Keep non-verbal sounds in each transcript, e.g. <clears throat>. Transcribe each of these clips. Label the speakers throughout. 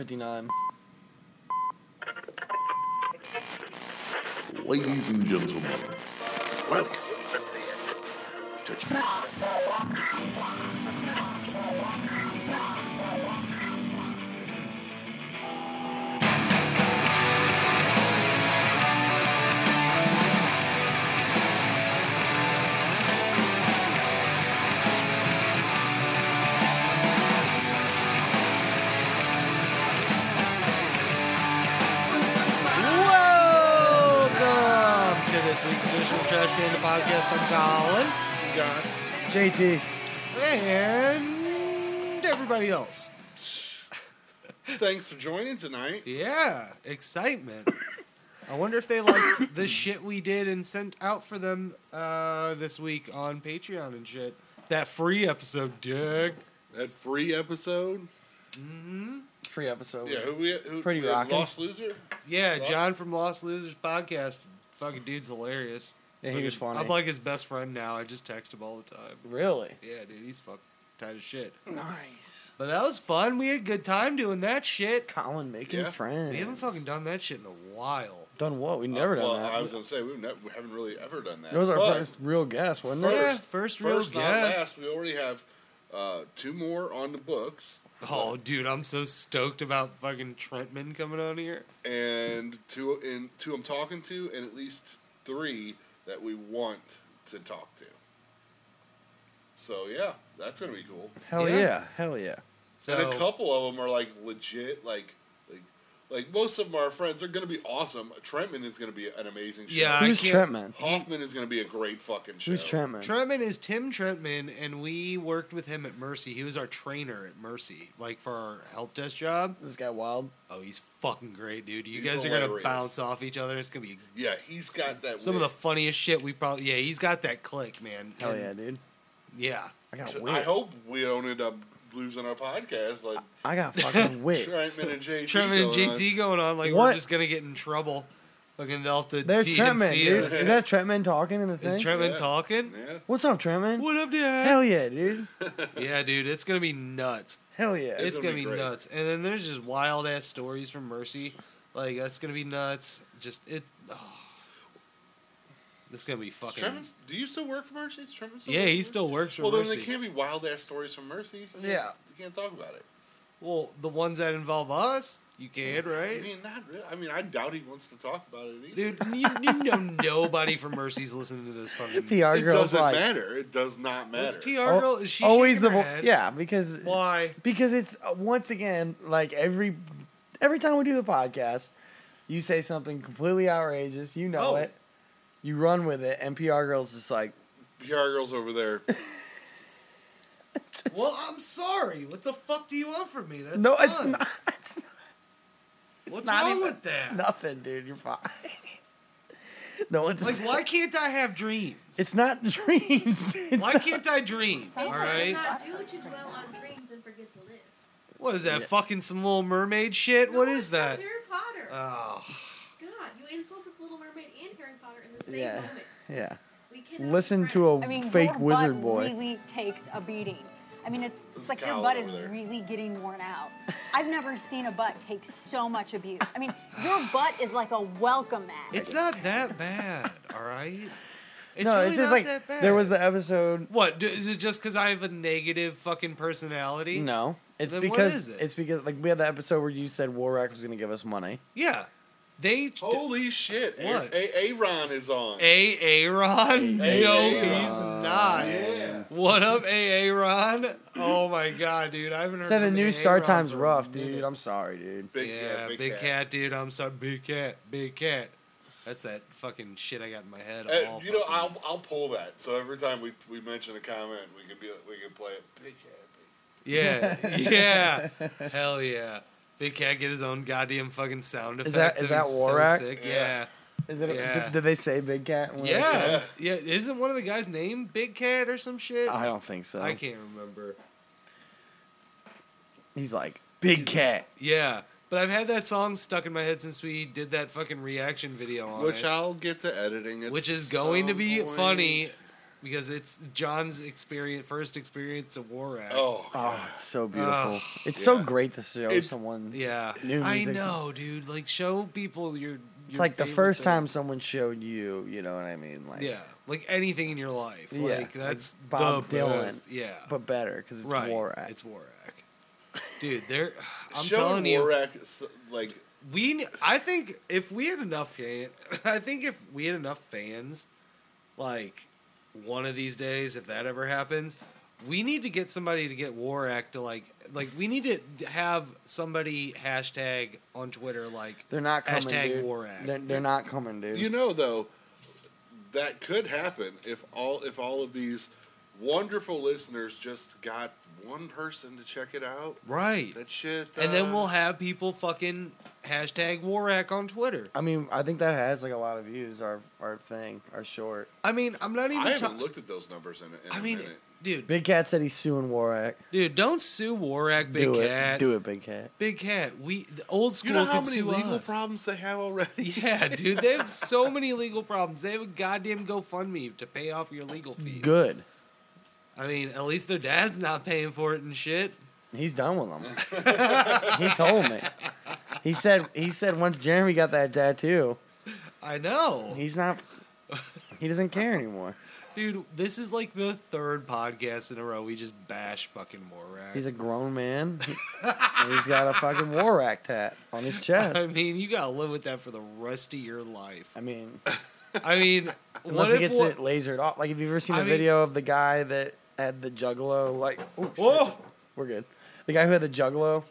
Speaker 1: 59.
Speaker 2: Ladies and gentlemen, welcome to Ch-
Speaker 1: Welcome to this week's edition of Trash Panda Podcast. I'm Colin. Gots.
Speaker 3: JT.
Speaker 1: And everybody else.
Speaker 4: Thanks for joining tonight.
Speaker 1: Yeah, excitement. <coughs> I wonder if they liked the shit we did and sent out for them uh, this week on Patreon and shit. That free episode, dick.
Speaker 4: That free episode.
Speaker 3: Free episode.
Speaker 4: Yeah, who we who,
Speaker 3: Pretty
Speaker 4: we
Speaker 3: rockin'.
Speaker 4: Lost loser.
Speaker 1: Yeah,
Speaker 4: Lost-
Speaker 1: John from Lost Losers Podcast. Fucking dude's hilarious.
Speaker 3: Yeah, he was
Speaker 1: Fucking-
Speaker 3: funny.
Speaker 1: I'm like his best friend now. I just text him all the time.
Speaker 3: really?
Speaker 1: Yeah, dude, he's fucking tight as shit. <laughs>
Speaker 3: Nice.
Speaker 1: But that was fun. We had a good time doing that shit.
Speaker 3: Colin making
Speaker 4: Yeah.
Speaker 3: friends.
Speaker 1: We haven't fucking Uh, done that shit in a while.
Speaker 3: done what? We've never done
Speaker 4: well,
Speaker 3: that.
Speaker 4: I was gonna say we've never, we haven't really ever done that.
Speaker 3: that was our
Speaker 4: But
Speaker 3: first real guest, wasn't
Speaker 4: First-
Speaker 1: yeah,
Speaker 3: it?
Speaker 1: first real
Speaker 4: First, not
Speaker 1: guest.
Speaker 4: last. We already have uh, two more on the books
Speaker 1: Oh, dude, I'm so stoked about fucking Trentman coming on here.
Speaker 4: and two and two I'm talking to, and at least three that we want to talk to. So yeah, that's gonna be cool.
Speaker 3: Hell
Speaker 1: Yeah.
Speaker 3: yeah. Hell yeah.
Speaker 1: So
Speaker 4: and a couple of them are like legit, like like like most of them are our friends. They're gonna be awesome. Trentman is gonna be an amazing show.
Speaker 1: Yeah, I
Speaker 3: Who's
Speaker 1: can't-
Speaker 3: Trentman?
Speaker 4: Hoffman is gonna be a great fucking show.
Speaker 3: Who's Trentman?
Speaker 1: Trentman is Tim Trentman, and we worked with him at Mercy. He was our trainer at Mercy, like for our help desk job.
Speaker 3: this guy wild.
Speaker 1: Oh, he's fucking great, dude. You
Speaker 4: He's
Speaker 1: guys are gonna
Speaker 4: hilarious.
Speaker 1: bounce off each other. It's gonna be
Speaker 4: Yeah, he's got that.
Speaker 1: some of the funniest shit we probably. Yeah, he's got that click, man.
Speaker 3: Hell
Speaker 1: And-
Speaker 3: yeah, dude.
Speaker 1: yeah.
Speaker 3: I got
Speaker 4: wit.
Speaker 3: wit.
Speaker 4: I hope we don't end up losing our podcast like
Speaker 3: I got
Speaker 1: <laughs>
Speaker 3: fucking Uh, wit.
Speaker 4: Trentman and JT.
Speaker 1: Trentman and
Speaker 4: going on.
Speaker 1: JT going on like
Speaker 3: What?
Speaker 1: we're just gonna get in trouble. Fucking they'll have to
Speaker 3: There's
Speaker 1: DNC
Speaker 3: Trentman, dude.
Speaker 1: us.
Speaker 3: Is that Trentman talking in the thing?
Speaker 1: Is Trentman
Speaker 4: Yeah.
Speaker 1: talking?
Speaker 4: Yeah,
Speaker 3: What's up, Trentman?
Speaker 1: What up, Dad?
Speaker 3: Hell yeah, dude.
Speaker 1: Yeah, dude, it's gonna be nuts.
Speaker 3: Hell yeah.
Speaker 1: It's, gonna, be,
Speaker 4: great.
Speaker 1: nuts. And then there's just wild ass stories from Mercy. Like that's gonna be nuts. Just it. Oh. It's gonna be
Speaker 4: Is
Speaker 1: fucking.
Speaker 4: Trentman's- do you still work for Mercy? Is Trentman still
Speaker 1: Yeah,
Speaker 4: working
Speaker 1: he
Speaker 4: for
Speaker 1: still works for
Speaker 4: Mercy? Well,
Speaker 1: Mercy.
Speaker 4: then they can't be wild ass stories from Mercy. You
Speaker 3: Yeah.
Speaker 4: can't- you can't talk about it.
Speaker 1: Well, the ones that involve us, you can,
Speaker 4: I
Speaker 1: right?
Speaker 4: mean, not really. I mean, I doubt he wants to talk about it either.
Speaker 1: Dude, you, you know nobody from Mercy's listening to
Speaker 3: <laughs>
Speaker 1: this fucking.
Speaker 3: PR
Speaker 4: it
Speaker 3: girl's
Speaker 4: doesn't
Speaker 3: like
Speaker 4: matter. It does not
Speaker 1: What's
Speaker 4: matter.
Speaker 1: PR
Speaker 3: al-
Speaker 1: girl? Is she
Speaker 3: Oh, always the
Speaker 1: shaking her
Speaker 3: vo-
Speaker 1: head?
Speaker 3: yeah because
Speaker 1: Why?
Speaker 3: because it's uh, once again like every every time we do the podcast you say something completely outrageous you know
Speaker 1: Oh.
Speaker 3: it you run with it and pr girls just like
Speaker 4: PR girls over there.
Speaker 1: Well, I'm sorry. What the fuck do you want from me? That's
Speaker 3: no it's
Speaker 1: fine.
Speaker 3: not <laughs> it's
Speaker 1: What's
Speaker 3: not
Speaker 1: wrong
Speaker 3: even-
Speaker 1: with that?
Speaker 3: nothing dude you're fine <laughs> no it's
Speaker 1: Like, why can't I have dreams?
Speaker 3: it's not <laughs> dreams it's
Speaker 1: why
Speaker 3: not-
Speaker 1: can't I dream? All
Speaker 5: Satan does
Speaker 1: right.
Speaker 5: not do to dwell on dreams and forget to live.
Speaker 1: What is that? Fucking some Little Mermaid shit? What
Speaker 5: No,
Speaker 1: is
Speaker 5: it's not
Speaker 1: that?
Speaker 5: Harry Potter.
Speaker 1: Oh,
Speaker 5: God, you insulted Little Mermaid and Harry Potter in the same
Speaker 3: yeah
Speaker 5: moment.
Speaker 3: <laughs> yeah
Speaker 5: We cannot
Speaker 3: listen
Speaker 5: be
Speaker 3: to a
Speaker 5: friends.
Speaker 6: I mean,
Speaker 3: fake
Speaker 6: your
Speaker 3: wizard
Speaker 6: butt
Speaker 3: boy
Speaker 6: really takes a beating. I mean, it's,
Speaker 4: This
Speaker 6: it's like your
Speaker 4: cowl
Speaker 6: butt
Speaker 4: over
Speaker 6: is
Speaker 4: there.
Speaker 6: really getting worn out. I've never seen a butt take so much abuse. I mean, your butt is like a welcome mat.
Speaker 1: it's not that bad. All right. It's
Speaker 3: no
Speaker 1: really
Speaker 3: it's just
Speaker 1: not
Speaker 3: like
Speaker 1: that bad.
Speaker 3: there was the episode
Speaker 1: What? d- Is it just because I have a negative fucking personality?
Speaker 3: no it's
Speaker 1: Then what
Speaker 3: because
Speaker 1: is it?
Speaker 3: it's because like we had the episode where you said Warrack was gonna give us money.
Speaker 1: Yeah. They.
Speaker 4: <laughs> Holy shit! A-
Speaker 1: What?
Speaker 4: A- Aaron is on.
Speaker 1: A. Aaron? No, he's not.
Speaker 4: yeah.
Speaker 1: What up, A. Aaron? Oh my god, dude. I haven't heard
Speaker 3: Said the
Speaker 1: from
Speaker 3: new
Speaker 1: A.A.
Speaker 3: start
Speaker 1: Ron
Speaker 3: time's
Speaker 1: for a
Speaker 3: rough,
Speaker 1: minute.
Speaker 3: dude. I'm sorry, dude.
Speaker 4: Big,
Speaker 1: yeah, big, cat. dude. I'm sorry, big cat, big cat. That's that fucking shit I got in my head.
Speaker 4: Uh,
Speaker 1: all
Speaker 4: you know,
Speaker 1: fucking-
Speaker 4: I'll I'll pull that. So every time we we mention a comment, we can be we can play it. Big cat.
Speaker 3: <laughs>
Speaker 1: yeah, <laughs> yeah, hell yeah. Big cat get his own goddamn fucking sound effect.
Speaker 3: Is that- is
Speaker 1: That'd
Speaker 3: that
Speaker 1: be
Speaker 3: Warack?
Speaker 1: So sick. Yeah,
Speaker 4: Yeah.
Speaker 3: Is it?
Speaker 1: Yeah.
Speaker 3: Did, did they say Big Cat? when
Speaker 1: yeah.
Speaker 3: they-
Speaker 1: yeah, Isn't one of the guys named Big Cat or some shit?
Speaker 3: I don't think so.
Speaker 1: I can't remember.
Speaker 3: He's like Big Cat.
Speaker 1: Yeah, but I've had that song stuck in my head since we did that fucking reaction video on
Speaker 4: Big. Which
Speaker 1: it,
Speaker 4: I'll get to editing. At
Speaker 1: which is going to be
Speaker 4: some point.
Speaker 1: funny. Uh, because it's John's experience, first experience of war act.
Speaker 4: Oh,
Speaker 1: uh,
Speaker 3: Oh, it's so beautiful.
Speaker 1: "Ah, Ugh,
Speaker 3: it's so
Speaker 4: yeah.
Speaker 3: great to show
Speaker 4: It's-
Speaker 3: someone.
Speaker 1: Yeah,
Speaker 3: New
Speaker 1: I
Speaker 3: music.
Speaker 1: know, dude. Like, show people your.
Speaker 3: It's
Speaker 1: your
Speaker 3: like the
Speaker 1: favorite
Speaker 3: first
Speaker 1: thing.
Speaker 3: time someone showed you, you know what I mean? Like,
Speaker 1: Yeah, like anything in your life.
Speaker 3: Yeah,
Speaker 1: Like
Speaker 3: like
Speaker 1: that's
Speaker 3: Bob
Speaker 1: the
Speaker 3: Dylan.
Speaker 1: best. Yeah,
Speaker 3: But better because it's
Speaker 1: right.
Speaker 3: war act.
Speaker 1: It's Warak. Dude, there. <sighs> I'm
Speaker 4: showing
Speaker 1: telling you,
Speaker 4: Warrack, s- like
Speaker 1: we. ne- I think if we had enough fan, <laughs> I think if we had enough fans, like one of these days, if that ever happens, we need to get somebody to get Warak to like, like we need to have somebody hashtag on Twitter like
Speaker 3: they're not coming.
Speaker 1: Hashtag
Speaker 3: dude.
Speaker 1: war act.
Speaker 3: They're, they're not coming, dude.
Speaker 4: You know, though, that could happen if all if all of these wonderful listeners just got one person to check it out.
Speaker 1: right,
Speaker 4: That shit.
Speaker 1: and then we'll
Speaker 4: uh,
Speaker 1: have people fucking hashtag Warak on Twitter.
Speaker 3: I mean, I think that has like a lot of views. Our our thing, our short.
Speaker 1: I mean, I'm not even.
Speaker 4: I haven't
Speaker 1: talking.
Speaker 4: looked at those numbers in, in
Speaker 1: I
Speaker 4: a
Speaker 1: mean,
Speaker 4: minute.
Speaker 1: dude,
Speaker 3: Big Cat said he's suing Warak.
Speaker 1: dude, don't sue Warak, Big
Speaker 3: Do
Speaker 1: Cat.
Speaker 3: it, do it, Big Cat.
Speaker 1: Big Cat. We the old school.
Speaker 4: You know how
Speaker 1: could
Speaker 4: many
Speaker 1: sue
Speaker 4: legal
Speaker 1: us.
Speaker 4: problems they have already. <laughs>
Speaker 1: Yeah, dude, they have so many legal problems. They have a goddamn GoFundMe to pay off your legal fees.
Speaker 3: Good.
Speaker 1: I mean, at least their dad's not paying for it and shit.
Speaker 3: He's done with them.
Speaker 1: <laughs>
Speaker 3: he told me. He said. He said once Jeremy got that tattoo,
Speaker 1: I know,
Speaker 3: he's not. He doesn't care anymore.
Speaker 1: dude. This is like the third podcast in a row we just bash fucking Warak.
Speaker 3: He's a grown man. and he's got a fucking Warak tat on his chest.
Speaker 1: <laughs> I mean, you gotta live with that for the rest of your life.
Speaker 3: I mean,
Speaker 1: I mean,
Speaker 3: <laughs> unless
Speaker 1: what
Speaker 3: he
Speaker 1: if
Speaker 3: gets
Speaker 1: Wa-
Speaker 3: it lasered off. Like, have you ever seen
Speaker 1: I
Speaker 3: the
Speaker 1: mean-
Speaker 3: video of the guy that had the juggalo? Like, oh, shit.
Speaker 1: Whoa!
Speaker 3: we're good. The guy who had the juggalo.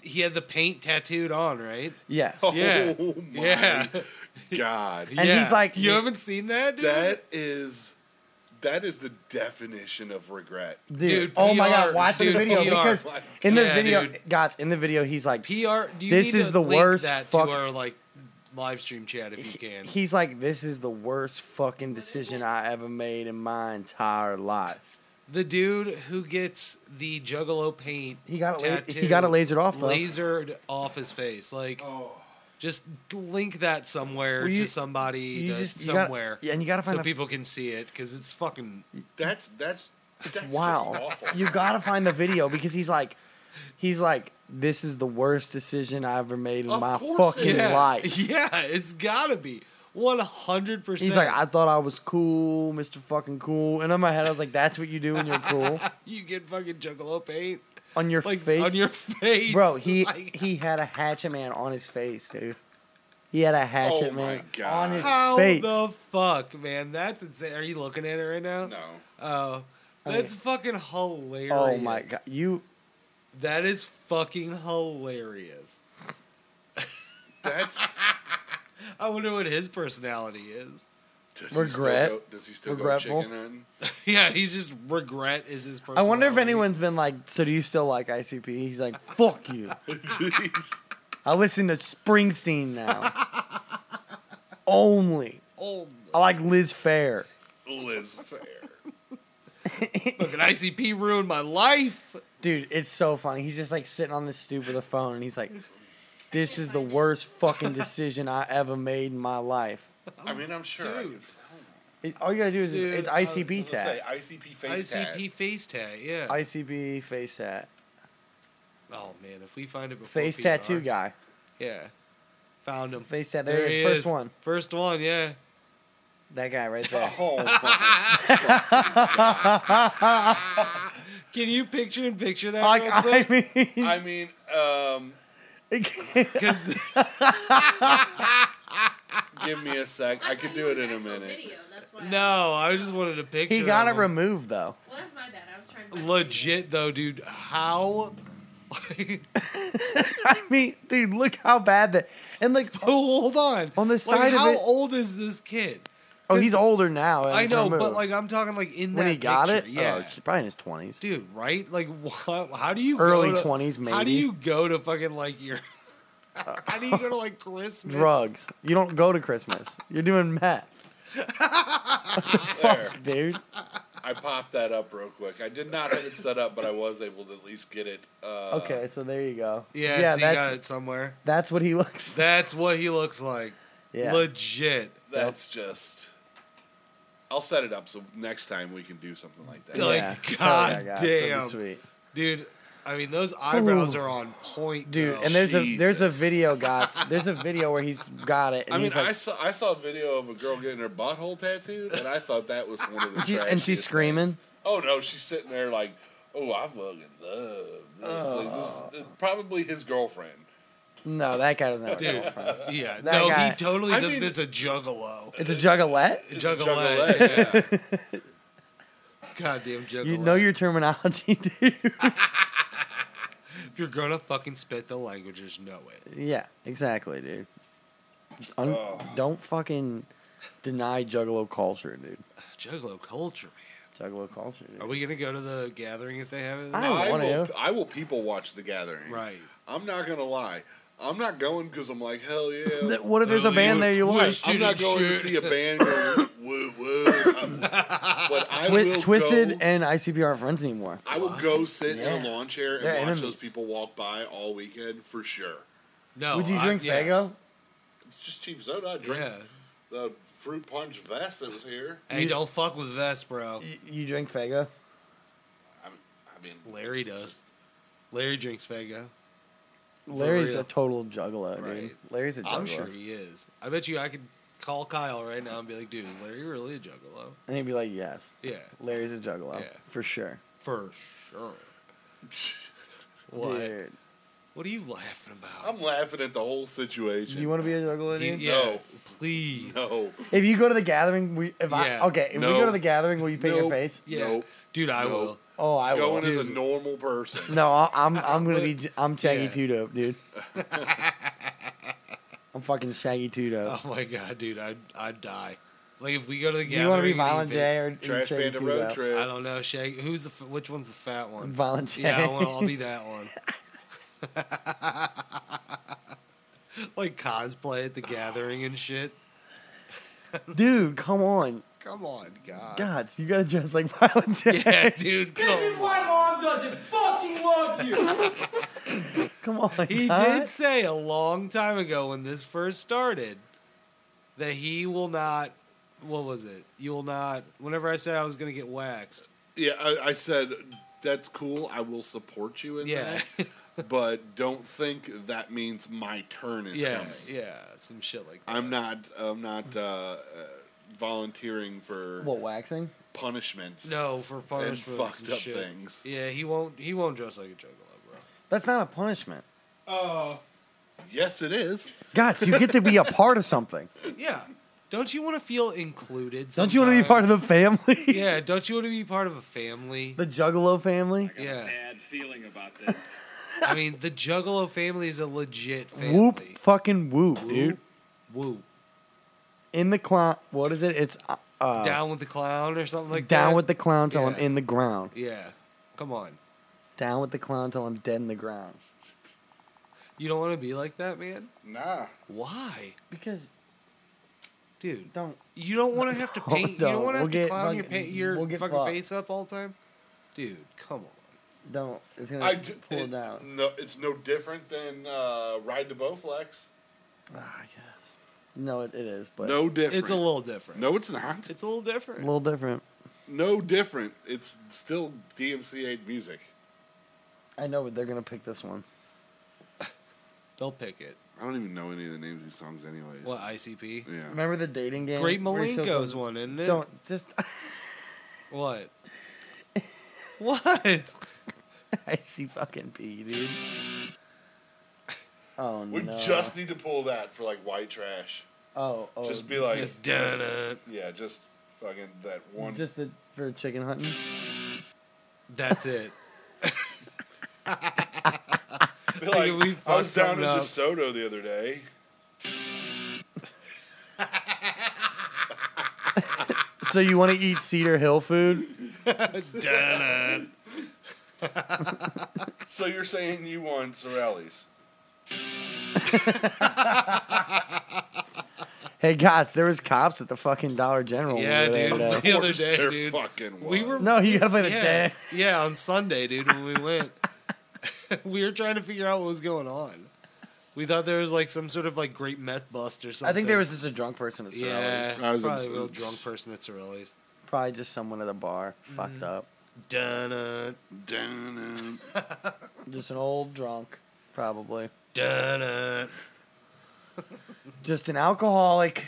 Speaker 1: He had the paint tattooed on, right?
Speaker 3: Yes.
Speaker 4: Oh
Speaker 1: Yeah.
Speaker 4: my
Speaker 1: yeah.
Speaker 4: god.
Speaker 3: And he's like-
Speaker 1: you haven't seen that, dude.
Speaker 4: <laughs> That is that is the definition of regret.
Speaker 3: Dude,
Speaker 1: Dude,
Speaker 3: oh my
Speaker 1: PR,
Speaker 3: god, watch
Speaker 1: dude,
Speaker 3: the video
Speaker 1: PR.
Speaker 3: because
Speaker 4: Like,
Speaker 3: in the
Speaker 1: yeah,
Speaker 3: video,
Speaker 1: dude.
Speaker 3: guys, in the video, he's like,
Speaker 1: PR. Do you
Speaker 3: This
Speaker 1: need
Speaker 3: is
Speaker 1: to
Speaker 3: the
Speaker 1: link
Speaker 3: worst
Speaker 1: That
Speaker 3: fuck-
Speaker 1: to our like live stream chat if you can.
Speaker 3: he's like, this is the worst fucking decision I ever made in my entire life.
Speaker 1: the dude who gets the Juggalo paint.
Speaker 3: He got it. La-
Speaker 1: tattoo,
Speaker 3: he got it lasered off though.
Speaker 1: Lasered off his face, like. Just link that somewhere
Speaker 3: Well, you-
Speaker 1: to somebody
Speaker 3: you
Speaker 1: to
Speaker 3: just you gotta-
Speaker 1: somewhere,
Speaker 3: yeah, and you gotta find
Speaker 1: so
Speaker 3: a
Speaker 1: people can see it because it's fucking.
Speaker 4: That's that's that's
Speaker 3: wow.
Speaker 4: just awful.
Speaker 3: You gotta find the video because he's like, he's like, this is the worst decision I ever made in
Speaker 4: Of
Speaker 3: my
Speaker 4: course it
Speaker 3: fucking
Speaker 4: is.
Speaker 3: life.
Speaker 1: Yeah, it's gotta be one hundred percent.
Speaker 3: He's like, I thought I was cool, Mr. Fucking Cool. And in my head, I was like, that's what you do when you're cool
Speaker 1: you get fucking Juggalo paint
Speaker 3: on
Speaker 4: <laughs>
Speaker 3: your
Speaker 1: like
Speaker 3: face,
Speaker 1: on your face,
Speaker 3: bro. He
Speaker 1: <laughs> Like,
Speaker 3: he had a hatchet man on his face, dude. He had a hatchet
Speaker 4: Oh my
Speaker 3: man
Speaker 4: God.
Speaker 3: on his
Speaker 1: how
Speaker 3: face.
Speaker 1: the fuck, man? That's insane. Are you looking at it right now?
Speaker 4: No.
Speaker 1: Oh,
Speaker 3: I mean-
Speaker 1: that's fucking hilarious.
Speaker 3: oh my god, you
Speaker 1: That is fucking hilarious.
Speaker 4: That's
Speaker 1: I wonder what his personality is. <laughs>
Speaker 4: does he still
Speaker 3: Regret.
Speaker 4: go- does he still
Speaker 3: Regretful.
Speaker 4: go chicken hunting? <laughs>
Speaker 1: yeah, he's just regret is his
Speaker 3: I
Speaker 1: personality.
Speaker 3: wonder if anyone's been like, so do you still like ICP? He's like, fuck you. I listen to Springsteen now. Only.
Speaker 1: Oh,
Speaker 3: I like Liz Fair.
Speaker 4: Liz Fair.
Speaker 1: look, an ICP ruined my life.
Speaker 3: Dude, it's so funny. He's just like sitting on this stoop with a phone and he's like, this is the worst fucking decision I ever made in my life.
Speaker 4: I mean, I'm sure. I
Speaker 1: Dude.
Speaker 4: could-
Speaker 3: It- all you gotta do is
Speaker 1: Dude,
Speaker 3: it's
Speaker 1: I was
Speaker 3: ICP
Speaker 4: Let's
Speaker 3: tat.
Speaker 4: say ICP face
Speaker 1: ICP
Speaker 4: ICP.
Speaker 1: face tat, yeah.
Speaker 3: ICP face tat.
Speaker 1: oh man, if we find it before
Speaker 3: Face
Speaker 1: PR,
Speaker 3: tattoo guy.
Speaker 1: yeah, found him.
Speaker 3: Face tat. There, it is. First one.
Speaker 1: First one, yeah.
Speaker 3: That guy right there. <laughs>
Speaker 4: Oh, fucking-
Speaker 1: Can you picture and picture that?
Speaker 3: like,
Speaker 1: real quick?
Speaker 3: I mean,
Speaker 4: I mean, um,
Speaker 3: <laughs>
Speaker 4: give me a sec. I could do it in a
Speaker 5: <laughs>
Speaker 4: minute.
Speaker 5: Video. That's why I-
Speaker 1: <laughs> no, I just wanted to picture.
Speaker 3: he got
Speaker 1: that
Speaker 3: it
Speaker 1: one.
Speaker 3: removed though. <laughs>
Speaker 5: well, that's my bad. I was trying to. find the
Speaker 1: Legit though, dude. How? <laughs>
Speaker 3: I mean, dude, look how bad that. And like,
Speaker 1: Oh, hold on.
Speaker 3: On the
Speaker 1: Like,
Speaker 3: side of
Speaker 1: how
Speaker 3: it-
Speaker 1: old is this kid?
Speaker 3: oh, he's older now. and
Speaker 1: I
Speaker 3: it's
Speaker 1: know, but
Speaker 3: removed.
Speaker 1: like I'm talking like in
Speaker 3: when
Speaker 1: that
Speaker 3: he got
Speaker 1: picture,
Speaker 3: it,
Speaker 1: yeah,
Speaker 3: oh, it's probably in his twenties.
Speaker 1: dude, right? Like, wha how do you go
Speaker 3: Early
Speaker 1: to-
Speaker 3: 20s,
Speaker 1: How do
Speaker 3: maybe.
Speaker 1: you go to fucking like your? <laughs> how do you go to like Christmas?
Speaker 3: Drugs. You don't go to Christmas. You're doing meth,
Speaker 4: There.
Speaker 3: dude.
Speaker 4: I popped that up real quick. I did not have it set up, but I was able to at least get it. Uh,
Speaker 3: Okay, so there you go.
Speaker 1: Yeah, so you
Speaker 3: that's
Speaker 1: got it somewhere.
Speaker 3: that's what he <laughs> looks.
Speaker 1: That's what he looks like.
Speaker 3: Yeah,
Speaker 1: Legit.
Speaker 4: That's just. I'll set it up so next time we can do something like
Speaker 1: <laughs>
Speaker 4: that.
Speaker 1: Like,
Speaker 3: tell
Speaker 1: God
Speaker 3: that guy, Oh, it's pretty
Speaker 1: damn.
Speaker 3: sweet.
Speaker 1: dude. I mean, those eyebrows are on point,
Speaker 3: dude.
Speaker 1: though.
Speaker 3: and there's a there's a
Speaker 4: Jesus. video,
Speaker 1: <laughs>
Speaker 3: video, guys. There's a video where he's got it. And
Speaker 4: I mean,
Speaker 3: he's like,
Speaker 4: I saw I saw a video of a girl getting her butthole tattooed, and I thought that was one of the.
Speaker 3: <laughs> She- and she's
Speaker 4: trashiest
Speaker 3: screaming?
Speaker 4: things. Oh no, she's sitting there like, oh, I fucking love this. Like, this
Speaker 3: Oh.
Speaker 4: is- uh, probably his girlfriend.
Speaker 3: no, that guy doesn't have a
Speaker 1: Dude.
Speaker 3: girlfriend.
Speaker 1: yeah,
Speaker 3: That
Speaker 1: no,
Speaker 3: guy-
Speaker 1: he totally
Speaker 4: I
Speaker 1: doesn't.
Speaker 4: mean-
Speaker 1: it's
Speaker 4: <laughs>
Speaker 1: a juggalo,
Speaker 3: It's a juggalette.
Speaker 1: juggalette,
Speaker 4: Juggalette, yeah.
Speaker 1: <laughs> goddamn juggalette.
Speaker 3: You know your terminology, <laughs> dude.
Speaker 1: if you're gonna fucking spit the languages, know it.
Speaker 3: yeah, exactly, dude. Un- Don't fucking deny juggalo culture, dude.
Speaker 1: Juggalo culture, man.
Speaker 3: Juggalo culture. Dude.
Speaker 1: Are we gonna go to the gathering if they have it?
Speaker 3: I don't
Speaker 4: I
Speaker 3: wanna
Speaker 4: will.
Speaker 3: know.
Speaker 4: I will. People watch the gathering.
Speaker 1: right.
Speaker 4: I'm not gonna lie. I'm not going because I'm like
Speaker 3: <laughs>
Speaker 4: hell yeah.
Speaker 3: Th- What if there's a
Speaker 1: Oh,
Speaker 3: band
Speaker 1: you
Speaker 3: there you like?
Speaker 1: twist.
Speaker 4: I'm not
Speaker 1: Student
Speaker 4: going to
Speaker 1: shit.
Speaker 4: see a band go woo woo. I'm- But I
Speaker 3: Twi-
Speaker 4: will
Speaker 3: Twisted
Speaker 4: go-
Speaker 3: and ICP aren't friends anymore.
Speaker 4: I will go sit in
Speaker 3: Yeah.
Speaker 4: a lawn chair and
Speaker 3: They're
Speaker 4: watch
Speaker 3: enemies.
Speaker 4: those people walk by all weekend for sure.
Speaker 1: No.
Speaker 3: Would you
Speaker 1: I-
Speaker 3: drink
Speaker 1: yeah.
Speaker 3: Fago?
Speaker 4: It's just cheap soda. I drink
Speaker 1: Yeah.
Speaker 4: the fruit punch vest that was here.
Speaker 1: Hey,
Speaker 3: You-
Speaker 1: don't fuck with Vest, bro.
Speaker 3: Y- You drink Fago?
Speaker 4: I mean, I mean <laughs>
Speaker 1: Larry does. Larry drinks Fago.
Speaker 3: Larry's
Speaker 1: real.
Speaker 3: a total juggalo, dude.
Speaker 1: Right.
Speaker 3: Larry's a juggalo.
Speaker 1: I'm sure he is. I bet you I could call Kyle right now and be like, dude, is Larry really a juggalo?
Speaker 3: And he'd be like, yes,
Speaker 1: Yeah,
Speaker 3: Larry's a juggalo.
Speaker 1: Yeah.
Speaker 3: For sure.
Speaker 1: for sure. What?
Speaker 3: Dude.
Speaker 1: What are you laughing about?
Speaker 4: I'm laughing at the whole
Speaker 3: Do
Speaker 4: situation.
Speaker 3: you want to be a juggalo,
Speaker 1: Do you-
Speaker 3: dude?
Speaker 1: yeah,
Speaker 4: No.
Speaker 1: please.
Speaker 4: no,
Speaker 3: If you go to the gathering, we, if
Speaker 1: Yeah.
Speaker 3: I, okay, if we
Speaker 4: No.
Speaker 3: go to the gathering, will you paint your
Speaker 4: Nope.
Speaker 3: face?
Speaker 1: Yeah.
Speaker 4: Nope.
Speaker 1: Dude, I
Speaker 4: Nope.
Speaker 1: will.
Speaker 3: Oh, I will.
Speaker 4: going as a
Speaker 3: Dude.
Speaker 4: normal person.
Speaker 3: No, I-
Speaker 1: <laughs>
Speaker 3: I'm I'm gonna be J- I'm Shaggy
Speaker 1: Yeah.
Speaker 3: Two Dope,
Speaker 1: <laughs>
Speaker 3: dude. I'm fucking Shaggy Two Dope.
Speaker 1: <laughs> Oh my god, dude, I'd I'd die. Like if we go to the
Speaker 3: Do
Speaker 1: gathering,
Speaker 3: you want to be
Speaker 1: and he
Speaker 3: Violent
Speaker 1: fa-
Speaker 3: J or
Speaker 4: <laughs> Trash
Speaker 3: Shaggy
Speaker 4: Panda
Speaker 3: Two
Speaker 4: road
Speaker 3: Dope?
Speaker 4: trip.
Speaker 1: I don't know, Shag. Who's the f- which one's the fat
Speaker 3: <laughs>
Speaker 1: one?
Speaker 3: Violent J.
Speaker 1: Yeah, I want to all be that one. <laughs> like cosplay at the gathering and shit.
Speaker 3: <laughs> dude, come
Speaker 1: <laughs>
Speaker 3: on,
Speaker 1: Come on, God.
Speaker 3: God, you gotta dress like <laughs> Violent J.
Speaker 1: <laughs> Yeah, dude. Come
Speaker 7: This is
Speaker 1: on.
Speaker 7: why mom doesn't fucking love you.
Speaker 3: Come on,
Speaker 1: He
Speaker 3: God.
Speaker 1: did say a long time ago when this first started that he will not. What was it? You will not. Whenever I said I was gonna get waxed,
Speaker 4: Yeah, I, I said that's cool. I will support you in
Speaker 1: yeah,
Speaker 4: that, but don't think that means my turn is
Speaker 1: <laughs> yeah,
Speaker 4: coming.
Speaker 1: yeah, some shit like that.
Speaker 4: I'm not. I'm not uh, uh, volunteering for
Speaker 3: What waxing?
Speaker 4: punishments.
Speaker 1: no for punishments and,
Speaker 4: fucked up
Speaker 1: shit.
Speaker 4: things.
Speaker 1: Yeah, he won't. He won't dress like a juggalo,
Speaker 4: <laughs>
Speaker 1: bro.
Speaker 3: That's not a punishment.
Speaker 4: Yes, it is.
Speaker 3: God, you get to be a part of
Speaker 1: <laughs>
Speaker 3: something.
Speaker 1: Yeah. Don't you want to feel included?
Speaker 3: Don't you want to be part of the family?
Speaker 1: <laughs> sometimes? Yeah. Don't you want to be part of
Speaker 3: <laughs>
Speaker 1: a family?
Speaker 3: The Juggalo family.
Speaker 1: Yeah.
Speaker 8: bad feeling about this.
Speaker 1: <laughs> I mean, the Juggalo family is a legit family.
Speaker 3: Whoop, fucking whoop, dude.
Speaker 1: Whoop.
Speaker 3: In the clown. What is it? It's uh, uh, down,
Speaker 1: Down with the clown or something like that.
Speaker 3: with the clown till I'm
Speaker 1: Yeah.
Speaker 3: in the ground.
Speaker 1: Yeah. Come on.
Speaker 3: Down with the clown till I'm dead in the ground.
Speaker 1: You don't want to be like that, man?
Speaker 4: Nah.
Speaker 1: Why?
Speaker 3: Because
Speaker 1: Dude,
Speaker 3: don't.
Speaker 1: you don't want to
Speaker 3: <laughs>
Speaker 1: have to
Speaker 3: Don't-
Speaker 1: paint. You
Speaker 3: don't.
Speaker 1: don't want
Speaker 3: We'll
Speaker 1: to have to
Speaker 3: get
Speaker 1: clown your,
Speaker 3: fuck-
Speaker 1: paint, your
Speaker 3: we'll get
Speaker 1: fucking
Speaker 3: fucked.
Speaker 1: face up all the time. Dude, come on.
Speaker 3: Don't. It's gonna
Speaker 4: I d-
Speaker 3: pull
Speaker 4: it-
Speaker 3: it down.
Speaker 4: No, it's no different than uh, Ride to Bowflex.
Speaker 3: Ah, yes. No, it, it is, but
Speaker 4: No different.
Speaker 1: It's a little different.
Speaker 4: No, it's not.
Speaker 1: It's a little
Speaker 3: a
Speaker 1: different.
Speaker 3: little different.
Speaker 4: No different. It's still DMCA music.
Speaker 3: I know, but they're gonna pick this one.
Speaker 1: They'll pick it.
Speaker 4: I don't even know any of the names of these songs, anyways.
Speaker 1: What, ICP?
Speaker 4: yeah.
Speaker 3: Remember the dating game?
Speaker 1: Great
Speaker 3: where she
Speaker 1: Malenko's
Speaker 3: goes-
Speaker 1: one, isn't it?
Speaker 3: Don't just. <laughs>
Speaker 1: What? what?
Speaker 3: I see fucking pee,
Speaker 1: <laughs>
Speaker 3: dude. Oh
Speaker 4: We
Speaker 3: no.
Speaker 4: just need to pull that for like white trash.
Speaker 3: Oh, oh.
Speaker 4: just be like,
Speaker 1: Just dun
Speaker 4: yeah, just fucking that one.
Speaker 3: Just the for chicken hunting.
Speaker 1: That's it.
Speaker 4: be <laughs> like,
Speaker 1: we
Speaker 4: I
Speaker 1: fucked
Speaker 4: was down
Speaker 1: something
Speaker 4: in
Speaker 1: up.
Speaker 4: DeSoto the other day.
Speaker 3: So you want to eat Cedar Hill food?
Speaker 1: Dun-dun.
Speaker 4: So you're saying you want Sorelli's?
Speaker 3: Hey, guys, there was cops at the fucking Dollar General. when we
Speaker 1: Yeah,
Speaker 3: were there today.
Speaker 1: dude. <laughs> <laughs> The other
Speaker 4: course
Speaker 1: day,
Speaker 4: there
Speaker 1: dude.
Speaker 4: fucking
Speaker 1: We
Speaker 4: was. <laughs>
Speaker 1: were
Speaker 3: No, you gotta play the
Speaker 1: yeah,
Speaker 3: day.
Speaker 1: yeah, <laughs> on Sunday, dude, when we went, we were trying to figure out what was going on. We thought there was like some sort of like great meth bust or something.
Speaker 3: I think there was just a drunk person at Sorelli's.
Speaker 1: yeah,
Speaker 4: I was
Speaker 1: probably a
Speaker 4: abs-
Speaker 1: real drunk person at Sorelli's.
Speaker 3: Probably just someone at a bar, fucked up.
Speaker 1: Dun
Speaker 4: Dun, uh,
Speaker 3: Just an old drunk, probably.
Speaker 1: dun
Speaker 3: Just an alcoholic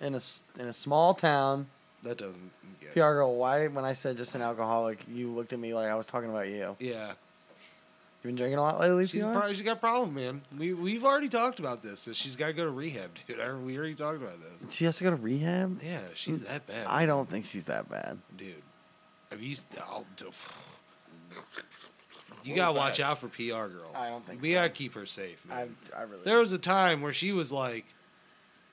Speaker 3: in a s- in a small town.
Speaker 1: That doesn't get. Yeah.
Speaker 3: PR girl, why when I said just an alcoholic, you looked at me like I was talking about you. You been drinking a lot lately,
Speaker 1: She's
Speaker 3: PR?
Speaker 1: probably she got a problem, man. We we've already talked about this. that She's got to go to rehab, <laughs> dude. I, we already talked about this.
Speaker 3: she has to go to rehab.
Speaker 1: Yeah, she's that bad,
Speaker 3: I don't think she's that bad.
Speaker 1: dude. Have you? I'll, <sighs> you gotta watch out for PR girl.
Speaker 3: I don't think
Speaker 1: we
Speaker 3: so.
Speaker 1: gotta keep her safe, man.
Speaker 3: I I really.
Speaker 1: There was a time where she was like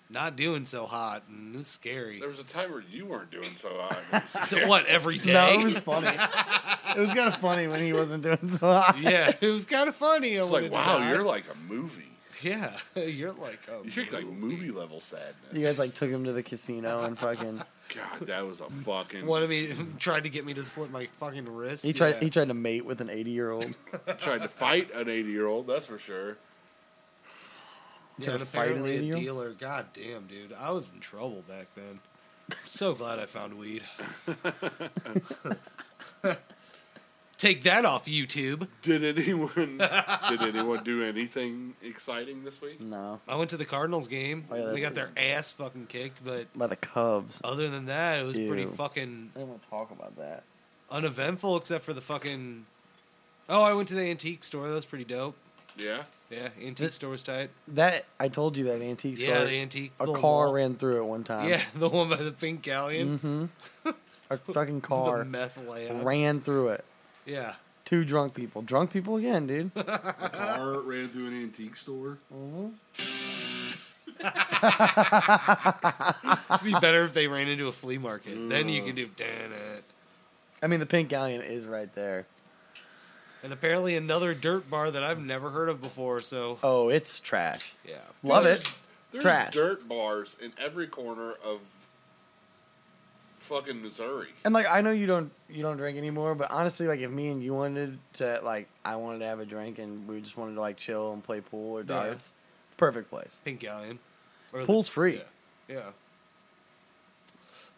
Speaker 1: not doing so hot and it was scary.
Speaker 4: there
Speaker 1: <laughs>
Speaker 4: was a time where you weren't doing so hot.
Speaker 1: To what every
Speaker 3: <laughs>
Speaker 1: day?
Speaker 3: no, it was funny. it was kind of funny when he wasn't doing so <laughs> hot.
Speaker 1: <laughs> yeah, it was kind of funny.
Speaker 4: It's like, wow, you're like a movie.
Speaker 1: yeah, <laughs> you're like
Speaker 4: <laughs>
Speaker 1: oh,
Speaker 4: You're like movie level sadness.
Speaker 3: You guys like took him to the casino and fucking.
Speaker 4: God, that was a fucking.
Speaker 1: wanted um, me <laughs> tried to get me to slip my fucking
Speaker 3: <laughs>
Speaker 1: wrist.
Speaker 3: He tried.
Speaker 1: Yeah.
Speaker 3: He tried to mate with an eighty-year-old.
Speaker 4: tried to fight an 80 year old, that's for sure.
Speaker 1: yeah,
Speaker 3: tried to fight
Speaker 1: and
Speaker 3: an
Speaker 1: apparently a
Speaker 3: eighty-year-old.
Speaker 1: dealer. God damn, dude, I was in trouble back then. I'm so glad I found weed. <laughs> Take that off YouTube.
Speaker 4: Did
Speaker 1: <laughs>
Speaker 4: anyone did anyone do anything exciting this week?
Speaker 3: No,
Speaker 1: I went to the Cardinals game.
Speaker 3: Oh, yeah,
Speaker 1: they got
Speaker 3: that's-
Speaker 1: their ass fucking kicked, but
Speaker 3: by the Cubs.
Speaker 1: other than that, it was pretty
Speaker 3: Ew.
Speaker 1: fucking
Speaker 3: I didn't want to talk about that.
Speaker 1: uneventful except for the fucking. Oh, I went to the antique store. That was pretty dope.
Speaker 4: Yeah.
Speaker 1: Yeah, antique
Speaker 3: Did-
Speaker 1: store was tight.
Speaker 3: That I told you that antique store.
Speaker 1: Yeah, the antique.
Speaker 3: a
Speaker 1: little
Speaker 3: car
Speaker 1: mall.
Speaker 3: ran through it one time.
Speaker 1: Yeah, <laughs> the one by the pink galleon. <laughs>
Speaker 3: Mm-hmm. A fucking
Speaker 1: The
Speaker 3: car
Speaker 1: meth layout.
Speaker 3: ran through it.
Speaker 1: yeah,
Speaker 3: Two drunk people. Drunk people again,
Speaker 1: <laughs>
Speaker 3: dude.
Speaker 4: A car ran through an antique store.
Speaker 1: Mm-hmm. it'd be better if they ran into a flea market. Then you can do damn it.
Speaker 3: I mean, the pink galleon is right there.
Speaker 1: And apparently another dirt bar that I've never heard of before. So
Speaker 3: Oh, it's trash.
Speaker 1: yeah,
Speaker 3: Love
Speaker 4: There's-
Speaker 3: it.
Speaker 4: There's
Speaker 3: Trash.
Speaker 4: dirt bars in every corner of fucking Missouri.
Speaker 3: And like, I know you don't you don't drink anymore, but honestly, like, if me and you wanted to, like, I wanted to have a drink and we just wanted to like chill and play pool or
Speaker 1: Yeah.
Speaker 3: darts, perfect place.
Speaker 1: pink galleon. Or the-
Speaker 3: Pool's free.
Speaker 1: Yeah. yeah.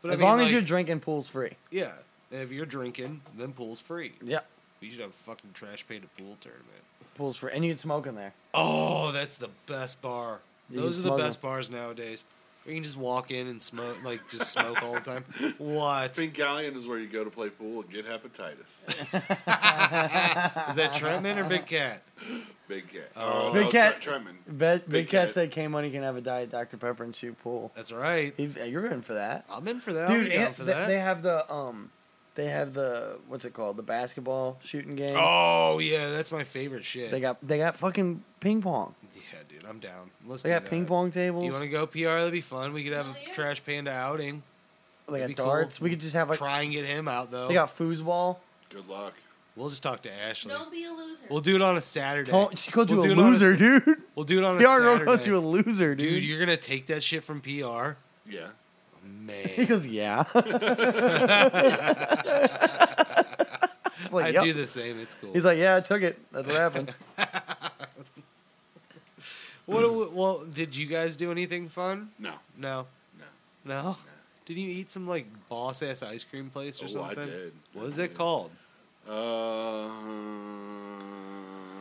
Speaker 1: But I
Speaker 3: as
Speaker 1: mean,
Speaker 3: long
Speaker 1: like,
Speaker 3: as you're drinking, pool's free.
Speaker 1: yeah, if you're drinking, then pool's free.
Speaker 3: Yeah,
Speaker 1: We should have a fucking trash painted pool tournament.
Speaker 3: pool's free, and you can smoke in there.
Speaker 1: Oh, that's the best bar.
Speaker 3: You can
Speaker 1: Those are the
Speaker 3: smoke
Speaker 1: best
Speaker 3: them.
Speaker 1: bars nowadays. We can just walk in and smoke, like just smoke all
Speaker 3: <laughs>
Speaker 1: the time. What
Speaker 4: Pink Galleon is where you go to play pool and get hepatitis.
Speaker 1: is that, Trentman or Big Cat?
Speaker 4: Big Cat.
Speaker 1: Oh.
Speaker 4: Oh,
Speaker 3: Big
Speaker 4: no,
Speaker 3: Cat.
Speaker 4: Tre- Tremon.
Speaker 3: Bet, Big,
Speaker 4: Big
Speaker 3: Cat,
Speaker 4: Cat.
Speaker 3: said K Money can have a diet Dr Pepper and shoot pool.
Speaker 1: That's right.
Speaker 3: He, you're in for that.
Speaker 1: I'm in for that. I'll
Speaker 3: Dude,
Speaker 1: be down
Speaker 3: and
Speaker 1: for
Speaker 3: th-
Speaker 1: that.
Speaker 3: they have the um, they have the what's it called? The basketball shooting game.
Speaker 1: oh yeah, that's my favorite shit.
Speaker 3: They got they got fucking ping pong.
Speaker 1: yeah, dude, I'm down. Let's
Speaker 3: They
Speaker 1: do
Speaker 3: got
Speaker 1: that.
Speaker 3: ping pong tables.
Speaker 1: You want to go PR? That'd be fun. We could have
Speaker 5: Hell
Speaker 1: a
Speaker 5: yeah.
Speaker 1: Trash Panda outing.
Speaker 3: they
Speaker 1: that'd
Speaker 3: got
Speaker 1: be cool.
Speaker 3: darts. We could just have like
Speaker 1: Try and get him out though.
Speaker 3: they got foosball.
Speaker 4: Good luck.
Speaker 1: we'll just talk to Ashley.
Speaker 5: Don't be a loser.
Speaker 1: We'll do it on a Saturday.
Speaker 3: Don't, she called you
Speaker 1: We'll
Speaker 3: a
Speaker 1: do it on
Speaker 3: loser,
Speaker 1: s-
Speaker 3: dude.
Speaker 1: We'll do
Speaker 3: <laughs>
Speaker 1: it on a
Speaker 3: PR girl
Speaker 1: Saturday.
Speaker 3: called you a loser, dude. <laughs>
Speaker 1: dude, you're gonna take that shit from PR,
Speaker 4: Yeah.
Speaker 3: <laughs>
Speaker 1: man.
Speaker 3: he goes, yeah.
Speaker 1: <laughs>
Speaker 3: It's like,
Speaker 1: I
Speaker 3: yep.
Speaker 1: do the same. It's cool.
Speaker 3: He's like, yeah, I took it. That's what happened.
Speaker 1: What? do
Speaker 3: "Mm."
Speaker 1: we- Well, did you guys do anything fun?
Speaker 4: No.
Speaker 1: No.
Speaker 4: No.
Speaker 1: No. Did you eat some like boss ass ice cream place or
Speaker 4: Oh, I
Speaker 1: something?
Speaker 4: did.
Speaker 1: What
Speaker 4: I
Speaker 1: is it
Speaker 4: did.
Speaker 1: called?
Speaker 4: Uh,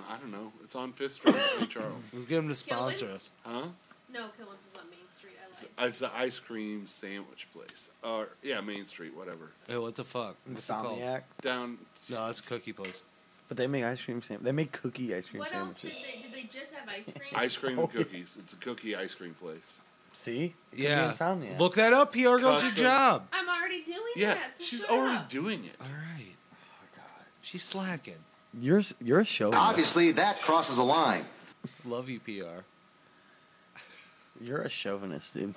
Speaker 4: I don't know. It's on Fifth Street, in St.
Speaker 1: <laughs>
Speaker 4: Charles.
Speaker 1: Let's get them to sponsor
Speaker 5: Gilman's?
Speaker 1: us.
Speaker 4: Huh?
Speaker 5: No, Killins is on Main Street. I lied.
Speaker 4: It's the ice cream sandwich place. Or yeah, Main Street, whatever.
Speaker 1: Hey, what the fuck? What's it called?
Speaker 3: Insomniac.
Speaker 4: Down.
Speaker 1: No, it's cookie place.
Speaker 3: But they make ice cream sandwiches. They make cookie ice cream
Speaker 5: What else
Speaker 3: sandwiches.
Speaker 5: did they? Did they just have ice cream?
Speaker 4: Ice cream
Speaker 1: <laughs> Oh,
Speaker 4: and cookies. It's a cookie ice cream place.
Speaker 3: See? It could be
Speaker 1: Yeah.
Speaker 3: Insomniac.
Speaker 1: Look that up, PR girls. Good
Speaker 4: Custom.
Speaker 1: job.
Speaker 5: I'm already doing
Speaker 4: Yeah,
Speaker 5: that. So
Speaker 4: she's
Speaker 5: shut
Speaker 4: already
Speaker 5: up.
Speaker 4: doing it.
Speaker 1: All right. Oh god. She's slacking.
Speaker 3: You're s- you're a show.
Speaker 8: Obviously, that crosses a line.
Speaker 1: Love you, PR.
Speaker 3: You're a chauvinist, dude.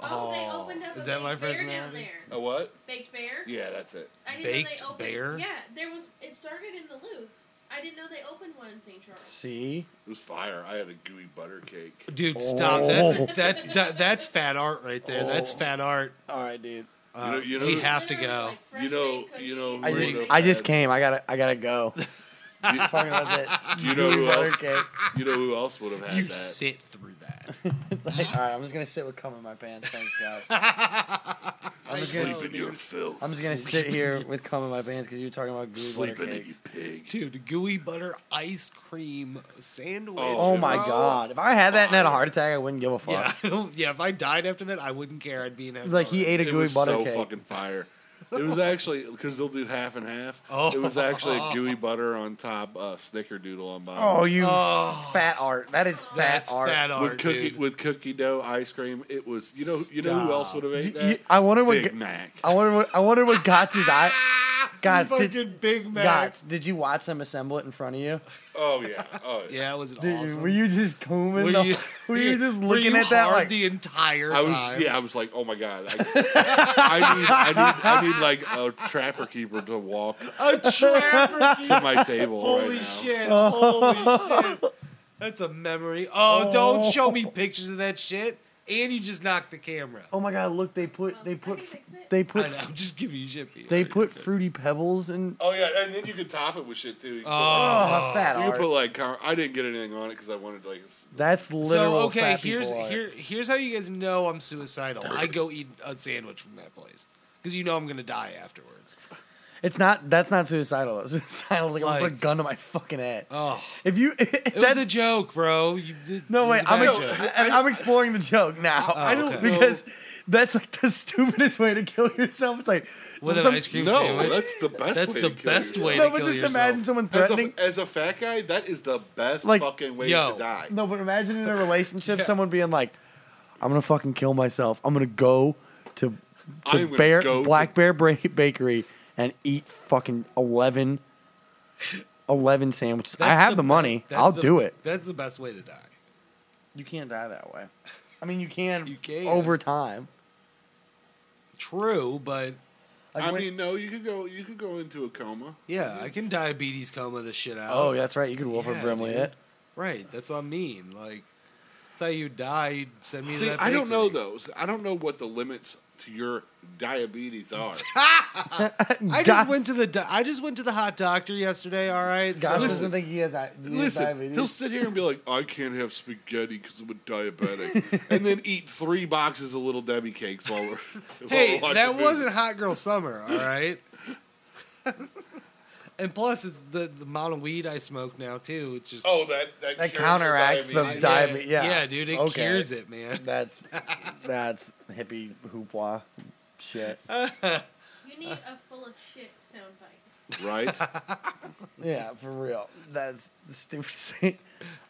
Speaker 5: Oh, they
Speaker 1: Oh,
Speaker 5: opened up
Speaker 1: is
Speaker 5: a
Speaker 1: that
Speaker 5: baked
Speaker 1: my
Speaker 5: bear down
Speaker 1: personality?
Speaker 5: there.
Speaker 4: A what?
Speaker 5: Baked bear.
Speaker 4: Yeah, that's it.
Speaker 5: I didn't know
Speaker 1: Baked
Speaker 5: they opened,
Speaker 1: bear?
Speaker 5: Yeah, there was. It started in the Loop. I didn't know they opened one in St. Charles.
Speaker 3: See?
Speaker 4: It was fire. I had a gooey butter
Speaker 3: <laughs>
Speaker 4: cake.
Speaker 1: Dude, stop.
Speaker 3: Oh.
Speaker 1: That's that's di- that's fat art right there. That's fat art.
Speaker 3: All right, dude.
Speaker 1: Uh,
Speaker 4: know- you
Speaker 1: we
Speaker 4: know-
Speaker 1: have to
Speaker 5: Literally,
Speaker 1: go.
Speaker 5: like, fresh
Speaker 4: You know-
Speaker 5: baked
Speaker 4: you know,
Speaker 5: cookies.
Speaker 3: I
Speaker 4: Weirdo
Speaker 3: just, I just
Speaker 4: fad. <laughs>
Speaker 3: came. I gotta I gotta go.
Speaker 4: Do you,
Speaker 3: Talking about that.
Speaker 4: do you know who
Speaker 3: butter
Speaker 4: else?
Speaker 3: cake.
Speaker 4: You know who else would have had
Speaker 1: You
Speaker 4: that?
Speaker 1: sit through that.
Speaker 3: It's like, all right, I'm just gonna sit with cum in my pants. Thanks,
Speaker 4: <laughs>
Speaker 3: guys. I'm just
Speaker 4: Sleep
Speaker 3: gonna,
Speaker 4: in your filth.
Speaker 3: I'm just gonna sit here with cum in my pants because you were talking about gooey
Speaker 4: Sleeping
Speaker 3: butter
Speaker 4: in you
Speaker 3: cakes.
Speaker 4: pig.
Speaker 1: Dude, gooey butter ice cream sandwich.
Speaker 4: Oh,
Speaker 3: Oh my
Speaker 4: Dude,
Speaker 3: god! If I had that and had a heart attack, I wouldn't give a fuck.
Speaker 1: Yeah, I don't- yeah. <laughs> If I died after that, I wouldn't care. I'd be in heaven.
Speaker 3: Like he ate a
Speaker 4: It
Speaker 3: gooey
Speaker 4: was
Speaker 3: butter
Speaker 4: so
Speaker 3: cake.
Speaker 4: fucking fire. It was actually because they'll do half and half.
Speaker 1: Oh.
Speaker 4: It was actually a gooey butter on top, uh, snickerdoodle on bottom.
Speaker 3: Oh, you
Speaker 1: Oh,
Speaker 3: fat art. That is fat
Speaker 1: that's
Speaker 3: art.
Speaker 1: fat art,
Speaker 4: with cookie
Speaker 1: dude.
Speaker 4: with cookie dough ice cream. It was you know you know who else would have
Speaker 3: You-
Speaker 4: ate
Speaker 3: you-
Speaker 4: that?
Speaker 3: I wonder what.
Speaker 4: Big
Speaker 3: Ga-
Speaker 4: Mac.
Speaker 3: I wonder what. I wonder what
Speaker 1: <laughs>
Speaker 3: Gotts's eye.
Speaker 1: Ah,
Speaker 3: Guys,
Speaker 1: fucking
Speaker 3: did-
Speaker 1: Big Mac.
Speaker 3: Gotts, did you watch them assemble it in front of you?
Speaker 4: Oh yeah. Oh yeah.
Speaker 1: Yeah, it was
Speaker 3: Dude,
Speaker 1: awesome.
Speaker 3: Were you just combing?
Speaker 1: Were
Speaker 3: the,
Speaker 1: you-
Speaker 3: <laughs> were
Speaker 1: <laughs>
Speaker 3: you just
Speaker 1: were
Speaker 3: looking
Speaker 1: you
Speaker 3: at that
Speaker 1: hard
Speaker 3: like?
Speaker 1: the entire
Speaker 4: I
Speaker 1: time?
Speaker 4: was yeah. I was like, oh my god. I, I need I need I need like a trapper keeper to walk
Speaker 1: A
Speaker 3: <laughs>
Speaker 1: trapper.
Speaker 4: to my table
Speaker 1: Holy
Speaker 4: right now.
Speaker 1: shit! Holy shit! That's a memory. Oh, don't show me pictures of that shit. And you just knocked the camera.
Speaker 3: oh my god! Look, they put they
Speaker 5: I
Speaker 3: put
Speaker 5: can fix it.
Speaker 3: they
Speaker 1: I
Speaker 3: put
Speaker 1: know, I'm just giving you shit. Peter.
Speaker 3: they put fruity pebbles in.
Speaker 4: Oh yeah, and then you could top it with shit too. You could
Speaker 1: Oh.
Speaker 3: Oh, fat
Speaker 4: put, like, you
Speaker 3: art.
Speaker 4: could put like car- I didn't get anything on it because I wanted like. s-
Speaker 3: That's literal.
Speaker 1: So okay,
Speaker 3: fat
Speaker 1: here's
Speaker 3: people art.
Speaker 1: here here's how you guys know I'm suicidal. I go eat a sandwich from that place because you know I'm gonna die afterwards.
Speaker 3: It's not. That's not suicidal. <laughs> Suicidal is like, I'm gonna put a
Speaker 1: Like-
Speaker 3: gun to my fucking head.
Speaker 1: Oh,
Speaker 3: If you, <laughs>
Speaker 1: it
Speaker 3: that's
Speaker 1: was a joke, bro. You did,
Speaker 3: no wait.
Speaker 1: it
Speaker 3: I'm,
Speaker 1: was a
Speaker 3: ex-
Speaker 1: bad joke.
Speaker 3: I- I'm exploring the joke now.
Speaker 1: I don't okay. know.
Speaker 3: because that's like the <laughs> stupidest way to kill yourself. It's like
Speaker 1: with an
Speaker 3: some-
Speaker 1: ice cream
Speaker 4: No,
Speaker 1: sandwich.
Speaker 4: that's the best.
Speaker 1: That's
Speaker 4: way
Speaker 1: the
Speaker 4: to kill
Speaker 1: best
Speaker 4: yourself.
Speaker 1: way
Speaker 3: No,
Speaker 1: to
Speaker 3: but
Speaker 1: kill
Speaker 3: just
Speaker 1: yourself.
Speaker 3: imagine someone
Speaker 4: As
Speaker 3: threatening.
Speaker 4: a, as a fat guy, that is the best
Speaker 3: Like-
Speaker 4: fucking way
Speaker 1: Yo.
Speaker 4: to die.
Speaker 3: No, but imagine
Speaker 1: <laughs>
Speaker 3: in a relationship,
Speaker 1: Yeah.
Speaker 3: someone being like, "I'm gonna fucking kill myself. I'm gonna go to
Speaker 4: I'm
Speaker 3: to
Speaker 4: gonna
Speaker 3: Bear
Speaker 4: go to-
Speaker 3: Black Bear Bra- Bakery and eat fucking 11, 11 sandwiches. I
Speaker 1: That's
Speaker 3: have the,
Speaker 1: be-
Speaker 3: money.
Speaker 1: that's
Speaker 3: I'll
Speaker 1: the-
Speaker 3: do it.
Speaker 1: That's the best way to die.
Speaker 3: You can't die that way. I mean, you can.
Speaker 1: You can.
Speaker 3: over time.
Speaker 1: True, but
Speaker 3: Like
Speaker 4: I
Speaker 3: when-
Speaker 4: mean, no, you could go. You could go into a coma.
Speaker 1: yeah, I can diabetes coma this shit out.
Speaker 3: oh, that's right. You could Wolford
Speaker 1: uh, Yeah,
Speaker 3: Brimley
Speaker 1: dude.
Speaker 3: it.
Speaker 1: right. That's what I mean. Like, that's how you die. You send me. to
Speaker 4: See,
Speaker 1: that
Speaker 4: I don't know
Speaker 1: bakery.
Speaker 4: those. I don't know what the limits to your diabetes
Speaker 1: <laughs>
Speaker 4: are.
Speaker 1: I just
Speaker 3: Gots-
Speaker 1: went to the do- I just went to the hot doctor yesterday. All right,
Speaker 3: Gots
Speaker 1: so-
Speaker 3: doesn't think he has, di- he has
Speaker 4: Listen,
Speaker 3: diabetes.
Speaker 4: he'll sit here and be like, "I can't have spaghetti because I'm a diabetic," and then eat three boxes of Little Debbie cakes while we're. <laughs> while
Speaker 1: Hey,
Speaker 4: we're watching
Speaker 1: that
Speaker 4: movies.
Speaker 1: wasn't Hot Girl Summer,
Speaker 4: <laughs>
Speaker 1: all right? <laughs> and plus, it's the, the amount of weed I smoke now, too. It's just.
Speaker 4: Oh, that that,
Speaker 3: That
Speaker 4: cures your
Speaker 3: counteracts the
Speaker 4: diabetes.
Speaker 3: di- diabe- yeah.
Speaker 1: Yeah, dude, it
Speaker 3: Okay.
Speaker 1: cures it, man. <laughs>
Speaker 3: That's that's hippie hoopla shit.
Speaker 5: You need a full of shit soundbite.
Speaker 4: right.
Speaker 3: Yeah, for real. That's the stupidest <laughs>
Speaker 4: <laughs>
Speaker 3: thing.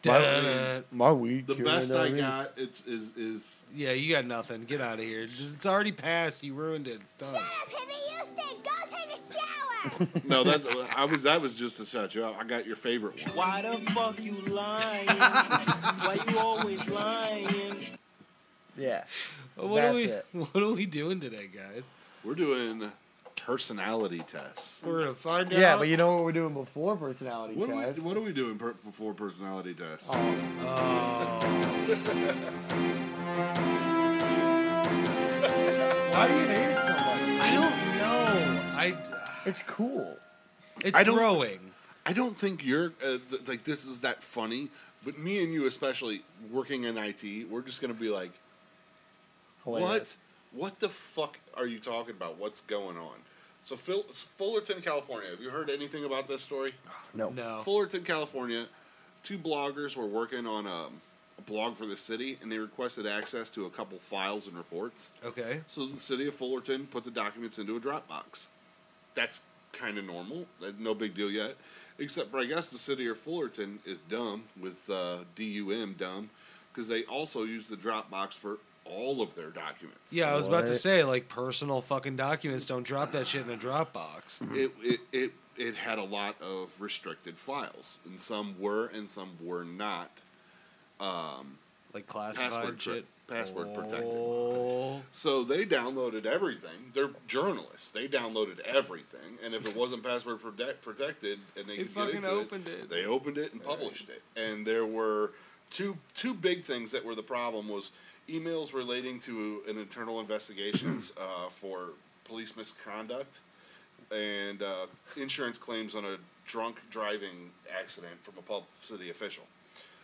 Speaker 1: Da-da-da.
Speaker 3: My weed.
Speaker 4: The
Speaker 3: cured
Speaker 4: best I
Speaker 3: diabetes.
Speaker 4: got it's, is is
Speaker 1: Yeah, you got nothing. Get out of here. It's already passed. You ruined it. It's done.
Speaker 4: no. That's I was that was just to shut you up. I got your favorite one.
Speaker 9: Why the fuck you lying? Why you always lying?
Speaker 3: Yeah.
Speaker 1: What are
Speaker 3: That's
Speaker 1: we?
Speaker 4: <laughs>
Speaker 3: it.
Speaker 1: <laughs> What are we doing today, guys?
Speaker 4: We're doing personality tests.
Speaker 1: We're gonna find
Speaker 3: Yeah,
Speaker 1: out.
Speaker 3: but you know what we're doing before personality Oh. Um,
Speaker 4: What are, we,
Speaker 3: test?
Speaker 4: what are we doing per, for personality tests?
Speaker 1: Uh,
Speaker 3: Why do you hate it so much?
Speaker 1: I don't know. I. uh,
Speaker 3: It's cool.
Speaker 1: It's
Speaker 4: I don't-
Speaker 1: growing.
Speaker 4: I don't think you're uh, th- like this is that funny, but me and you, especially working in IT, we're just gonna be like,
Speaker 3: Hilarious.
Speaker 4: what, what the fuck are you talking about? What's going on? So Phil, Fullerton, California. Have you heard anything about this story?
Speaker 3: No.
Speaker 1: No.
Speaker 4: Fullerton, California. Two bloggers were working on um, a blog for the city, and they requested access to a couple files and reports.
Speaker 1: Okay.
Speaker 4: So the city of Fullerton put the documents into a Dropbox. That's kind of normal. That- No big deal yet. Except for, I guess, the city of Fullerton is dumb with uh, DUM, dumb, because they also use the Dropbox for all of their documents.
Speaker 1: Yeah, I was about to
Speaker 3: What?
Speaker 1: say, like, personal fucking documents don't drop that shit in a Dropbox.
Speaker 4: It, it, it, it had a lot of restricted files, and some were and some were not
Speaker 1: Like, classified
Speaker 4: password, pro-
Speaker 1: shit.
Speaker 4: password protected.
Speaker 1: Oh.
Speaker 4: So they downloaded everything. They're journalists. They downloaded everything, and if it wasn't password protect, protected, and they
Speaker 1: They
Speaker 4: could
Speaker 1: fucking
Speaker 4: get into
Speaker 1: opened
Speaker 4: it,
Speaker 1: it.
Speaker 4: they opened it and published it. And there were two two big things that were the problem was emails relating to an internal investigations uh, for police misconduct and uh, insurance claims on a drunk driving accident from a publicity official.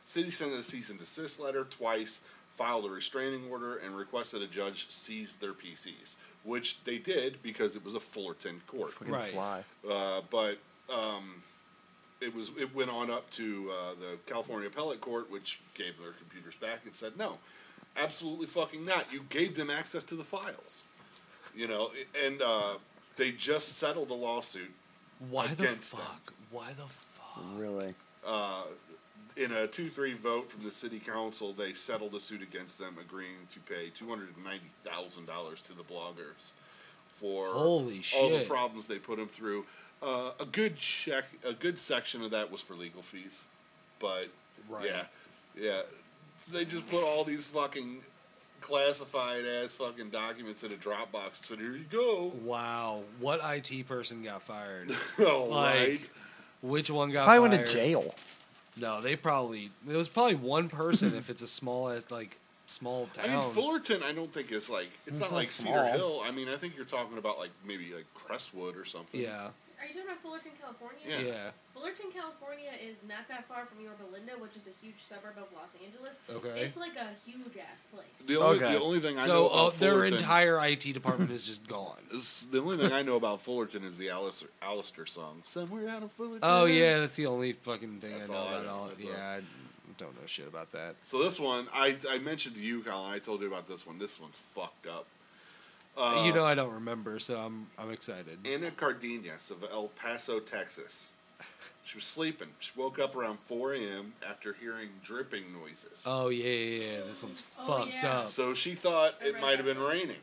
Speaker 4: City sent a cease and desist letter twice, filed a restraining order, and requested a judge seize their PCs, which they did because it was a Fullerton court.
Speaker 3: Fucking
Speaker 1: Right.
Speaker 3: fly.
Speaker 4: Uh, but um, it was it went on up to uh, the California Appellate Court, which gave their computers back and said, "No, absolutely fucking not. You gave them access to the files." You know, and uh, they just settled a lawsuit
Speaker 1: Why the
Speaker 4: Against them.
Speaker 1: fuck? Why the fuck?
Speaker 3: Really?
Speaker 4: in a two three vote from the city council. They settled a suit against them, agreeing to pay two hundred and ninety thousand dollars to the bloggers for
Speaker 1: Holy
Speaker 4: all the
Speaker 1: shit.
Speaker 4: problems they put them through. Uh, a good check, a good section of that was for legal fees, but
Speaker 1: Right.
Speaker 4: yeah, yeah, they just put all these fucking classified ass fucking documents in a Dropbox. So here you go. <laughs>
Speaker 1: Wow. What IT person got fired?
Speaker 4: all
Speaker 1: Like,
Speaker 4: right.
Speaker 1: Which one got
Speaker 3: Probably
Speaker 1: fired?
Speaker 3: went to jail.
Speaker 1: No, they probably there was probably one person if it's a small as like small
Speaker 4: I
Speaker 1: town.
Speaker 4: mean, Fullerton, I don't think it's like it's,
Speaker 3: It's
Speaker 4: not
Speaker 3: not
Speaker 4: like Cedar
Speaker 3: small.
Speaker 4: Hill. I mean, I think you're talking about like maybe like Crestwood or something.
Speaker 1: yeah,
Speaker 5: Are you talking about Fullerton, California?
Speaker 1: yeah,
Speaker 4: Yeah.
Speaker 5: Fullerton, California is not that far from Yorba Linda, which is a huge suburb of Los Angeles.
Speaker 1: Okay.
Speaker 5: It's like a huge ass place.
Speaker 4: The only,
Speaker 3: Okay.
Speaker 4: the only thing I know
Speaker 1: So
Speaker 4: about
Speaker 1: uh, their
Speaker 4: Fullerton
Speaker 1: entire IT
Speaker 4: <laughs>
Speaker 1: department is just gone.
Speaker 4: is, the only thing I know about Fullerton is the Alistair, Alistair song "Somewhere Out of Fullerton."
Speaker 1: Oh yeah, that's the only fucking thing
Speaker 4: That's
Speaker 1: I know
Speaker 4: all I
Speaker 1: about
Speaker 4: know.
Speaker 1: all.
Speaker 4: That's
Speaker 1: yeah,
Speaker 4: all.
Speaker 1: I don't know shit about that.
Speaker 4: So this one, I I mentioned to you, Colin. I told you about this one. This one's fucked up. Uh,
Speaker 1: you know I don't remember, so I'm I'm excited.
Speaker 4: Anna Cardenas of El Paso, Texas. She was sleeping. She woke up around 4 a.m. after hearing dripping noises.
Speaker 1: oh yeah, yeah, yeah. This one's
Speaker 5: Oh,
Speaker 1: fucked
Speaker 5: yeah.
Speaker 1: up.
Speaker 4: So she thought
Speaker 5: I
Speaker 4: it
Speaker 5: read
Speaker 4: might have
Speaker 5: that.
Speaker 4: been raining.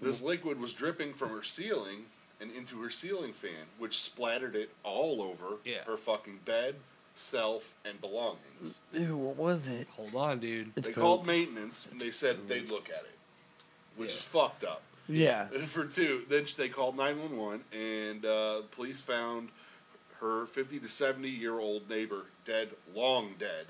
Speaker 4: This liquid was dripping from her ceiling and into her ceiling fan, which splattered it all over
Speaker 1: Yeah.
Speaker 4: her fucking bed, self, and belongings.
Speaker 3: Ew, what was it?
Speaker 1: Hold on, dude.
Speaker 3: It's
Speaker 4: they
Speaker 3: poop.
Speaker 4: called maintenance and they said they'd look at it, which
Speaker 1: Yeah.
Speaker 4: is fucked up. <laughs>
Speaker 3: Yeah.
Speaker 4: And for two, then sh- they called 911 and uh, police found her 50 to 70 year old neighbor dead, long dead,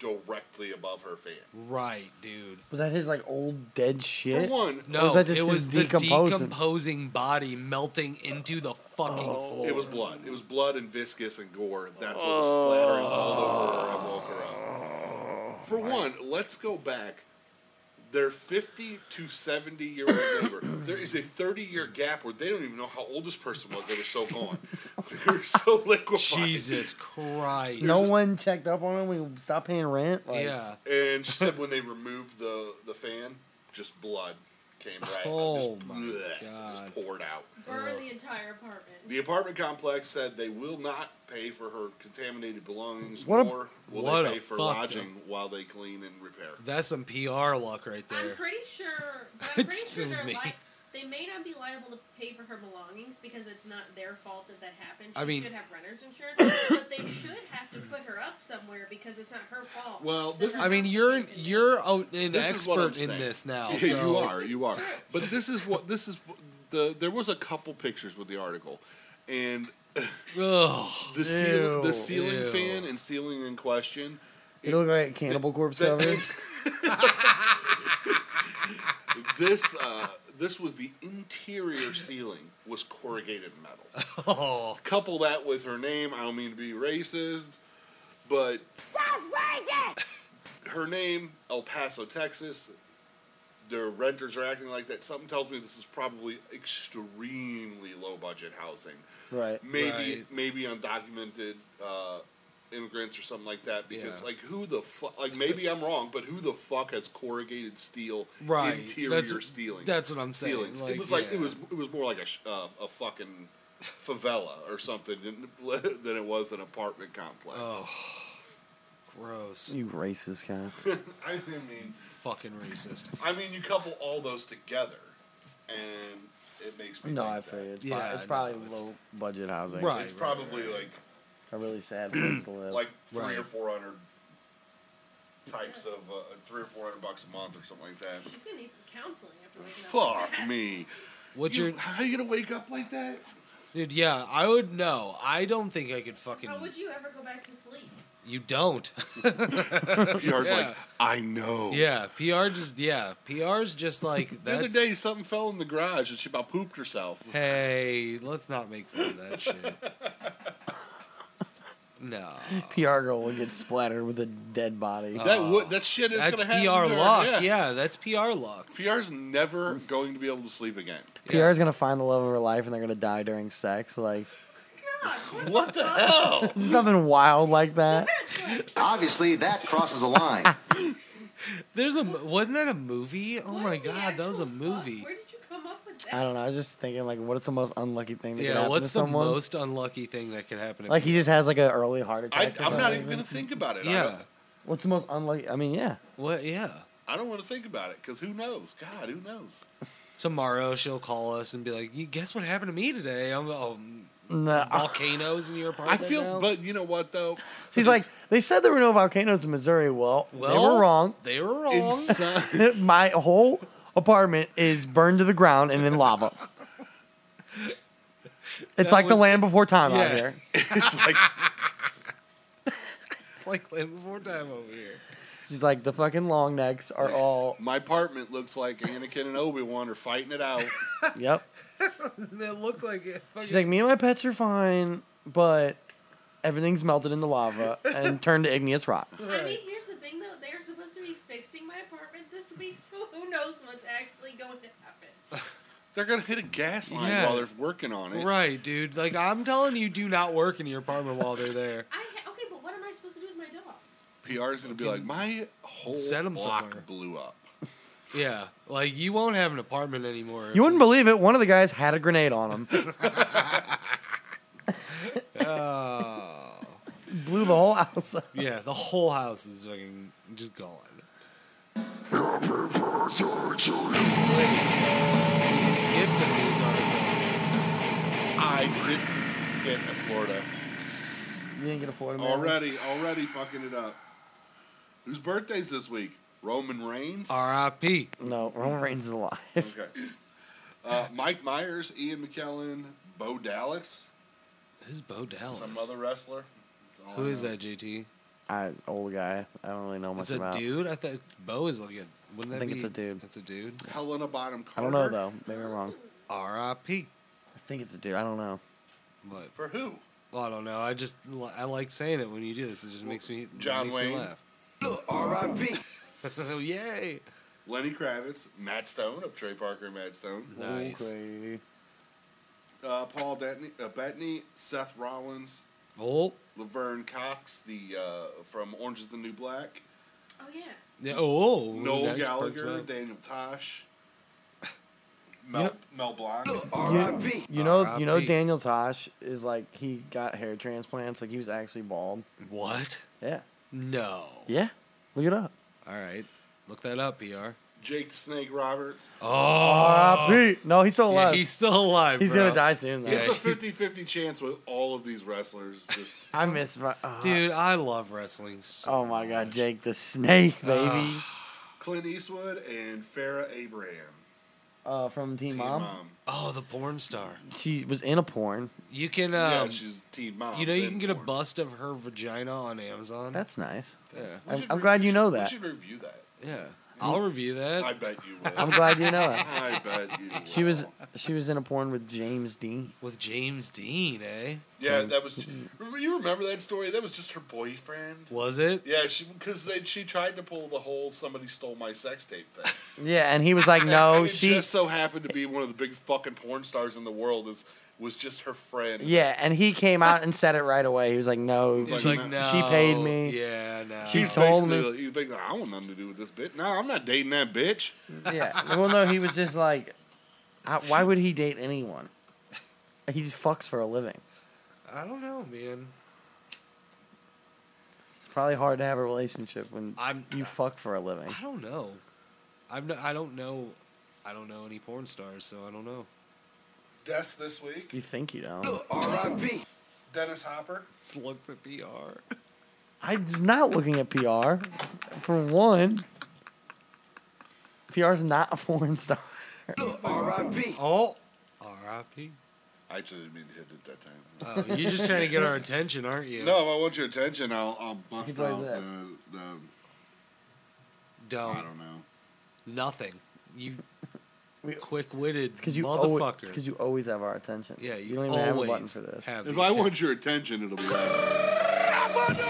Speaker 4: directly above her fan.
Speaker 1: Right, dude.
Speaker 3: Was that his like old dead shit?
Speaker 4: For one,
Speaker 1: No,
Speaker 3: was that just
Speaker 1: it
Speaker 3: his
Speaker 1: was the
Speaker 3: decomposing?
Speaker 1: decomposing body melting into the fucking
Speaker 4: Oh,
Speaker 1: floor.
Speaker 4: It was blood. It was blood and viscous and gore. That's what was
Speaker 1: Oh.
Speaker 4: splattering all over her. I woke her up. For one, let's go back. They're 50 to 70 year
Speaker 1: <coughs>
Speaker 4: old neighbor. There is a 30 year gap where they don't even know how old this person was. They were so gone. <laughs> they were so <laughs> liquefied.
Speaker 1: Jesus Christ.
Speaker 3: No one checked up on him. We stopped paying rent. Like,
Speaker 1: Yeah.
Speaker 4: And she said when they removed the, the fan, just blood came right.
Speaker 1: Oh
Speaker 4: just,
Speaker 1: my
Speaker 4: bleh,
Speaker 1: God.
Speaker 4: Just poured out.
Speaker 5: Burn the entire apartment.
Speaker 4: The apartment complex said they will not pay for her contaminated belongings,
Speaker 3: What a-
Speaker 4: nor will
Speaker 1: what
Speaker 4: they
Speaker 1: a
Speaker 4: pay for
Speaker 1: fuck,
Speaker 4: lodging while they clean and repair.
Speaker 1: That's some PR luck right
Speaker 5: I'm
Speaker 1: there.
Speaker 5: pretty sure.
Speaker 1: <laughs>
Speaker 5: But I'm pretty sure
Speaker 1: Excuse
Speaker 5: they're
Speaker 1: me.
Speaker 5: li- they may not be liable to pay for her belongings because it's not their fault that that happened. She
Speaker 1: I mean-
Speaker 5: should have
Speaker 1: <coughs>
Speaker 5: renter's insurance, but they should have to put her up somewhere because it's not her fault.
Speaker 4: Well,
Speaker 5: that
Speaker 4: this
Speaker 5: her
Speaker 4: is-
Speaker 1: I mean,
Speaker 5: house
Speaker 1: you're
Speaker 5: is
Speaker 1: an,
Speaker 5: taken.
Speaker 1: you're a, an
Speaker 4: This is what I'm
Speaker 1: expert in
Speaker 4: saying.
Speaker 1: this now.
Speaker 4: <laughs> Yeah,
Speaker 1: so
Speaker 4: you are, you are. But this is what this is. The there was a couple pictures with the article, and
Speaker 1: Ugh.
Speaker 4: the ceil-
Speaker 3: Ew.
Speaker 4: the ceiling
Speaker 1: Ew.
Speaker 4: fan and ceiling in question.
Speaker 3: It looked like Cannibal
Speaker 4: <laughs>
Speaker 3: Corpse
Speaker 4: that-
Speaker 3: cover.
Speaker 4: This uh, this was the interior ceiling was corrugated metal.
Speaker 1: <laughs>
Speaker 4: <laughs>
Speaker 1: Oh,
Speaker 4: couple that with her name. I don't mean to be racist, but her name, El Paso, Texas. Their renters are acting like that. Something tells me this is probably extremely low budget housing.
Speaker 3: right.
Speaker 4: Maybe
Speaker 1: Right.
Speaker 4: maybe undocumented uh, immigrants or something like that. Because
Speaker 1: Yeah.
Speaker 4: like who the fuck? Like maybe I'm wrong, but who the fuck has corrugated steel
Speaker 1: Right.
Speaker 4: interior
Speaker 1: That's-
Speaker 4: stealing?
Speaker 1: that's what I'm saying.
Speaker 4: ceilings.
Speaker 1: Like,
Speaker 4: it was like
Speaker 1: yeah.
Speaker 4: it was it was more like a sh- uh, a fucking favela or something than <laughs> than it was an apartment complex.
Speaker 1: oh, gross.
Speaker 3: You racist guy.
Speaker 4: I mean,
Speaker 1: Fucking racist.
Speaker 4: I mean, you couple all those together, and it makes me.
Speaker 3: no,
Speaker 4: think
Speaker 3: I
Speaker 4: that.
Speaker 3: figured.
Speaker 1: Yeah,
Speaker 3: Yeah, it's
Speaker 1: no,
Speaker 3: probably
Speaker 1: it's-
Speaker 3: low budget housing.
Speaker 1: Right.
Speaker 4: It's probably like
Speaker 3: It's a really
Speaker 1: <clears throat>
Speaker 3: sad place to live. <laughs>
Speaker 4: like three
Speaker 1: Right.
Speaker 4: or four hundred types of uh, three or four hundred bucks a month or something like that.
Speaker 5: She's gonna need some counseling after waking up. <laughs>
Speaker 4: Fuck me!
Speaker 1: What's
Speaker 4: You-
Speaker 1: your
Speaker 4: how you gonna wake up like that?
Speaker 1: dude? Yeah, I would know. I don't think I could fucking.
Speaker 5: How would you ever go back to sleep?
Speaker 1: you don't. <laughs>
Speaker 4: PR's like, I know.
Speaker 1: yeah, PR just yeah, PR's just like
Speaker 4: Oh. <laughs> The
Speaker 1: that's,
Speaker 4: other day, something fell in the garage and she about pooped herself.
Speaker 1: Hey, let's not make fun of
Speaker 4: <laughs>
Speaker 1: that shit. No,
Speaker 3: PR girl will get splattered with a dead
Speaker 1: Uh,
Speaker 3: body.
Speaker 4: That would that shit is
Speaker 1: that's
Speaker 4: gonna happen.
Speaker 1: PR
Speaker 4: to her,
Speaker 1: luck. Yeah. that's PR luck.
Speaker 4: PR's never going to be able to sleep again.
Speaker 3: PR is gonna find the love of her life and they're gonna die during sex. Like
Speaker 4: What the hell?
Speaker 3: something wild like that.
Speaker 8: Obviously, that crosses a line.
Speaker 1: There's a wasn't that a movie? Oh
Speaker 5: What
Speaker 1: my
Speaker 5: in the
Speaker 1: god, that was a
Speaker 5: actual
Speaker 1: movie.
Speaker 5: fuck? Where did you come up with that?
Speaker 3: I don't know. I was just thinking like, what is the most unlucky thing that could
Speaker 1: Yeah,
Speaker 3: happen
Speaker 1: what's
Speaker 3: to
Speaker 1: the
Speaker 3: someone?
Speaker 1: most unlucky thing that could happen? To
Speaker 3: Like he just has like an early heart
Speaker 4: I,
Speaker 3: attack. or
Speaker 4: I'm
Speaker 3: something.
Speaker 4: not even gonna think about it. I
Speaker 1: yeah,
Speaker 4: don't,
Speaker 3: What's the most unlucky? I mean, yeah.
Speaker 1: what? Yeah,
Speaker 4: I don't want to think about it because who knows? God, who knows?
Speaker 1: tomorrow she'll call us and be like, "You guess what happened to me today? I'm
Speaker 3: <laughs>
Speaker 1: um,
Speaker 3: No,
Speaker 1: volcanoes in your
Speaker 4: I
Speaker 1: apartment."
Speaker 4: feel,
Speaker 1: now?
Speaker 4: but you know what though?
Speaker 3: she's like, they said there were no volcanoes in Missouri. Well, they were wrong.
Speaker 1: They were wrong. <laughs>
Speaker 4: Inside,
Speaker 3: <laughs> My whole apartment is burned to the ground and in lava. It's like the
Speaker 1: would-
Speaker 3: land before time out
Speaker 1: Yeah.
Speaker 3: here.
Speaker 4: <laughs> it's like
Speaker 1: like land before time over
Speaker 3: <laughs>
Speaker 1: here.
Speaker 3: She's like, the fucking long necks are all.
Speaker 1: <laughs>
Speaker 4: my apartment looks like Anakin and Obi Wan are fighting it out.
Speaker 3: Yep.
Speaker 1: And it looked
Speaker 3: <laughs>
Speaker 1: like it.
Speaker 3: She's like, me and my pets are fine, but everything's melted into lava
Speaker 1: <laughs>
Speaker 3: and turned to igneous rock.
Speaker 5: I mean, here's the thing though. They're supposed to be fixing my apartment this week, <laughs> so who knows what's actually going to happen.
Speaker 4: They're gonna hit a gas line
Speaker 1: Yeah.
Speaker 4: while they're working on it.
Speaker 1: right, dude. Like I'm telling you, do not work in your apartment while they're there.
Speaker 5: I ha- okay, but what am I supposed to do with my dog?
Speaker 4: PR is gonna be like, my whole
Speaker 1: Set 'em
Speaker 4: block
Speaker 1: somewhere."
Speaker 4: blew up.
Speaker 1: Yeah, like you won't have an apartment anymore.
Speaker 3: You wouldn't believe it. One of the guys had a grenade on
Speaker 1: <laughs>
Speaker 3: him. Blew the whole house up.
Speaker 1: Yeah, the whole house is fucking just gone. Wait, you skipped a news article.
Speaker 4: I didn't get a Florida.
Speaker 3: You didn't get a Florida man.
Speaker 4: Already, already fucking it up. Whose birthday's this week? Roman Reigns.
Speaker 1: R.I.P.
Speaker 3: No, Roman Reigns is alive.
Speaker 4: Okay. Uh, Mike Myers, Ian McKellen, Bo Dallas,
Speaker 1: Who's Bo Dallas?
Speaker 4: some other wrestler. That's all
Speaker 1: Who
Speaker 4: I
Speaker 1: is
Speaker 4: know.
Speaker 1: that, JT?
Speaker 3: I old guy. I don't really know much
Speaker 1: It's a
Speaker 3: about.
Speaker 1: dude? I thought Bo is like a. Wouldn't that
Speaker 3: think
Speaker 1: be?
Speaker 3: it's a dude.
Speaker 1: It's a dude.
Speaker 4: Helena Bottom
Speaker 3: I
Speaker 4: Carter.
Speaker 3: don't know though. Maybe I'm wrong.
Speaker 1: R.I.P.
Speaker 3: I think it's a dude. I don't know.
Speaker 1: But
Speaker 4: For who?
Speaker 1: well, I don't know. I just li- I like saying it when you do this. It just makes me it
Speaker 4: John
Speaker 1: makes
Speaker 4: Wayne.
Speaker 1: Me laugh. <laughs> R.I.P. Yay!
Speaker 4: Lenny Kravitz, Matt Stone of Trey Parker and Matt Stone,
Speaker 1: Nice.
Speaker 3: Okay.
Speaker 4: uh, Paul Bettany, uh, Bettany, Seth Rollins,
Speaker 1: Oh,
Speaker 4: Laverne Cox, the uh, from Orange Is the New Black,
Speaker 5: Oh yeah.
Speaker 1: yeah, oh,
Speaker 4: Noel
Speaker 1: that just perks
Speaker 4: Gallagher,
Speaker 1: up.
Speaker 4: Daniel
Speaker 1: <laughs>
Speaker 4: Tosh, Mel, Mel Blanc.
Speaker 3: You, you know, you know,
Speaker 1: R.I.P..
Speaker 3: Daniel Tosh is like he got hair transplants. Like he was actually bald.
Speaker 1: What?
Speaker 3: Yeah.
Speaker 1: No.
Speaker 3: Yeah. Look it up.
Speaker 1: All right, look that up, PR.
Speaker 4: Jake the Snake Roberts.
Speaker 1: Oh,
Speaker 3: Pete. No, he's still
Speaker 1: yeah,
Speaker 3: alive.
Speaker 1: he's still alive.
Speaker 3: he's
Speaker 1: bro.
Speaker 3: gonna die soon though.
Speaker 1: Yeah.
Speaker 4: It's
Speaker 1: <laughs>
Speaker 4: a 50 50 chance with all of these wrestlers. Just,
Speaker 3: I miss my oh,
Speaker 1: Dude, I love wrestling. So
Speaker 3: Oh my god, Jake the Snake, baby.
Speaker 4: Clint Eastwood and Farrah Abraham.
Speaker 3: Uh, from Team,
Speaker 4: Teen
Speaker 3: Mom.
Speaker 1: Oh, the porn star.
Speaker 3: She was in a porn.
Speaker 1: You can,
Speaker 4: yeah,
Speaker 1: um,
Speaker 4: she's Teen Mom.
Speaker 1: you know, you
Speaker 4: then
Speaker 1: can get a
Speaker 4: porn.
Speaker 1: bust of her vagina on Amazon.
Speaker 3: That's nice.
Speaker 1: yeah,
Speaker 4: We
Speaker 3: I'm-
Speaker 4: should
Speaker 3: I'm glad
Speaker 4: we
Speaker 3: you know
Speaker 4: should-
Speaker 3: that.
Speaker 4: We should review that.
Speaker 1: yeah. I'll review that.
Speaker 4: I bet you
Speaker 3: I'm
Speaker 4: will.
Speaker 3: glad you know it.
Speaker 4: I bet you will.
Speaker 3: <laughs> She was she was in a porn with James Dean.
Speaker 1: with James Dean, eh?
Speaker 4: Yeah, that was. Remember- You remember that story? That was just her boyfriend.
Speaker 1: Was it?
Speaker 4: Yeah, she because she tried to pull the whole "somebody stole my sex tape" thing.
Speaker 3: Yeah, and he was
Speaker 4: <laughs>
Speaker 3: like, <laughs>
Speaker 4: and
Speaker 3: "No,
Speaker 4: it
Speaker 3: she."
Speaker 4: just so happened to be one of the biggest fucking porn stars in the world. Is was just her friend.
Speaker 3: Yeah, and he came out and said it right away. He was like, "No,
Speaker 4: He's
Speaker 1: It's
Speaker 3: she,
Speaker 1: like, no.
Speaker 3: she paid me."
Speaker 1: Yeah, no.
Speaker 3: She's-
Speaker 4: He's
Speaker 3: told
Speaker 4: basically
Speaker 3: me-
Speaker 4: like- he's basically like, I want nothing to do with this bitch. No, I'm not dating that bitch.
Speaker 3: Yeah. <laughs> Well, no, he was just like, I, "Why would he date anyone? He just fucks for a living.
Speaker 1: I don't know, man.
Speaker 3: It's probably hard to have a relationship when
Speaker 1: I'm-
Speaker 3: you fuck for a living."
Speaker 1: I don't know. I'm no, I don't know. I don't know any porn stars, so I don't know.
Speaker 4: Deaths this week.
Speaker 3: You think you don't?
Speaker 4: R.I.P. Dennis Hopper.
Speaker 1: This looks at PR.
Speaker 3: I was not looking at PR. For one, PR's not a porn star.
Speaker 1: Oh, R.I.P.
Speaker 4: I just didn't mean to hit it that time.
Speaker 1: Oh, you're just trying to get our attention, aren't you?
Speaker 4: No, if I want your attention, I'll, I'll bust
Speaker 3: plays
Speaker 4: out
Speaker 3: this.
Speaker 4: the, the
Speaker 1: Dumb.
Speaker 4: I don't know.
Speaker 1: Nothing. You
Speaker 3: We-
Speaker 1: quick-witted
Speaker 3: Because you, always,
Speaker 1: motherfucker.
Speaker 3: because you always have our attention.
Speaker 1: yeah, you,
Speaker 3: you don't even
Speaker 1: always
Speaker 3: have a button for this.
Speaker 1: have
Speaker 4: If
Speaker 1: the
Speaker 4: I
Speaker 1: attention.
Speaker 4: want your attention, it'll be like,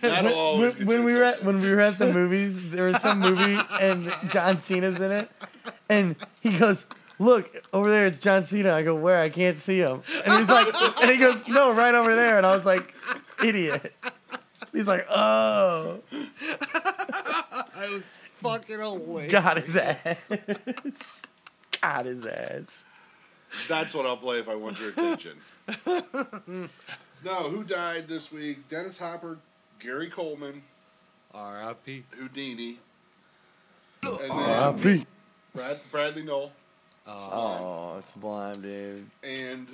Speaker 4: That'll always
Speaker 3: when,
Speaker 4: get
Speaker 3: when
Speaker 4: your
Speaker 3: we were at,
Speaker 4: attention.
Speaker 3: when we were at the movies, there was some movie and John Cena's in it, and he goes, "Look over there, it's John Cena." I go, "Where? I can't see him." And he's
Speaker 4: <laughs>
Speaker 3: like, and he goes, "No, right over there." And I was like, "Idiot." He's like, "Oh,
Speaker 1: I was fucking away.
Speaker 3: got his ass, <laughs> got his ass."
Speaker 4: That's what I'll play if I want your attention. <laughs> no, who died this week? Dennis Hopper, Gary Coleman,
Speaker 1: R.I.P.
Speaker 4: Houdini, and then
Speaker 3: R.I.P.
Speaker 4: Brad, Bradley Knoll.
Speaker 3: Oh, it's sublime, dude.
Speaker 4: and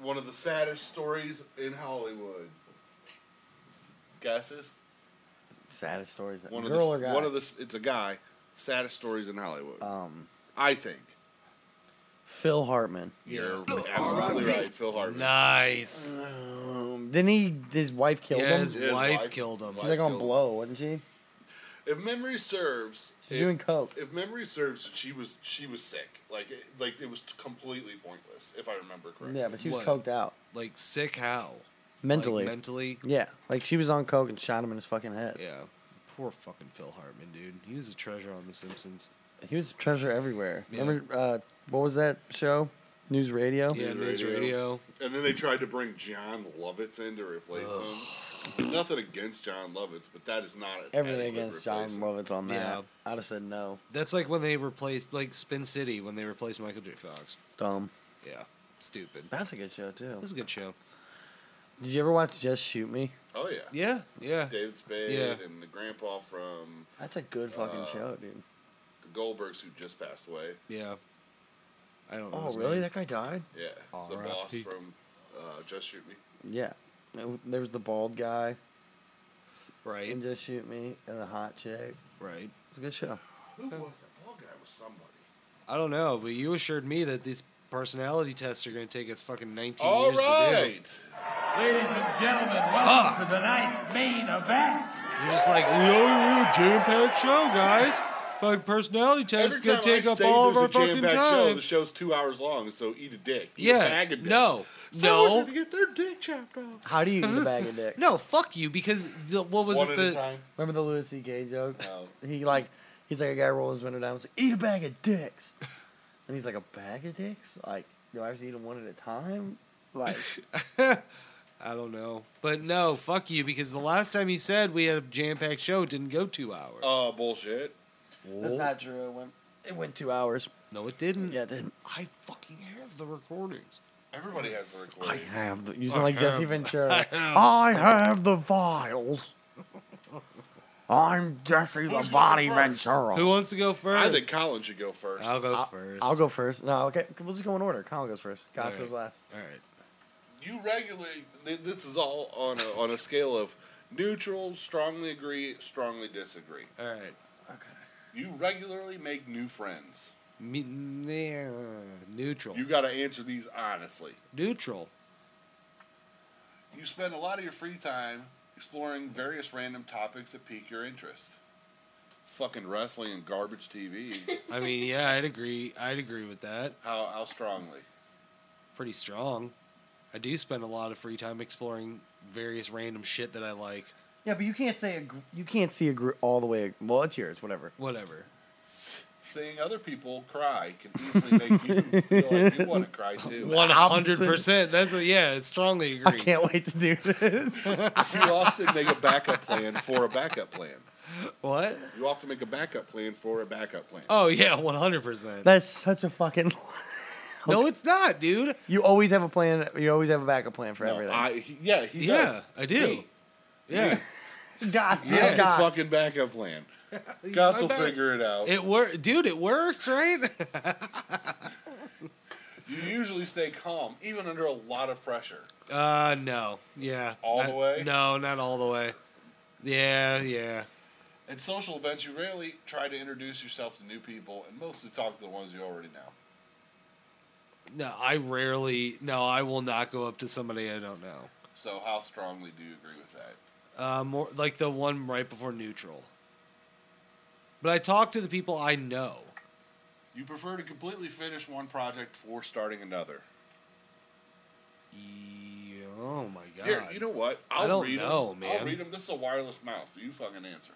Speaker 4: one of the saddest stories in Hollywood. Guesses?
Speaker 3: Saddest stories.
Speaker 4: One
Speaker 3: Girl or
Speaker 4: of the
Speaker 3: guy?
Speaker 4: one of the it's a guy. Saddest stories in Hollywood.
Speaker 3: um,
Speaker 4: I think
Speaker 3: Phil Hartman.
Speaker 4: you're absolutely right, Phil Hartman.
Speaker 1: Nice.
Speaker 3: Um, didn't he? His wife killed
Speaker 1: yeah,
Speaker 3: him.
Speaker 1: his,
Speaker 3: She's
Speaker 4: His
Speaker 1: wife,
Speaker 4: wife.
Speaker 1: killed him.
Speaker 3: like on
Speaker 4: killed him.
Speaker 3: blow, wasn't she?
Speaker 4: If memory serves,
Speaker 3: She's doing
Speaker 4: if,
Speaker 3: coke.
Speaker 4: if memory serves, she was she was sick. Like it, like it was completely pointless. If I remember correctly.
Speaker 3: Yeah, but she was
Speaker 1: What?
Speaker 3: coked out
Speaker 1: Like sick how?
Speaker 3: mentally.
Speaker 1: Like, mentally.
Speaker 3: yeah, like she was on coke and shot him in his fucking head.
Speaker 1: Yeah. Poor fucking Phil Hartman, dude. He was a treasure on The Simpsons.
Speaker 3: He was treasure everywhere.
Speaker 1: Yeah.
Speaker 3: Remember uh, what was that show? News Radio.
Speaker 1: Yeah,
Speaker 4: News
Speaker 1: News
Speaker 4: Radio.
Speaker 1: Radio.
Speaker 4: And then they tried to bring John Lovitz in to replace him. Nothing against John Lovitz, but that is not an
Speaker 3: Everything
Speaker 4: adequate
Speaker 3: against John
Speaker 4: replacement.
Speaker 3: Lovitz on that.
Speaker 1: Yeah.
Speaker 3: I'd have said no.
Speaker 1: That's like when they replaced, like Spin City, when they replaced Michael J. Fox.
Speaker 3: Dumb.
Speaker 1: Yeah. Stupid.
Speaker 3: That's a good show too.
Speaker 1: This is a good show.
Speaker 3: Did you ever watch Just Shoot Me?
Speaker 4: Oh yeah.
Speaker 1: Yeah, yeah.
Speaker 4: David Spade
Speaker 1: Yeah.
Speaker 4: and the grandpa from
Speaker 3: That's a good fucking
Speaker 4: Uh,
Speaker 3: show, dude.
Speaker 4: the Goldbergs who just passed away.
Speaker 1: Yeah. I don't know.
Speaker 3: Oh
Speaker 1: his
Speaker 3: really?
Speaker 1: name.
Speaker 3: That guy died?
Speaker 4: Yeah, the
Speaker 1: R.I.P.
Speaker 4: boss from uh, Just Shoot Me.
Speaker 3: Yeah. It- There was the bald guy
Speaker 1: Right,
Speaker 3: in Just Shoot Me and the hot chick.
Speaker 1: right.
Speaker 3: It's a good show.
Speaker 4: Who was that? Ball guy was somebody.
Speaker 1: I don't know, but you assured me that these personality tests are going to take us fucking 19
Speaker 4: All
Speaker 1: years to
Speaker 4: right.
Speaker 7: Ladies and gentlemen, welcome to tonight's main event.
Speaker 1: do. You're just like, we owe you a jam-packed show, guys. Fucking personality tests
Speaker 4: Every
Speaker 1: going
Speaker 4: time
Speaker 1: to take
Speaker 4: I
Speaker 1: up
Speaker 4: say
Speaker 1: all of our
Speaker 4: there's a
Speaker 1: fucking
Speaker 4: jam-packed show,
Speaker 1: time.
Speaker 4: the show's two hours long, so eat a dick. Eat a
Speaker 1: yeah,
Speaker 4: bag of dick.
Speaker 1: no,
Speaker 4: Someone's
Speaker 1: no,
Speaker 4: gonna get their dick chopped off.
Speaker 3: How do you eat a bag
Speaker 1: <laughs>
Speaker 3: of dick?
Speaker 1: no. Fuck you, because the, what was
Speaker 4: One
Speaker 1: it?
Speaker 4: at
Speaker 1: The
Speaker 4: a time. Oh.
Speaker 3: Remember the Louis C.K. joke?
Speaker 4: No.
Speaker 3: He like he's like a guy rolls his window down. He's like, eat a bag of dicks, and he's like, a bag of dicks? Like, do I have to eat them one at a time?
Speaker 1: <laughs>
Speaker 3: Like,
Speaker 1: I don't know, but no, fuck you, because the last time you said we had a jam-packed show, it didn't go two hours.
Speaker 4: Oh, bullshit.
Speaker 3: that's not true. It went, Mm. it went two hours.
Speaker 1: no, it didn't.
Speaker 3: Yeah, it did.
Speaker 1: I fucking have the recordings.
Speaker 4: Everybody has the
Speaker 3: I
Speaker 4: recording.
Speaker 3: have the. You sound like Jesse
Speaker 1: <laughs>
Speaker 3: Ventura. I have the files. I'm Jesse the Body Ventura.
Speaker 1: Who wants to go first?
Speaker 4: I think Colin should go first.
Speaker 1: I'll go
Speaker 3: I'll,
Speaker 1: 1st
Speaker 3: I'll go first. No, okay. We'll just go in order. Kyle goes first. Kyle
Speaker 1: All right.
Speaker 3: goes last.
Speaker 1: All right.
Speaker 4: you regularly th- this is all on a, on a scale of neutral strongly agree strongly disagree
Speaker 1: All right.
Speaker 4: you regularly make new friends
Speaker 1: Me, yeah, neutral.
Speaker 4: you got to answer these honestly
Speaker 1: neutral.
Speaker 4: you spend a lot of your free time exploring various random topics that pique your interest fucking wrestling and garbage tv
Speaker 1: I mean, yeah, I'd agree. I'd agree with that.
Speaker 4: how, how strongly
Speaker 1: Pretty strong. I do spend a lot of free time exploring various random shit that I like.
Speaker 3: Yeah, but you can't say a, gr- you can't see a group all the way. Well, it's yours. Whatever.
Speaker 1: Whatever.
Speaker 4: S- seeing other people cry can easily make you feel like you want to cry
Speaker 1: <laughs>
Speaker 4: too
Speaker 1: One hundred percent. That's a, yeah. It's strongly
Speaker 3: I
Speaker 1: agree.
Speaker 3: can't wait to do this.
Speaker 4: you often make a backup plan for a backup plan
Speaker 1: What?
Speaker 4: You often make a backup plan for a backup plan.
Speaker 1: Oh yeah, one hundred percent.
Speaker 3: That's such a fucking. <laughs>
Speaker 1: No, it's not, dude.
Speaker 3: You always have a plan. You always have a backup plan for
Speaker 4: No,
Speaker 3: everything.
Speaker 4: I, he, yeah, he
Speaker 1: Yeah, I do.
Speaker 4: Me.
Speaker 1: Yeah,
Speaker 3: <laughs> God,
Speaker 4: does. Yeah,
Speaker 3: God.
Speaker 4: fucking backup plan. God will
Speaker 1: back.
Speaker 4: figure it out.
Speaker 1: it work, dude. It works, right? <laughs>
Speaker 4: you usually stay calm, even under a lot of pressure.
Speaker 1: Uh, no. Yeah.
Speaker 4: All the
Speaker 1: Not-
Speaker 4: way?
Speaker 1: No, not all the way. Yeah, yeah.
Speaker 4: At social events, you rarely try to introduce yourself to new people and mostly talk to the ones you already know.
Speaker 1: No, I rarely. No, I will not go up to somebody I don't know.
Speaker 4: So, how strongly do you agree with that?
Speaker 1: Uh, more like the one right before neutral. But I talk to the people I know.
Speaker 4: You prefer to completely finish one project before starting another.
Speaker 1: Ye- Oh my god!
Speaker 4: Here, you know what? I'll
Speaker 1: don't
Speaker 4: read 'em.
Speaker 1: know,
Speaker 4: I'll
Speaker 1: man.
Speaker 4: read them. This is a wireless mouse, so you fucking answer.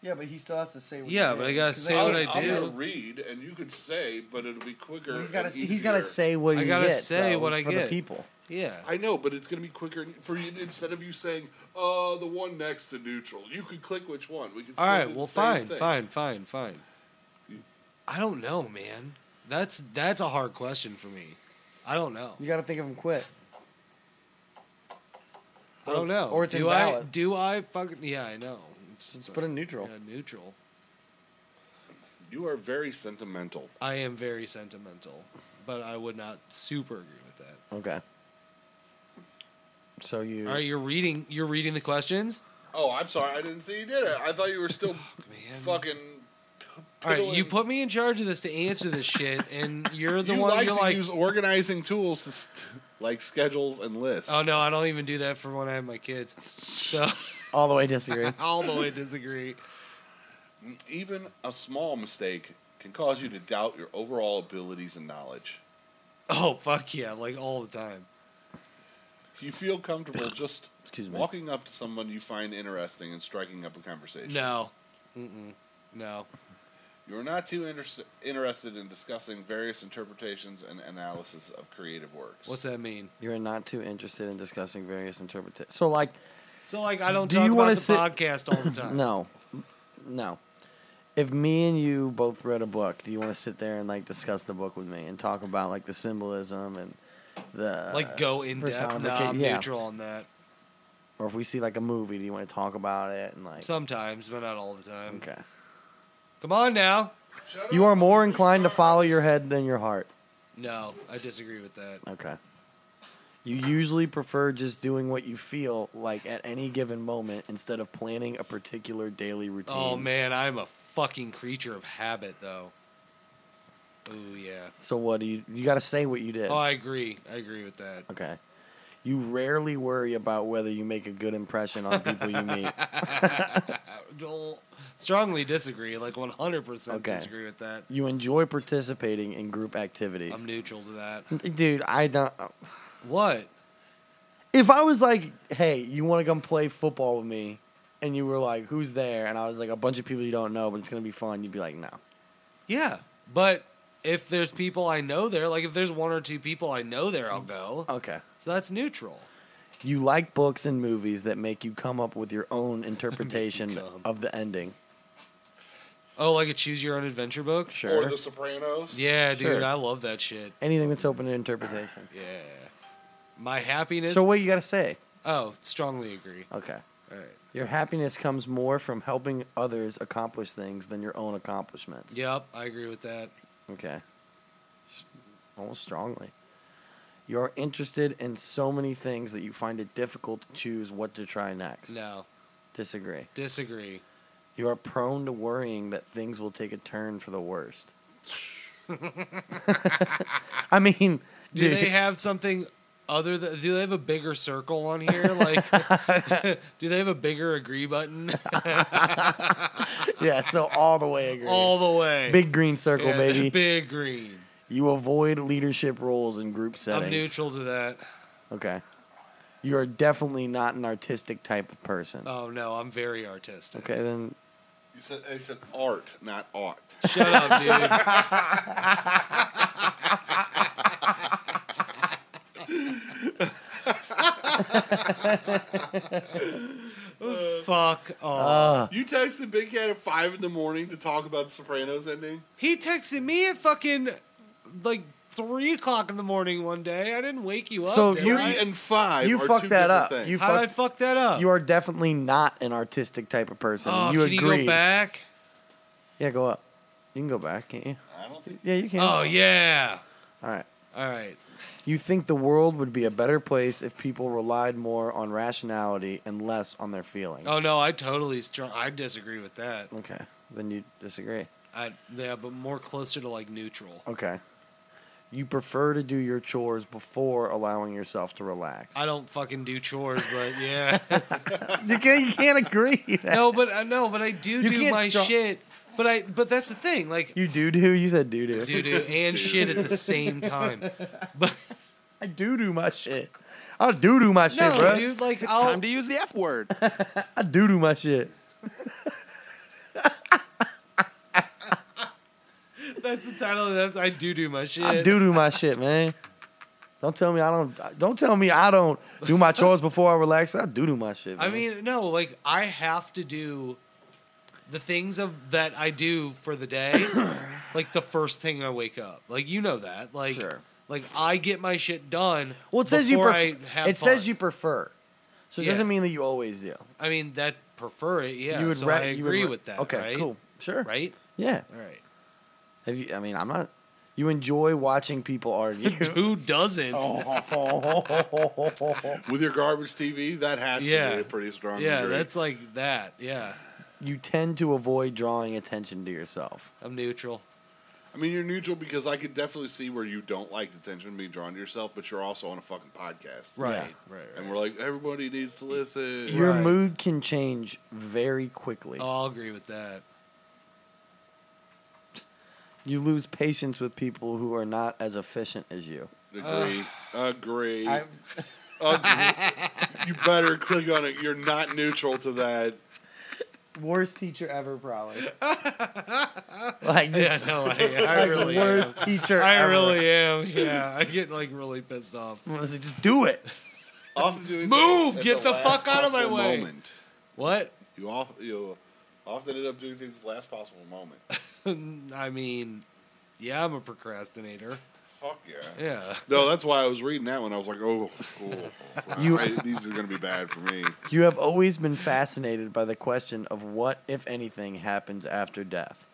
Speaker 3: Yeah, but he still has to say. What
Speaker 1: Yeah,
Speaker 3: he
Speaker 1: but I
Speaker 3: did,
Speaker 1: gotta
Speaker 3: 'cause
Speaker 1: say
Speaker 3: then
Speaker 1: what
Speaker 4: I'm,
Speaker 1: I
Speaker 4: I'm
Speaker 1: do.
Speaker 4: gonna read, and you could say, but it'll be quicker.
Speaker 3: He's gotta.
Speaker 4: and
Speaker 3: He's gotta
Speaker 4: easier.
Speaker 3: say what
Speaker 1: I
Speaker 3: he
Speaker 1: gotta
Speaker 3: gets,
Speaker 1: say
Speaker 3: though,
Speaker 1: what I
Speaker 3: for
Speaker 1: get.
Speaker 3: the people.
Speaker 1: yeah,
Speaker 4: I know, but it's gonna be quicker and- for you instead of you saying, "Uh, the one next to neutral." You could click which one. We could.
Speaker 1: All
Speaker 4: still
Speaker 1: right.
Speaker 4: do the
Speaker 1: Well,
Speaker 4: same
Speaker 1: fine,
Speaker 4: thing. Hmm.
Speaker 1: fine, fine, fine. I don't know, man. That's that's a hard question for me. I don't know.
Speaker 3: You gotta think of him quick.
Speaker 1: I don't know.
Speaker 3: or it's
Speaker 1: do I
Speaker 3: invalid.
Speaker 1: do I fucking yeah? I know. It's,
Speaker 3: Just put in neutral.
Speaker 1: yeah, neutral.
Speaker 4: You are very sentimental.
Speaker 1: I am very sentimental, but I would not super agree with that.
Speaker 3: Okay. So you.
Speaker 1: All right, you're reading. You're reading the questions.
Speaker 4: Oh, I'm sorry. I didn't see you did it. I thought you were
Speaker 1: <laughs>
Speaker 4: still
Speaker 1: man.
Speaker 4: fucking.
Speaker 1: All right, you
Speaker 4: piddling.
Speaker 1: put me in charge of this to answer this shit, and you're the
Speaker 4: you
Speaker 1: one.
Speaker 4: like
Speaker 1: you're
Speaker 4: to
Speaker 1: like,
Speaker 4: use organizing tools to st- like schedules and lists.
Speaker 1: oh no, I don't even do that for when I have my kids. So
Speaker 3: All the way <laughs> disagree.
Speaker 1: all the way disagree.
Speaker 4: Even a small mistake can cause you to doubt your overall abilities and knowledge.
Speaker 1: Oh fuck yeah, like all the time.
Speaker 4: You feel
Speaker 1: <coughs>
Speaker 4: comfortable just
Speaker 3: Excuse me.
Speaker 4: walking up to someone you find interesting and striking up a conversation.
Speaker 1: No, Mm-mm. no.
Speaker 4: You are not too inter- interested in discussing various interpretations and analysis of creative works.
Speaker 1: What's that mean?
Speaker 3: You're not too interested in discussing various interpretations. So like,
Speaker 1: So like, I don't
Speaker 3: Do
Speaker 1: talk
Speaker 3: you
Speaker 1: about
Speaker 3: wanna
Speaker 1: the
Speaker 3: sit-
Speaker 1: podcast all the
Speaker 3: <laughs>
Speaker 1: time.
Speaker 3: no, no. If me and you both read a book, do you want to sit there and like discuss the book with me and talk about like the symbolism and the
Speaker 1: like go in depth. No,
Speaker 3: personifica-
Speaker 1: I'm
Speaker 3: yeah.
Speaker 1: neutral on that.
Speaker 3: Or if we see like a movie, do you want to talk about it and like?
Speaker 1: Sometimes, but not all the time.
Speaker 3: okay.
Speaker 1: Come on now.
Speaker 3: You are more inclined to follow your head than your heart.
Speaker 1: No, I disagree with that.
Speaker 3: Okay. You usually prefer just doing what you feel like at any given moment instead of planning a particular daily routine.
Speaker 1: Oh man, I'm a fucking creature of habit, though. Oh yeah.
Speaker 3: So what do you you got to say what you did?
Speaker 1: Oh, I agree. I agree with that.
Speaker 3: Okay. You rarely worry about whether you make a good impression on people you
Speaker 1: <laughs>
Speaker 3: meet.
Speaker 1: Joel, strongly disagree. Like 100 percent
Speaker 3: Okay.
Speaker 1: disagree with that.
Speaker 3: You enjoy participating in group activities.
Speaker 1: I'm neutral to that.
Speaker 3: Dude, I don't.
Speaker 1: What?
Speaker 3: If I was like, hey, you want to come play football with me? And you were like, who's there? And I was like, a bunch of people you don't know, but it's going to be fun. You'd be like, no.
Speaker 1: Yeah, but if there's people I know there, like if there's one or two people I know there, I'll go.
Speaker 3: Okay.
Speaker 1: So that's neutral.
Speaker 3: You like books and movies that make you come up with your own interpretation
Speaker 1: come.
Speaker 3: of the ending.
Speaker 1: Oh, like a choose your own adventure book.
Speaker 3: Sure.
Speaker 4: Or The Sopranos.
Speaker 1: Yeah, dude,
Speaker 3: Sure.
Speaker 1: I love that shit.
Speaker 3: Anything that's open to interpretation.
Speaker 1: Yeah. My happiness.
Speaker 3: So what you got to say?
Speaker 1: oh, strongly agree.
Speaker 3: Okay.
Speaker 1: All right.
Speaker 3: Your happiness comes more from helping others accomplish things than your own accomplishments.
Speaker 1: Yep, I agree with that.
Speaker 3: Okay. S- Almost strongly. You're interested in so many things that you find it difficult to choose what to try next.
Speaker 1: No,
Speaker 3: Disagree.
Speaker 1: disagree.
Speaker 3: You are prone to worrying that things will take a turn for the worst. <laughs> I mean,
Speaker 1: <laughs> Do
Speaker 3: dude,
Speaker 1: they have something other than? Do they have a bigger circle on here?
Speaker 3: <laughs>
Speaker 1: Like, <laughs> do they have a bigger agree button?
Speaker 3: yeah, so all the way agree.
Speaker 1: All the way.
Speaker 3: Big green circle,
Speaker 1: Yeah,
Speaker 3: baby.
Speaker 1: <laughs> Big green.
Speaker 3: You avoid leadership roles in group settings.
Speaker 1: I'm neutral to that.
Speaker 3: Okay. You are definitely not an artistic type of person.
Speaker 1: Oh no, I'm very artistic.
Speaker 3: Okay, then
Speaker 4: You said they said art, not ought.
Speaker 1: Shut up, dude. Fuck off.
Speaker 4: You texted Big Cat at five in the morning to talk about The Sopranos ending.
Speaker 1: he texted me at fucking like three o'clock in the morning one day. I didn't wake you up.
Speaker 3: So
Speaker 1: did
Speaker 3: if you-
Speaker 1: I?
Speaker 4: Three and five.
Speaker 3: you
Speaker 4: are
Speaker 3: fucked
Speaker 4: two
Speaker 3: that
Speaker 4: different
Speaker 3: up.
Speaker 4: Things.
Speaker 3: You
Speaker 1: how did I
Speaker 3: fucked.
Speaker 1: fuck that <laughs> up?
Speaker 3: You are definitely not an artistic type of person.
Speaker 1: oh,
Speaker 3: you
Speaker 1: can
Speaker 3: agree.
Speaker 1: you go back?
Speaker 3: Yeah, go up. You can go back, can't you?
Speaker 4: I don't think.
Speaker 3: Yeah, you can.
Speaker 1: Oh yeah.
Speaker 3: All right.
Speaker 1: All right.
Speaker 3: You think the world would be a better place if people relied more on rationality and less on their feelings.
Speaker 1: Oh no, I totally strong. I disagree with that.
Speaker 3: Okay. Then you disagree.
Speaker 1: I yeah, but more closer to like neutral.
Speaker 3: Okay. You prefer to do your chores before allowing yourself to relax.
Speaker 1: I don't fucking do chores, <laughs> but yeah.
Speaker 3: <laughs> you, can't, you can't agree.
Speaker 1: no, but I no, but I do do
Speaker 3: can't
Speaker 1: my
Speaker 3: strong-
Speaker 1: shit. But I but that's the thing, like
Speaker 3: You do do. You said do
Speaker 1: do
Speaker 3: <laughs>
Speaker 1: do and shit at the same time. But
Speaker 3: I do do my shit. I do do my shit,
Speaker 1: no,
Speaker 3: bro.
Speaker 1: dude, like
Speaker 10: It's
Speaker 1: I'll
Speaker 10: time to use the F word.
Speaker 3: I do do my shit.
Speaker 1: that's the title of that. I do do my shit.
Speaker 3: I do do my shit, man. Don't tell me I don't. Don't tell me I don't do my chores before I relax. I do do my shit.
Speaker 1: I
Speaker 3: man.
Speaker 1: mean, no, like I have to do the things of that I do for
Speaker 3: <coughs>
Speaker 1: the day, like the first thing I wake up. Like you know that, like
Speaker 3: Sure.
Speaker 1: like I get my shit done.
Speaker 3: well, it says you.
Speaker 1: before
Speaker 3: Pref-
Speaker 1: I have
Speaker 3: it says
Speaker 1: fun.
Speaker 3: you prefer, so it
Speaker 1: Yeah.
Speaker 3: doesn't mean that you always do.
Speaker 1: I mean, that prefer it. Yeah,
Speaker 3: you
Speaker 1: so
Speaker 3: ra-
Speaker 1: I
Speaker 3: you would
Speaker 1: agree
Speaker 3: ra-
Speaker 1: with that.
Speaker 3: Okay,
Speaker 1: right?
Speaker 3: cool, sure,
Speaker 1: Right?
Speaker 3: Yeah.
Speaker 1: All right.
Speaker 3: Have you? I mean, I'm not. You enjoy watching people
Speaker 1: <laughs>
Speaker 3: argue.
Speaker 1: Who
Speaker 4: <laughs>
Speaker 1: doesn't?
Speaker 3: Oh,
Speaker 4: With your garbage TV, that has to
Speaker 1: Yeah.
Speaker 4: be a pretty strong.
Speaker 1: yeah,
Speaker 4: degree.
Speaker 1: that's like that. Yeah,
Speaker 3: you tend to avoid drawing attention to yourself.
Speaker 1: I'm neutral.
Speaker 4: I mean, you're neutral because I could definitely see where you don't like the tension being drawn to yourself, but you're also on a fucking podcast,
Speaker 1: Right.
Speaker 3: Yeah.
Speaker 1: Right. right.
Speaker 4: And we're like, everybody needs to listen.
Speaker 3: Your
Speaker 1: Right.
Speaker 3: mood can change very quickly.
Speaker 1: Oh, I'll agree
Speaker 3: <laughs>
Speaker 1: with that.
Speaker 3: You lose patience with people who are not as efficient as you.
Speaker 4: Agree. agree. Agree.
Speaker 3: <laughs>
Speaker 4: you better click on it. You're not neutral to that.
Speaker 3: Worst teacher ever,
Speaker 1: <laughs>
Speaker 3: probably. like, just,
Speaker 1: Yeah, no, I,
Speaker 3: <laughs>
Speaker 1: I
Speaker 3: like,
Speaker 1: really am.
Speaker 3: worst teacher.
Speaker 1: I
Speaker 3: ever. <laughs>
Speaker 1: really am. Yeah, I get like really pissed off.
Speaker 3: I was like, just do it.
Speaker 4: Often doing
Speaker 1: Move!
Speaker 4: at
Speaker 1: Get the
Speaker 4: last
Speaker 1: fuck out of my
Speaker 4: possible
Speaker 1: way.
Speaker 4: Moment.
Speaker 1: What? <laughs>
Speaker 4: You all you often end up doing things at the last possible moment.
Speaker 1: I mean, yeah, I'm a procrastinator.
Speaker 4: fuck yeah.
Speaker 1: Yeah.
Speaker 4: No, that's why I was reading that one. I was like, oh, cool.
Speaker 3: <laughs> You-
Speaker 4: I- these are gonna be bad for me.
Speaker 3: You have always been fascinated by the question of what, if anything, happens after death.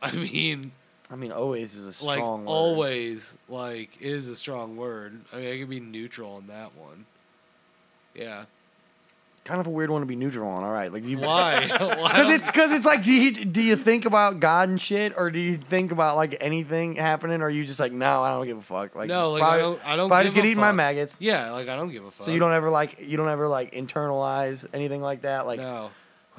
Speaker 1: I mean,
Speaker 3: I mean, always is a
Speaker 1: like
Speaker 3: strong word.
Speaker 1: always, like is a strong word. I mean, I could be neutral on that one. Yeah.
Speaker 3: Kind of a weird one to be neutral on. All right, like you. <laughs>
Speaker 1: Why? Why
Speaker 3: Because it's because it's like do you, do you think about God and shit, or do you think about like anything happening, or are you just like no, I don't give a fuck. Like
Speaker 1: No, like,
Speaker 3: if
Speaker 1: I don't- I don't
Speaker 3: If I
Speaker 1: give
Speaker 3: just get
Speaker 1: a
Speaker 3: eaten by
Speaker 1: fuck.
Speaker 3: maggots.
Speaker 1: Yeah, like I don't give a fuck.
Speaker 3: So you don't ever like you don't ever like internalize anything like that. Like
Speaker 1: No,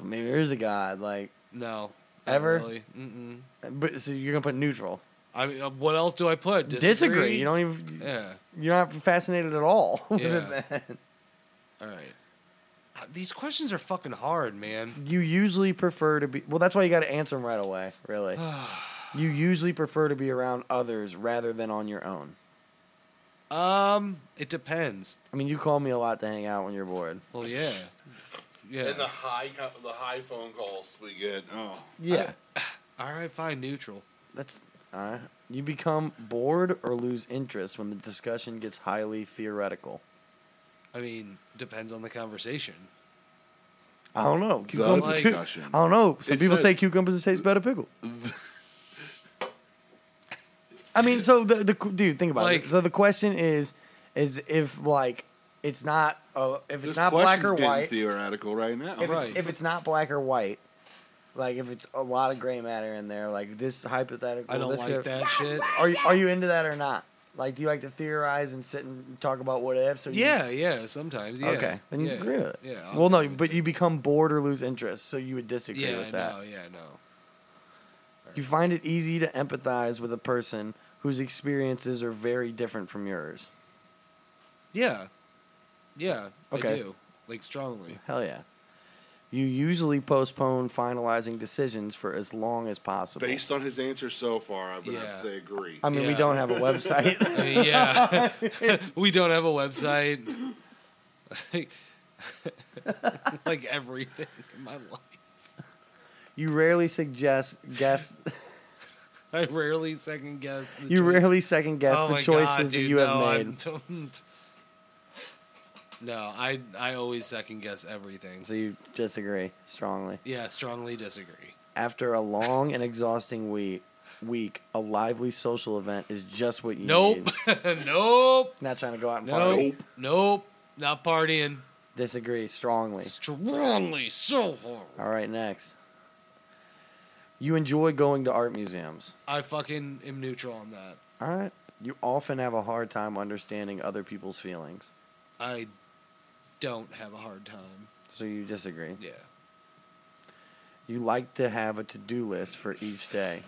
Speaker 3: maybe there is a God. Like
Speaker 1: no. not
Speaker 3: Ever?
Speaker 1: Really. Mm-mm.
Speaker 3: but so you're gonna put neutral.
Speaker 1: I mean, uh, what else do I put? Disagree.
Speaker 3: You don't even.
Speaker 1: Yeah.
Speaker 3: You're not fascinated at all. <laughs> with
Speaker 1: Yeah.
Speaker 3: that.
Speaker 1: All right. Uh, These questions are fucking hard, man.
Speaker 3: You usually prefer to be. Well, that's why you got to answer them right away.
Speaker 1: <sighs>
Speaker 3: Really. you usually prefer to be around others rather than on your own.
Speaker 1: Um, it depends.
Speaker 3: I mean, you call me a lot to hang out when you're bored.
Speaker 1: Well, yeah. Yeah.
Speaker 4: And the high co- the high phone calls we get. Oh,
Speaker 3: Yeah.
Speaker 1: All right, fine, neutral.
Speaker 3: That's uh, you become bored or lose interest when the discussion gets highly theoretical.
Speaker 1: I mean, depends on the conversation.
Speaker 3: I don't know.
Speaker 4: the
Speaker 1: like-
Speaker 4: discussion.
Speaker 3: I don't know. Some
Speaker 4: It
Speaker 3: people say
Speaker 4: says-
Speaker 3: cucumbers taste better pickled. <laughs> I mean, so the the dude, think about
Speaker 1: Like-
Speaker 3: it. So the question is, is if like it's not uh, if it's
Speaker 4: This
Speaker 3: not black
Speaker 4: question's
Speaker 3: or
Speaker 4: getting
Speaker 3: white,
Speaker 4: theoretical right now.
Speaker 3: if,
Speaker 1: Right.
Speaker 3: it's, if it's not black or white, like if it's a lot of gray matter in there, like this hypothetical,
Speaker 1: I don't
Speaker 3: this
Speaker 1: like
Speaker 3: could-
Speaker 1: that shit.
Speaker 3: Are you, are you into that or not? Like, do you like to theorize and sit and talk about what ifs? Or you-
Speaker 1: Yeah, yeah, sometimes. Yeah.
Speaker 3: Okay. Then you
Speaker 1: yeah,
Speaker 3: agree with it.
Speaker 1: Yeah. I'll
Speaker 3: well, no,
Speaker 1: agree with
Speaker 3: but
Speaker 1: it.
Speaker 3: you become bored or lose interest, so you would disagree
Speaker 1: Yeah,
Speaker 3: with that.
Speaker 1: no, yeah, no.
Speaker 3: You find it easy to empathize with a person whose experiences are very different from yours.
Speaker 1: Yeah. Yeah, I
Speaker 3: Okay.
Speaker 1: do. Like, strongly.
Speaker 3: Hell yeah. You usually postpone finalizing decisions for as long as possible.
Speaker 4: Based on his answer so far, I would have
Speaker 1: Yeah.
Speaker 4: to say agree.
Speaker 3: I mean, we
Speaker 1: Yeah.
Speaker 3: don't
Speaker 1: <laughs>
Speaker 3: have a website. <laughs>
Speaker 1: I mean, yeah. <laughs> we don't have a website. <laughs> like, like everything in my life.
Speaker 3: you rarely suggest guess.
Speaker 1: I rarely second guess. The
Speaker 3: You
Speaker 1: choice-
Speaker 3: rarely second guess
Speaker 1: Oh
Speaker 3: the
Speaker 1: my
Speaker 3: choices
Speaker 1: God,
Speaker 3: that
Speaker 1: dude,
Speaker 3: you have
Speaker 1: no,
Speaker 3: made.
Speaker 1: I'm- don't- no, I I always second guess everything.
Speaker 3: So you disagree strongly.
Speaker 1: Yeah, strongly disagree.
Speaker 3: After a long and exhausting week, week, a lively social event is just what you
Speaker 1: Nope.
Speaker 3: need.
Speaker 1: <laughs> nope.
Speaker 3: Not trying to go out and
Speaker 1: Nope.
Speaker 3: party.
Speaker 1: Nope. Nope. Not partying.
Speaker 3: Disagree strongly.
Speaker 1: Strongly so hard.
Speaker 3: All right, next. You enjoy going to art museums.
Speaker 1: I fucking am neutral on that.
Speaker 3: All right. You often have a hard time understanding other people's feelings.
Speaker 1: I don't have a hard time.
Speaker 3: So you disagree.
Speaker 1: Yeah.
Speaker 3: You like to have a to do list for each day.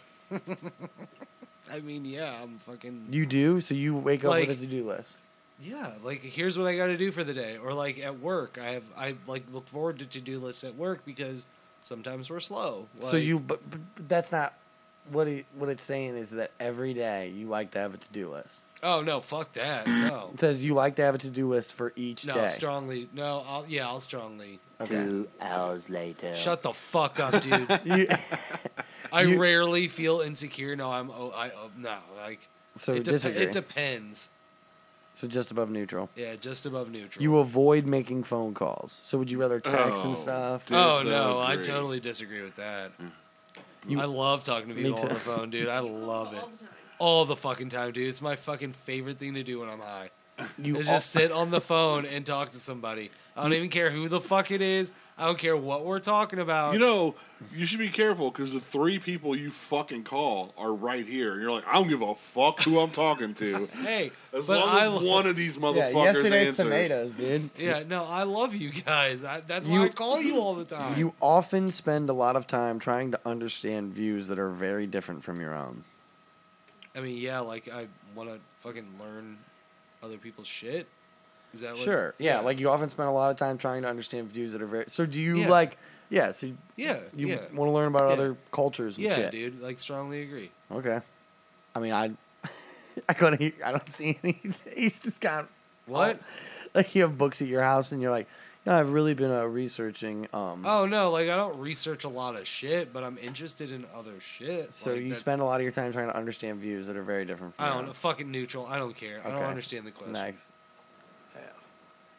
Speaker 1: I mean, yeah, I'm fucking.
Speaker 3: You do? So you wake up
Speaker 1: Like-
Speaker 3: with a to do list.
Speaker 1: Yeah, like here's what I got to do for the day, or like at work, I have I like look forward to to do lists at work because sometimes we're slow.
Speaker 3: so
Speaker 1: Like,
Speaker 3: you, but, but but that's not what it, what it's saying is that every day you like to have a to do list.
Speaker 1: Oh no, fuck that. No.
Speaker 3: It says you like to have a to do list for each
Speaker 1: No,
Speaker 3: day.
Speaker 1: strongly. No, I'll yeah, I'll strongly.
Speaker 3: Okay.
Speaker 9: hours later.
Speaker 1: Shut the fuck up, dude.
Speaker 3: <laughs> You-
Speaker 1: I
Speaker 3: You-
Speaker 1: rarely feel insecure. No, I'm. Oh, I. Oh, no, like.
Speaker 3: so
Speaker 1: it, depe-
Speaker 3: disagree.
Speaker 1: it depends.
Speaker 3: so just above neutral.
Speaker 1: Yeah, just above neutral.
Speaker 3: You avoid making phone calls. So would you rather text
Speaker 4: Oh,
Speaker 3: and stuff?
Speaker 4: dude.
Speaker 1: Oh no, I
Speaker 4: Disagree.
Speaker 1: totally disagree with that.
Speaker 3: You-
Speaker 1: I love talking to
Speaker 3: Me
Speaker 1: people on
Speaker 3: too.
Speaker 1: the phone, dude. I love <laughs> it.
Speaker 5: All the time.
Speaker 1: all the fucking time, dude. It's my fucking favorite thing to do when I'm high.
Speaker 3: You
Speaker 1: Is
Speaker 3: al-
Speaker 1: just sit on the phone and talk to somebody. I don't even care who the fuck it is. I don't care what we're talking about.
Speaker 4: You know, you should be careful because the three people you fucking call are right here. And you're like, I don't give a fuck who I'm talking
Speaker 3: <laughs>
Speaker 4: to.
Speaker 1: hey,
Speaker 4: As
Speaker 1: but
Speaker 4: long
Speaker 1: I
Speaker 4: as
Speaker 1: lo-
Speaker 4: one of these
Speaker 3: yeah,
Speaker 4: motherfuckers
Speaker 3: yesterday's
Speaker 4: answers.
Speaker 3: tomatoes, dude.
Speaker 1: Yeah, no, I love you guys. I, that's why
Speaker 3: You-
Speaker 1: I call you all the time.
Speaker 3: You often spend a lot of time trying to understand views that are very different from your own.
Speaker 1: I mean, yeah, like I want to fucking learn other people's shit. Is that what,
Speaker 3: Sure. Yeah, like you often spend a lot of time trying to understand views that are very. So do you
Speaker 1: Yeah.
Speaker 3: like? Yeah. So
Speaker 1: yeah,
Speaker 3: you
Speaker 1: yeah,
Speaker 3: want to learn about
Speaker 1: Yeah.
Speaker 3: other cultures and
Speaker 1: yeah,
Speaker 3: shit.
Speaker 1: dude. Like strongly agree.
Speaker 3: Okay. I mean, I <laughs> I couldn't. Hear, I don't see any. He's <laughs> just got
Speaker 1: What?
Speaker 3: like you have books at your house and you're like, you know, I've really been uh, researching. Um,
Speaker 1: Oh no, like I don't research a lot of shit, but I'm interested in other shit.
Speaker 3: so
Speaker 1: Like,
Speaker 3: you
Speaker 1: that-
Speaker 3: spend a lot of your time trying to understand views that are very different. From
Speaker 1: I
Speaker 3: your
Speaker 1: don't know.
Speaker 3: own.
Speaker 1: Fucking neutral. I don't care. I don't
Speaker 3: Okay.
Speaker 1: understand the question.
Speaker 3: Next.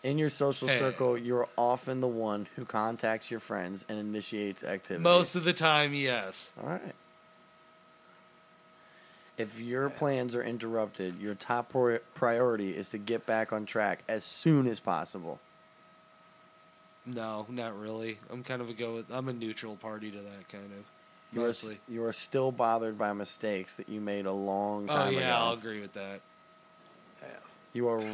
Speaker 3: In your social
Speaker 1: Hey.
Speaker 3: circle, you're often the one who contacts your friends and initiates activities.
Speaker 1: Most of the time, yes.
Speaker 3: All right. If your plans are interrupted, your top pri- priority is to get back on track as soon as possible.
Speaker 1: No, not really. I'm kind of a go with. I'm a neutral party to that kind of.
Speaker 3: You are, s-
Speaker 1: Mostly.
Speaker 3: you are still bothered by mistakes that you made a long
Speaker 1: Oh
Speaker 3: time
Speaker 1: yeah, I'll
Speaker 3: ago.
Speaker 1: agree with that.
Speaker 3: You are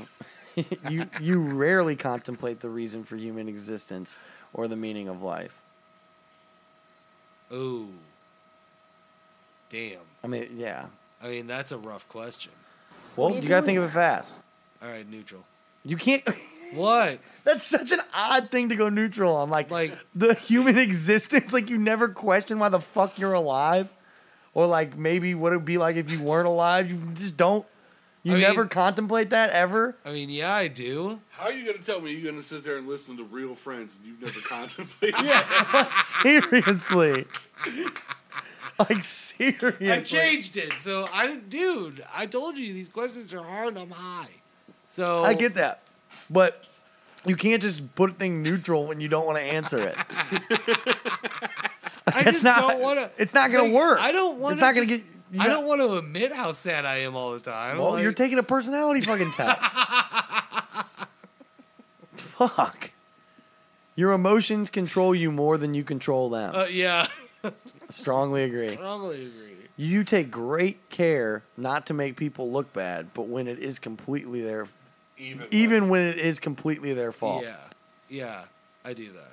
Speaker 3: <laughs> you you rarely contemplate the reason for human existence or the meaning of life.
Speaker 1: Ooh. Damn.
Speaker 3: I mean, yeah.
Speaker 1: I mean, that's a rough question.
Speaker 3: Well,
Speaker 6: are you
Speaker 3: you gotta think
Speaker 6: doing
Speaker 3: of it fast.
Speaker 1: All right, neutral.
Speaker 3: You can't. <laughs>
Speaker 1: What?
Speaker 3: That's such an odd thing to go neutral on. Like,
Speaker 1: Like-
Speaker 3: the human <laughs> existence. Like, you never question why the fuck you're alive, or like maybe what it'd be like if you weren't alive. You just don't. You
Speaker 1: I mean-
Speaker 3: never contemplate that
Speaker 1: <laughs>
Speaker 3: ever.
Speaker 1: I mean, yeah, I do.
Speaker 4: How are you going to tell me you're going to sit there and listen to real friends and you've never contemplated?
Speaker 3: Seriously. like seriously.
Speaker 1: I changed it, so I didn't. Dude, I told you these questions are hard. and I'm high. So
Speaker 3: I get that, but you can't just put a thing neutral when you don't want to answer it.
Speaker 1: I
Speaker 3: It's
Speaker 1: just
Speaker 3: not.
Speaker 1: don't want to.
Speaker 3: it's not gonna work.
Speaker 1: I don't want.
Speaker 3: It's not gonna get. you
Speaker 1: I
Speaker 3: got-
Speaker 1: don't want to admit how sad I am all the time.
Speaker 3: Well, you're
Speaker 1: Like-
Speaker 3: taking a personality fucking test. <laughs> Fuck. Your emotions control you more than you control them.
Speaker 1: Uh, yeah,
Speaker 3: Strongly <laughs>
Speaker 1: <laughs>
Speaker 3: agree.
Speaker 1: strongly agree.
Speaker 3: You take great care not to make people look bad, but when it is completely their
Speaker 4: Even.
Speaker 3: even when it is completely their fault.
Speaker 1: Yeah, yeah, I do that.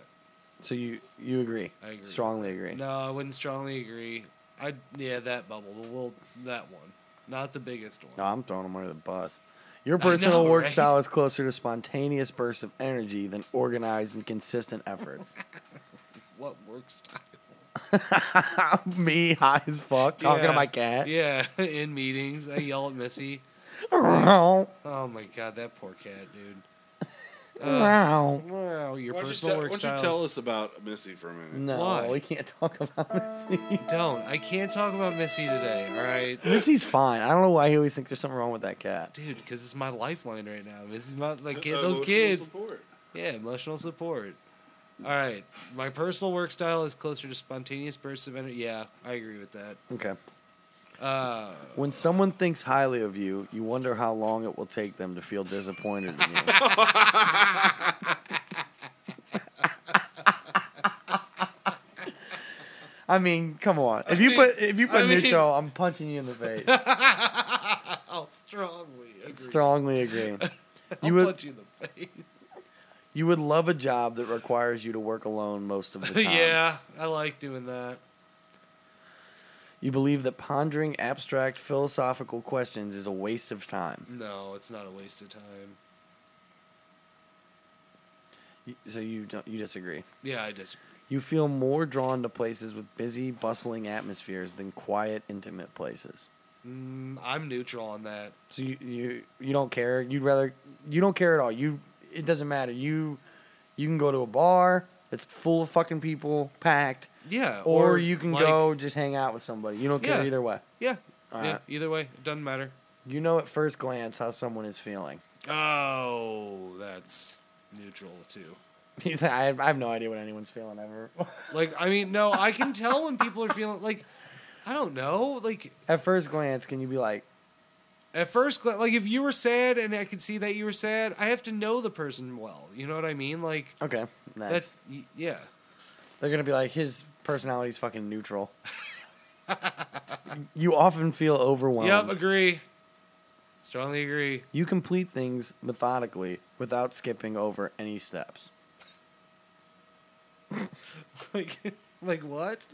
Speaker 3: So you you agree.
Speaker 1: I agree.
Speaker 3: Strongly agree.
Speaker 1: No, I wouldn't strongly agree. I yeah, that bubble, the little that one, not the biggest one.
Speaker 3: No, I'm throwing them under the bus. Your
Speaker 1: I know,
Speaker 3: personal work
Speaker 1: right?
Speaker 3: style is closer to spontaneous bursts of energy than organized and consistent
Speaker 1: <laughs>
Speaker 3: efforts. <laughs>
Speaker 1: What work style?
Speaker 3: Me high as fuck talking
Speaker 1: Yeah.
Speaker 3: to my cat.
Speaker 1: Yeah, <laughs> in meetings, I yell at Missy.
Speaker 3: Wow.
Speaker 1: Oh my god, that poor cat, dude.
Speaker 3: Wow.
Speaker 1: Wow, your
Speaker 4: Why don't you,
Speaker 1: personal
Speaker 4: tell-
Speaker 1: work
Speaker 4: why don't
Speaker 1: style.
Speaker 4: you tell us about Missy for a minute?
Speaker 3: No,
Speaker 1: Why?
Speaker 3: we can't talk about <laughs> Missy.
Speaker 1: Don't. I can't talk about Missy today. All right.
Speaker 3: Missy's fine. I don't know why he always thinks there's something wrong with that cat.
Speaker 1: Dude, because it's my lifeline right now. This is my
Speaker 4: <laughs>
Speaker 1: like kid,
Speaker 4: Uh,
Speaker 1: those
Speaker 4: emotional
Speaker 1: kids.
Speaker 4: support.
Speaker 1: Yeah, emotional support. All right, my personal work style is closer to spontaneous bursts of energy. Yeah, I agree with that. <laughs>
Speaker 3: Okay. When someone thinks highly of you, you wonder how long it will take them to feel disappointed in you. <laughs> I mean, come on. If you
Speaker 1: mean-
Speaker 3: put if you
Speaker 1: I
Speaker 3: put
Speaker 1: mean-
Speaker 3: neutral, I'm punching you in <laughs> the face.
Speaker 1: I'll strongly agree.
Speaker 3: Strongly agree.
Speaker 1: I'll
Speaker 3: You would
Speaker 1: punch you in the <laughs> face.
Speaker 3: you would love a job that requires you to work alone most of <laughs> the time.
Speaker 1: yeah, I like doing that.
Speaker 3: You believe that pondering abstract philosophical questions is a waste of time.
Speaker 1: No, it's not a waste of time.
Speaker 3: You- So you don't, you disagree.
Speaker 1: Yeah, I disagree.
Speaker 3: You feel more drawn to places with busy, bustling atmospheres than quiet, intimate places.
Speaker 1: Mm, I'm neutral on that.
Speaker 3: So you, you you don't care. You'd rather you don't care at all. You it doesn't matter. You you can go to a bar that's full of fucking people, packed,
Speaker 1: Yeah,
Speaker 3: or, you can
Speaker 1: like-
Speaker 3: go just hang out with somebody. You don't care
Speaker 1: Yeah.
Speaker 3: either way.
Speaker 1: Yeah,
Speaker 3: All
Speaker 1: yeah.
Speaker 3: right.
Speaker 1: Either way, it doesn't matter.
Speaker 3: You know at first glance how someone is feeling. <laughs>
Speaker 1: Oh, that's neutral too.
Speaker 3: He's like, I have, I have no idea what anyone's feeling ever.
Speaker 1: Like, I mean, no, I can tell when people are feeling like, I don't know, like
Speaker 3: at first glance, can you be like,
Speaker 1: at first, gla- like if you were sad and I could see that you were sad, I have to know the person well. You know what I mean? Like
Speaker 3: okay, nice.
Speaker 1: that's y- yeah.
Speaker 3: They're gonna be like, his personality's fucking neutral. <laughs> you often feel overwhelmed.
Speaker 1: yep, agree. Strongly agree. <laughs>
Speaker 3: You complete things methodically without skipping over any steps.
Speaker 1: Like, like what?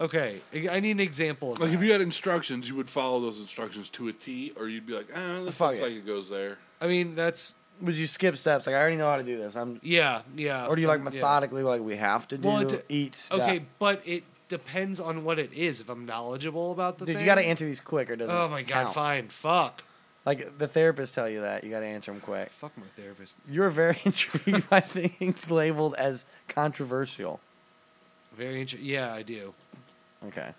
Speaker 1: Okay, I- I need an example of
Speaker 4: Like
Speaker 1: that.
Speaker 4: if you had instructions, you would follow those instructions to a T, or you'd be like, "Ah, this
Speaker 3: Fuck
Speaker 4: looks
Speaker 3: it.
Speaker 4: like it goes there."
Speaker 1: I mean, that's
Speaker 3: Would you skip steps? Like I already know how to do this. I'm.
Speaker 1: yeah, yeah.
Speaker 3: Or do you
Speaker 1: some-
Speaker 3: like
Speaker 1: yeah.
Speaker 3: methodically, like we have to do
Speaker 1: Well, it-
Speaker 3: each step?
Speaker 1: Okay,
Speaker 3: Okay,
Speaker 1: but it depends on what it is. If I'm knowledgeable about the
Speaker 3: dude,
Speaker 1: thing,
Speaker 3: you got to answer these quick, or it doesn't.
Speaker 1: Oh my god!
Speaker 3: count.
Speaker 1: Fine, fuck,
Speaker 3: Like the therapists tell you that you got to answer them quick.
Speaker 1: fuck my therapist.
Speaker 3: You're very <laughs> intrigued by things labeled as controversial.
Speaker 1: Very interesting. Yeah, I do.
Speaker 3: Okay.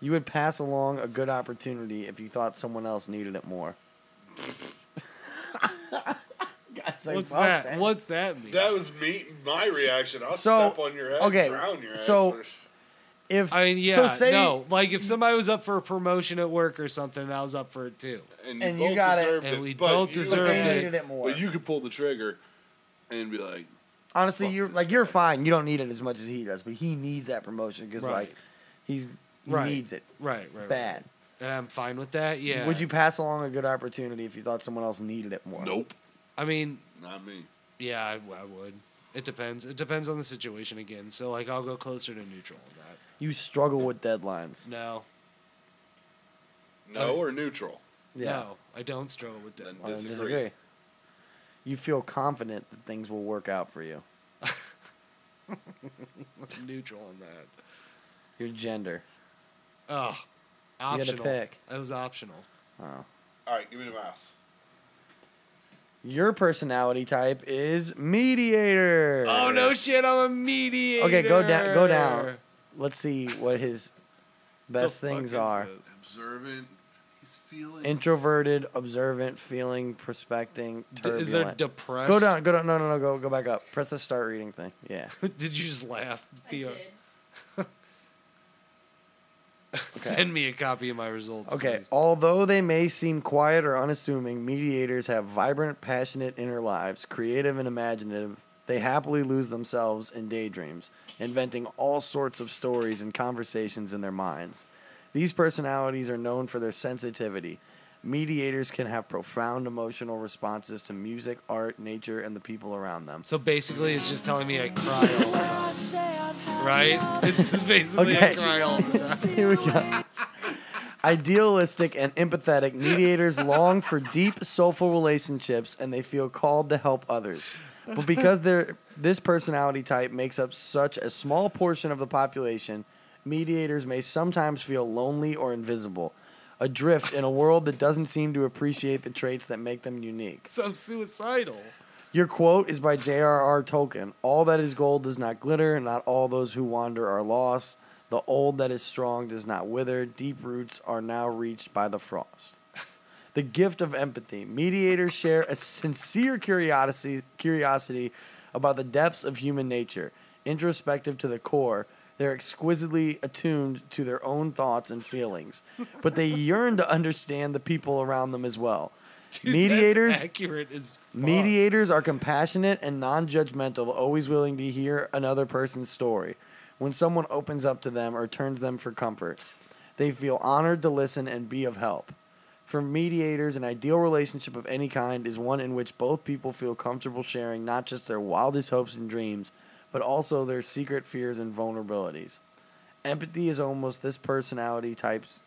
Speaker 3: You would pass along a good opportunity if you thought someone else needed it more. <laughs> Guys, like,
Speaker 1: What's
Speaker 3: fuck
Speaker 1: that? What's that mean?
Speaker 4: That was me. My reaction. I'll
Speaker 3: So,
Speaker 4: step on your head,
Speaker 3: okay,
Speaker 4: drown your
Speaker 3: so-
Speaker 4: ass. first.
Speaker 3: If
Speaker 1: I mean, yeah,
Speaker 3: so say
Speaker 1: no. Like if somebody was up for a promotion at work or something, I was up for it too.
Speaker 4: and,
Speaker 3: and you
Speaker 4: you both
Speaker 3: got it.
Speaker 4: deserved
Speaker 1: And
Speaker 4: it,
Speaker 1: we
Speaker 4: but
Speaker 1: both
Speaker 3: but
Speaker 4: you-
Speaker 1: deserved
Speaker 3: they
Speaker 1: it.
Speaker 3: needed it more.
Speaker 4: But you could pull the trigger and be like,
Speaker 3: Honestly,
Speaker 4: Fuck
Speaker 3: you're
Speaker 4: this
Speaker 3: like you're
Speaker 4: guy.
Speaker 3: fine. You don't need it as much as he does, but he needs that promotion because
Speaker 1: Right.
Speaker 3: like he's he
Speaker 1: Right.
Speaker 3: needs it
Speaker 1: Right, right,
Speaker 3: bad.
Speaker 1: right. And I'm fine with that. Yeah.
Speaker 3: Would you pass along a good opportunity if you thought someone else needed it more?
Speaker 4: "Nope,
Speaker 1: I mean,
Speaker 4: not me."
Speaker 1: yeah, I, I would. It depends. It depends on the situation again. So like, I'll go closer to neutral on that.
Speaker 3: You struggle with deadlines.
Speaker 1: No,
Speaker 4: No or neutral.
Speaker 1: no, I don't struggle with that.
Speaker 4: Then
Speaker 3: I
Speaker 4: disagree.
Speaker 3: disagree. You feel confident that things will work out for you.
Speaker 1: neutral on that.
Speaker 3: Your gender.
Speaker 1: Oh,
Speaker 3: gotta
Speaker 1: optional.
Speaker 3: pick.
Speaker 1: That was optional.
Speaker 3: Oh.
Speaker 4: All right, give me the mouse.
Speaker 3: Your personality type is mediator.
Speaker 1: Oh no shit! I'm a mediator.
Speaker 3: Okay, go down. Go down. Let's see what his
Speaker 1: The
Speaker 3: best
Speaker 1: fuck
Speaker 3: things
Speaker 1: is
Speaker 3: are.
Speaker 1: this?
Speaker 4: Observant. He's feeling.
Speaker 3: Introverted, observant, feeling, prospecting,
Speaker 1: D-
Speaker 3: turbulent.
Speaker 1: is there depressed?
Speaker 3: go down. Go down. No, no, no. Go, go back up. Press the start reading thing. Yeah.
Speaker 1: <laughs> Did you just laugh?
Speaker 5: I
Speaker 1: Be-
Speaker 5: did.
Speaker 1: Send me a copy of my results.
Speaker 3: Okay.
Speaker 1: please.
Speaker 3: Although they may seem quiet or unassuming, mediators have vibrant, passionate inner lives, creative and imaginative. They happily lose themselves in daydreams, inventing all sorts of stories and conversations in their minds. These personalities are known for their sensitivity. Mediators can have profound emotional responses to music, art, nature, and the people around them.
Speaker 1: So basically, it's just telling me I cry all the time. Right? <laughs> It's just basically I
Speaker 3: Okay.
Speaker 1: cry all the time.
Speaker 3: Here we go. Idealistic and empathetic, mediators long for deep, soulful relationships and they feel called to help others. But because they're, this personality type makes up such a small portion of the population, mediators may sometimes feel lonely or invisible, adrift in a world that doesn't seem to appreciate the traits that make them unique.
Speaker 1: So I'm suicidal.
Speaker 3: Your quote is by J.R.R. Tolkien. All that is gold does not glitter, not all those who wander are lost. The old that is strong does not wither. Deep roots are now reached by the frost. <laughs> The gift of empathy. Mediators share a sincere curiosity, curiosity about the depths of human nature, introspective to the core. They're exquisitely attuned to their own thoughts and feelings, but they yearn to understand the people around them as well.
Speaker 1: <laughs> Dude,
Speaker 3: mediators,
Speaker 1: That's accurate as fuck.
Speaker 3: Mediators are compassionate and non judgmental, always willing to hear another person's story when someone opens up to them or turns them for comfort. They feel honored to listen and be of help. For mediators, an ideal relationship of any kind is one in which both people feel comfortable sharing not just their wildest hopes and dreams, but also their secret fears and vulnerabilities. Empathy is almost this personality type's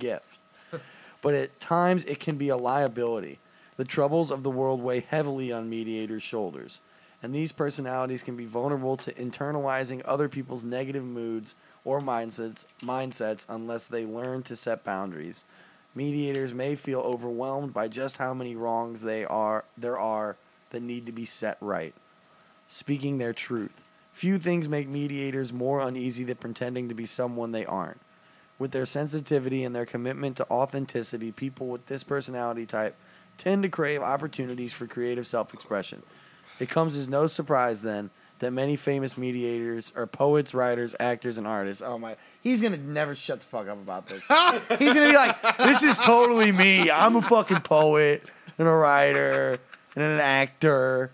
Speaker 3: gift but at times it can be a liability. The troubles of the world weigh heavily on mediators' shoulders, and these personalities can be vulnerable to internalizing other people's negative moods or mindsets, mindsets unless they learn to set boundaries. Mediators may feel overwhelmed by just how many wrongs they are there are that need to be set right. Speaking their truth. Few things make mediators more uneasy than pretending to be someone they aren't with their sensitivity and their commitment to authenticity, people with this personality type tend to crave opportunities for creative self expression. It comes as no surprise then that many famous mediators are poets, writers, actors, and artists. Oh my, he's gonna never shut the fuck up about
Speaker 1: <laughs>
Speaker 3: this. he's gonna be like, this is totally me. I'm a fucking poet and a writer and an actor.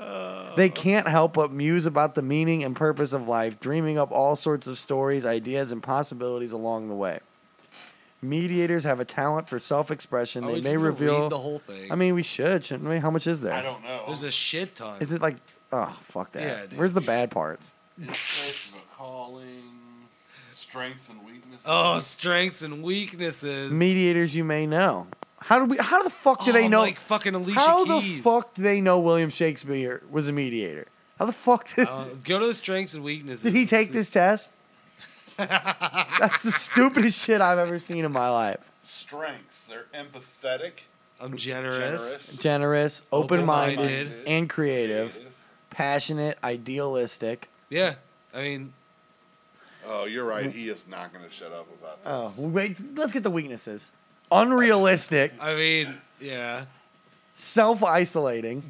Speaker 1: Oh.
Speaker 3: They can't help but muse about the meaning and purpose of life, dreaming up all sorts of stories, ideas, and possibilities along the way. Mediators have a talent for self expression.
Speaker 1: I
Speaker 3: They
Speaker 1: would
Speaker 3: may
Speaker 1: just
Speaker 3: reveal.
Speaker 1: read the whole thing.
Speaker 3: I mean, we should, shouldn't we? How much is there?
Speaker 4: I don't know.
Speaker 1: there's a shit ton.
Speaker 3: Is it like. Oh, fuck that.
Speaker 1: Yeah, dude.
Speaker 3: Where's the bad parts?
Speaker 4: It's about calling, strengths and weaknesses.
Speaker 1: oh, strengths and weaknesses.
Speaker 3: Mediators you may know. How do we. How the fuck do
Speaker 1: Oh,
Speaker 3: they
Speaker 1: I'm
Speaker 3: know?
Speaker 1: Like fucking Alicia
Speaker 3: how
Speaker 1: Keys.
Speaker 3: the fuck do they know William Shakespeare was a mediator? How the fuck did.
Speaker 1: Uh, go to the strengths and
Speaker 3: <laughs>
Speaker 1: weaknesses.
Speaker 3: Did he take this
Speaker 1: <laughs>
Speaker 3: test? That's the stupidest shit I've ever seen in my life.
Speaker 4: Strengths. They're empathetic,
Speaker 1: I'm
Speaker 4: generous,
Speaker 1: generous.
Speaker 3: Generous, open minded,
Speaker 1: Open-minded.
Speaker 3: and creative,
Speaker 4: creative.
Speaker 3: passionate, idealistic.
Speaker 1: Yeah, I mean,
Speaker 4: Oh, you're right. He is not going to shut up about that.
Speaker 3: Oh, wait, let's get the weaknesses. Unrealistic,
Speaker 1: I mean, yeah.
Speaker 3: self isolating,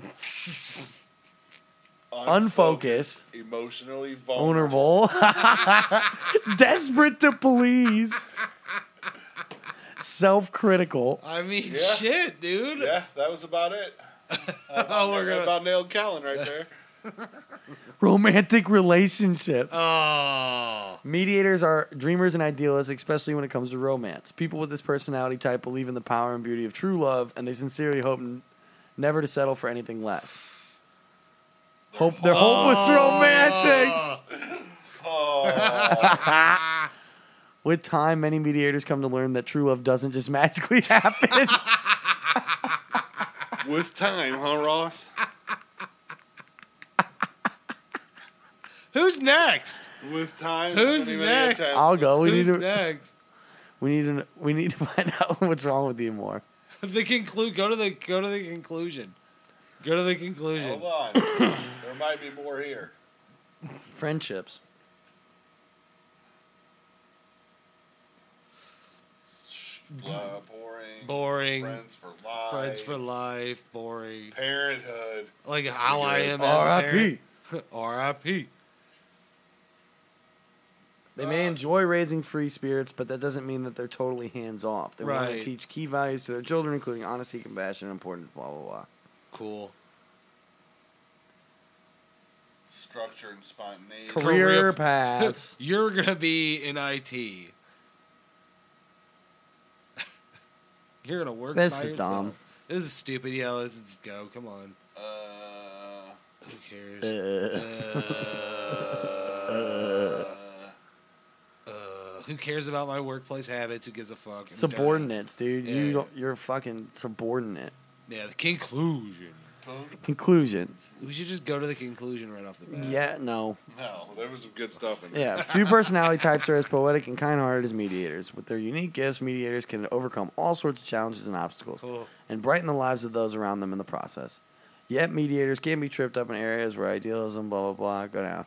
Speaker 3: unfocused,
Speaker 4: emotionally vulnerable.
Speaker 3: vulnerable, <laughs> desperate to please, self critical.
Speaker 1: I mean,
Speaker 4: Yeah.
Speaker 1: shit, dude.
Speaker 4: Yeah, that was about it. Uh,
Speaker 1: Oh, we're gonna.
Speaker 4: about nailed Callan right there.
Speaker 3: romantic relationships.
Speaker 1: Oh,
Speaker 3: Uh, Mediators are dreamers and idealists, especially when it comes to romance. People with this personality type believe in the power and beauty of true love, and they sincerely hope n- never to settle for anything less. Hope they're hopeless romantics. <laughs> With time, many mediators come to learn that true love doesn't just magically <laughs> happen.
Speaker 4: With time, huh, Ross?
Speaker 1: who's next?
Speaker 4: With time.
Speaker 1: Who's
Speaker 4: many, many
Speaker 1: next?
Speaker 4: times.
Speaker 3: I'll go. We need
Speaker 1: who's
Speaker 3: to.
Speaker 1: next? <laughs>
Speaker 3: We need to. We need to <laughs> find out what's wrong with you more.
Speaker 1: The conclude. Go to the. Go to the conclusion. Go to the conclusion.
Speaker 4: Hold on. there might be more here.
Speaker 3: Friendships.
Speaker 4: Blah, Uh, boring.
Speaker 1: Boring.
Speaker 4: Friends for life.
Speaker 1: Friends for life. Boring.
Speaker 4: Parenthood.
Speaker 1: Like how I am as a
Speaker 3: R.I.P.
Speaker 1: parent. <laughs> R.I.P.
Speaker 3: They may enjoy raising free spirits, but that doesn't mean that they're totally hands off. They want to
Speaker 1: Right.
Speaker 3: teach key values to their children, including honesty, compassion, and importance, blah, blah, blah.
Speaker 1: Cool.
Speaker 4: Structure and spontaneity.
Speaker 3: Career,
Speaker 1: Career-
Speaker 3: paths.
Speaker 1: <laughs> You're gonna be in IT. <laughs> You're gonna work.
Speaker 3: This
Speaker 1: by
Speaker 3: is
Speaker 1: yourself.
Speaker 3: dumb.
Speaker 1: This is stupid. Yeah, let's just go. Come on.
Speaker 4: Uh,
Speaker 1: Who cares? Uh, who cares about my workplace habits? Who gives a fuck? I'm done.
Speaker 3: subordinates, dude.
Speaker 1: Yeah.
Speaker 3: You don't, you're fucking subordinate.
Speaker 1: Yeah, the conclusion.
Speaker 3: Conclusion.
Speaker 1: We should just go to the conclusion right off the bat.
Speaker 3: Yeah, no.
Speaker 4: no, there was some good stuff in there.
Speaker 3: Yeah, few personality types are as poetic and kind-hearted as mediators. With their unique gifts, mediators can overcome all sorts of challenges and obstacles,
Speaker 1: Cool.
Speaker 3: and brighten the lives of those around them in the process. Yet, mediators can be tripped up in areas where idealism, blah blah blah, go down.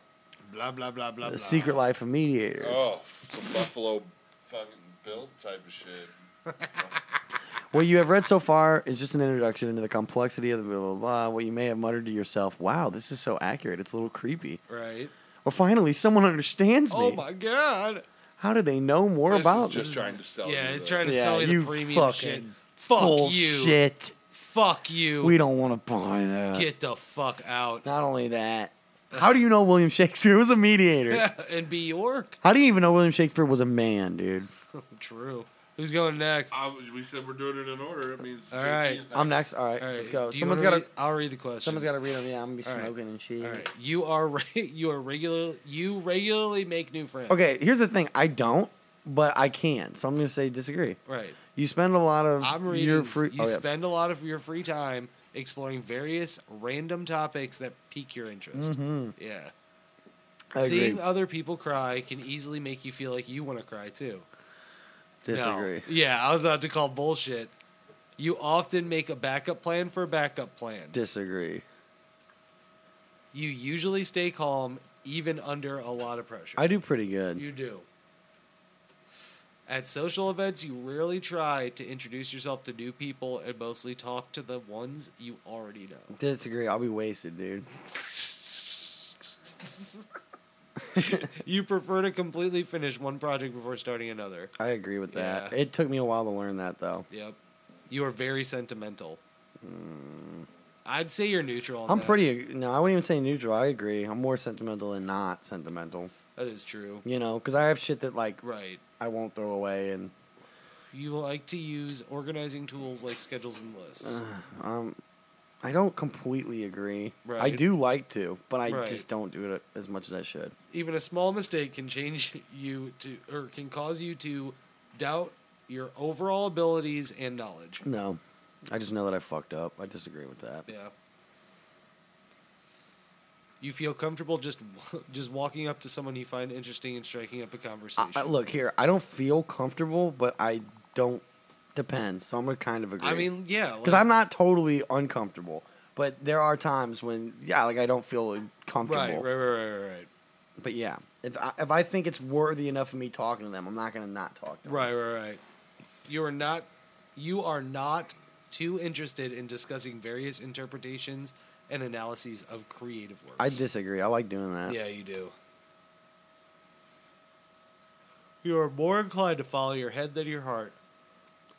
Speaker 1: Blah blah blah blah.
Speaker 3: The
Speaker 1: blah.
Speaker 3: Secret Life of Mediators.
Speaker 4: Oh, some Buffalo fucking built type of shit.
Speaker 3: What you have read so far is just an introduction into the complexity of the blah blah blah. What you may have muttered to yourself, "Wow, this is so accurate. It's a little creepy."
Speaker 1: Right.
Speaker 3: Well, finally, someone understands me.
Speaker 1: Oh my god.
Speaker 3: How do they know more
Speaker 4: This
Speaker 3: about
Speaker 4: is just
Speaker 3: me?
Speaker 4: trying to sell.
Speaker 1: Yeah,
Speaker 4: you
Speaker 1: it's
Speaker 4: the-
Speaker 1: trying to
Speaker 3: Yeah,
Speaker 1: sell me the
Speaker 3: you
Speaker 1: premium shit.
Speaker 3: fucking
Speaker 1: Fuck you.
Speaker 3: Bullshit.
Speaker 1: Fuck you.
Speaker 3: We don't want to buy that.
Speaker 1: Get the fuck out. <laughs>
Speaker 3: Not only that, how do you know William Shakespeare <laughs> was a mediator?
Speaker 1: and be York.
Speaker 3: how do you even know William Shakespeare was a man, dude?
Speaker 1: <laughs> True. Who's going next?
Speaker 4: Uh, we said we're doing it in order. It means.
Speaker 1: All
Speaker 4: JP's
Speaker 1: right.
Speaker 3: I'm next. All right,
Speaker 1: All right,
Speaker 3: let's go.
Speaker 1: do you
Speaker 3: Someone's got
Speaker 1: wanna
Speaker 3: to.
Speaker 1: read- I'll read the question.
Speaker 3: Someone's got to read them. Yeah, I'm gonna be
Speaker 1: All right.
Speaker 3: smoking and shit.
Speaker 1: All right. You are <laughs> re- you are regular. You regularly make new friends.
Speaker 3: Okay, here's the thing. I don't, but I can. So I'm gonna say disagree.
Speaker 1: Right.
Speaker 3: You spend a lot of
Speaker 1: I'm reading.
Speaker 3: your free.
Speaker 1: you
Speaker 3: oh, yeah.
Speaker 1: spend a lot of your free time exploring various random topics that pique your interest. Yeah.
Speaker 3: Mm-hmm. I agree.
Speaker 1: Seeing other people cry can easily make you feel like you want to cry too. No.
Speaker 3: Disagree.
Speaker 1: Yeah, I was about to call bullshit. You often make a backup plan for a backup plan.
Speaker 3: Disagree.
Speaker 1: you usually stay calm even under a lot of pressure.
Speaker 3: I do pretty good.
Speaker 1: You do. At social events, you rarely try to introduce yourself to new people and mostly talk to the ones you already know. <laughs>
Speaker 3: Disagree. I'll be wasted, dude.
Speaker 1: you prefer to completely finish one project before starting another.
Speaker 3: I agree with that.
Speaker 1: Yeah.
Speaker 3: It took me a while to learn that though.
Speaker 1: Yep. You are very sentimental. Mm. I'd say you're neutral. On
Speaker 3: I'm
Speaker 1: that.
Speaker 3: pretty. No, I wouldn't even say neutral. I agree. I'm more sentimental than not sentimental.
Speaker 1: That is true.
Speaker 3: You know, because I have shit that like
Speaker 1: Right.
Speaker 3: I won't throw away, and
Speaker 1: You like to use organizing tools like schedules and lists.
Speaker 3: Uh. I don't completely agree. I
Speaker 1: Right.
Speaker 3: do like to, but I
Speaker 1: Right.
Speaker 3: just don't do it as much as I should.
Speaker 1: even a small mistake can change you to or can cause you to doubt your overall abilities and knowledge.
Speaker 3: No, I just know that I fucked up. I disagree with that.
Speaker 1: Yeah. You feel comfortable just <laughs> just walking up to someone you find interesting and striking up a
Speaker 3: I,
Speaker 1: conversation.
Speaker 3: I- look here. I don't feel comfortable, but I don't. Depends. So I'm gonna kind of agree.
Speaker 1: I mean, yeah,
Speaker 3: because I'm not totally uncomfortable, but there are times when yeah, like I don't feel comfortable.
Speaker 1: right, right, right, right, right, right.
Speaker 3: But yeah, if I, if I think it's worthy enough of me talking to them, I'm not gonna not talk to them.
Speaker 1: Right, right, right. You are not you are not too interested in discussing various interpretations and analyses of creative works.
Speaker 3: I disagree. I like doing that.
Speaker 1: Yeah, you do. You are more inclined to follow your head than your heart.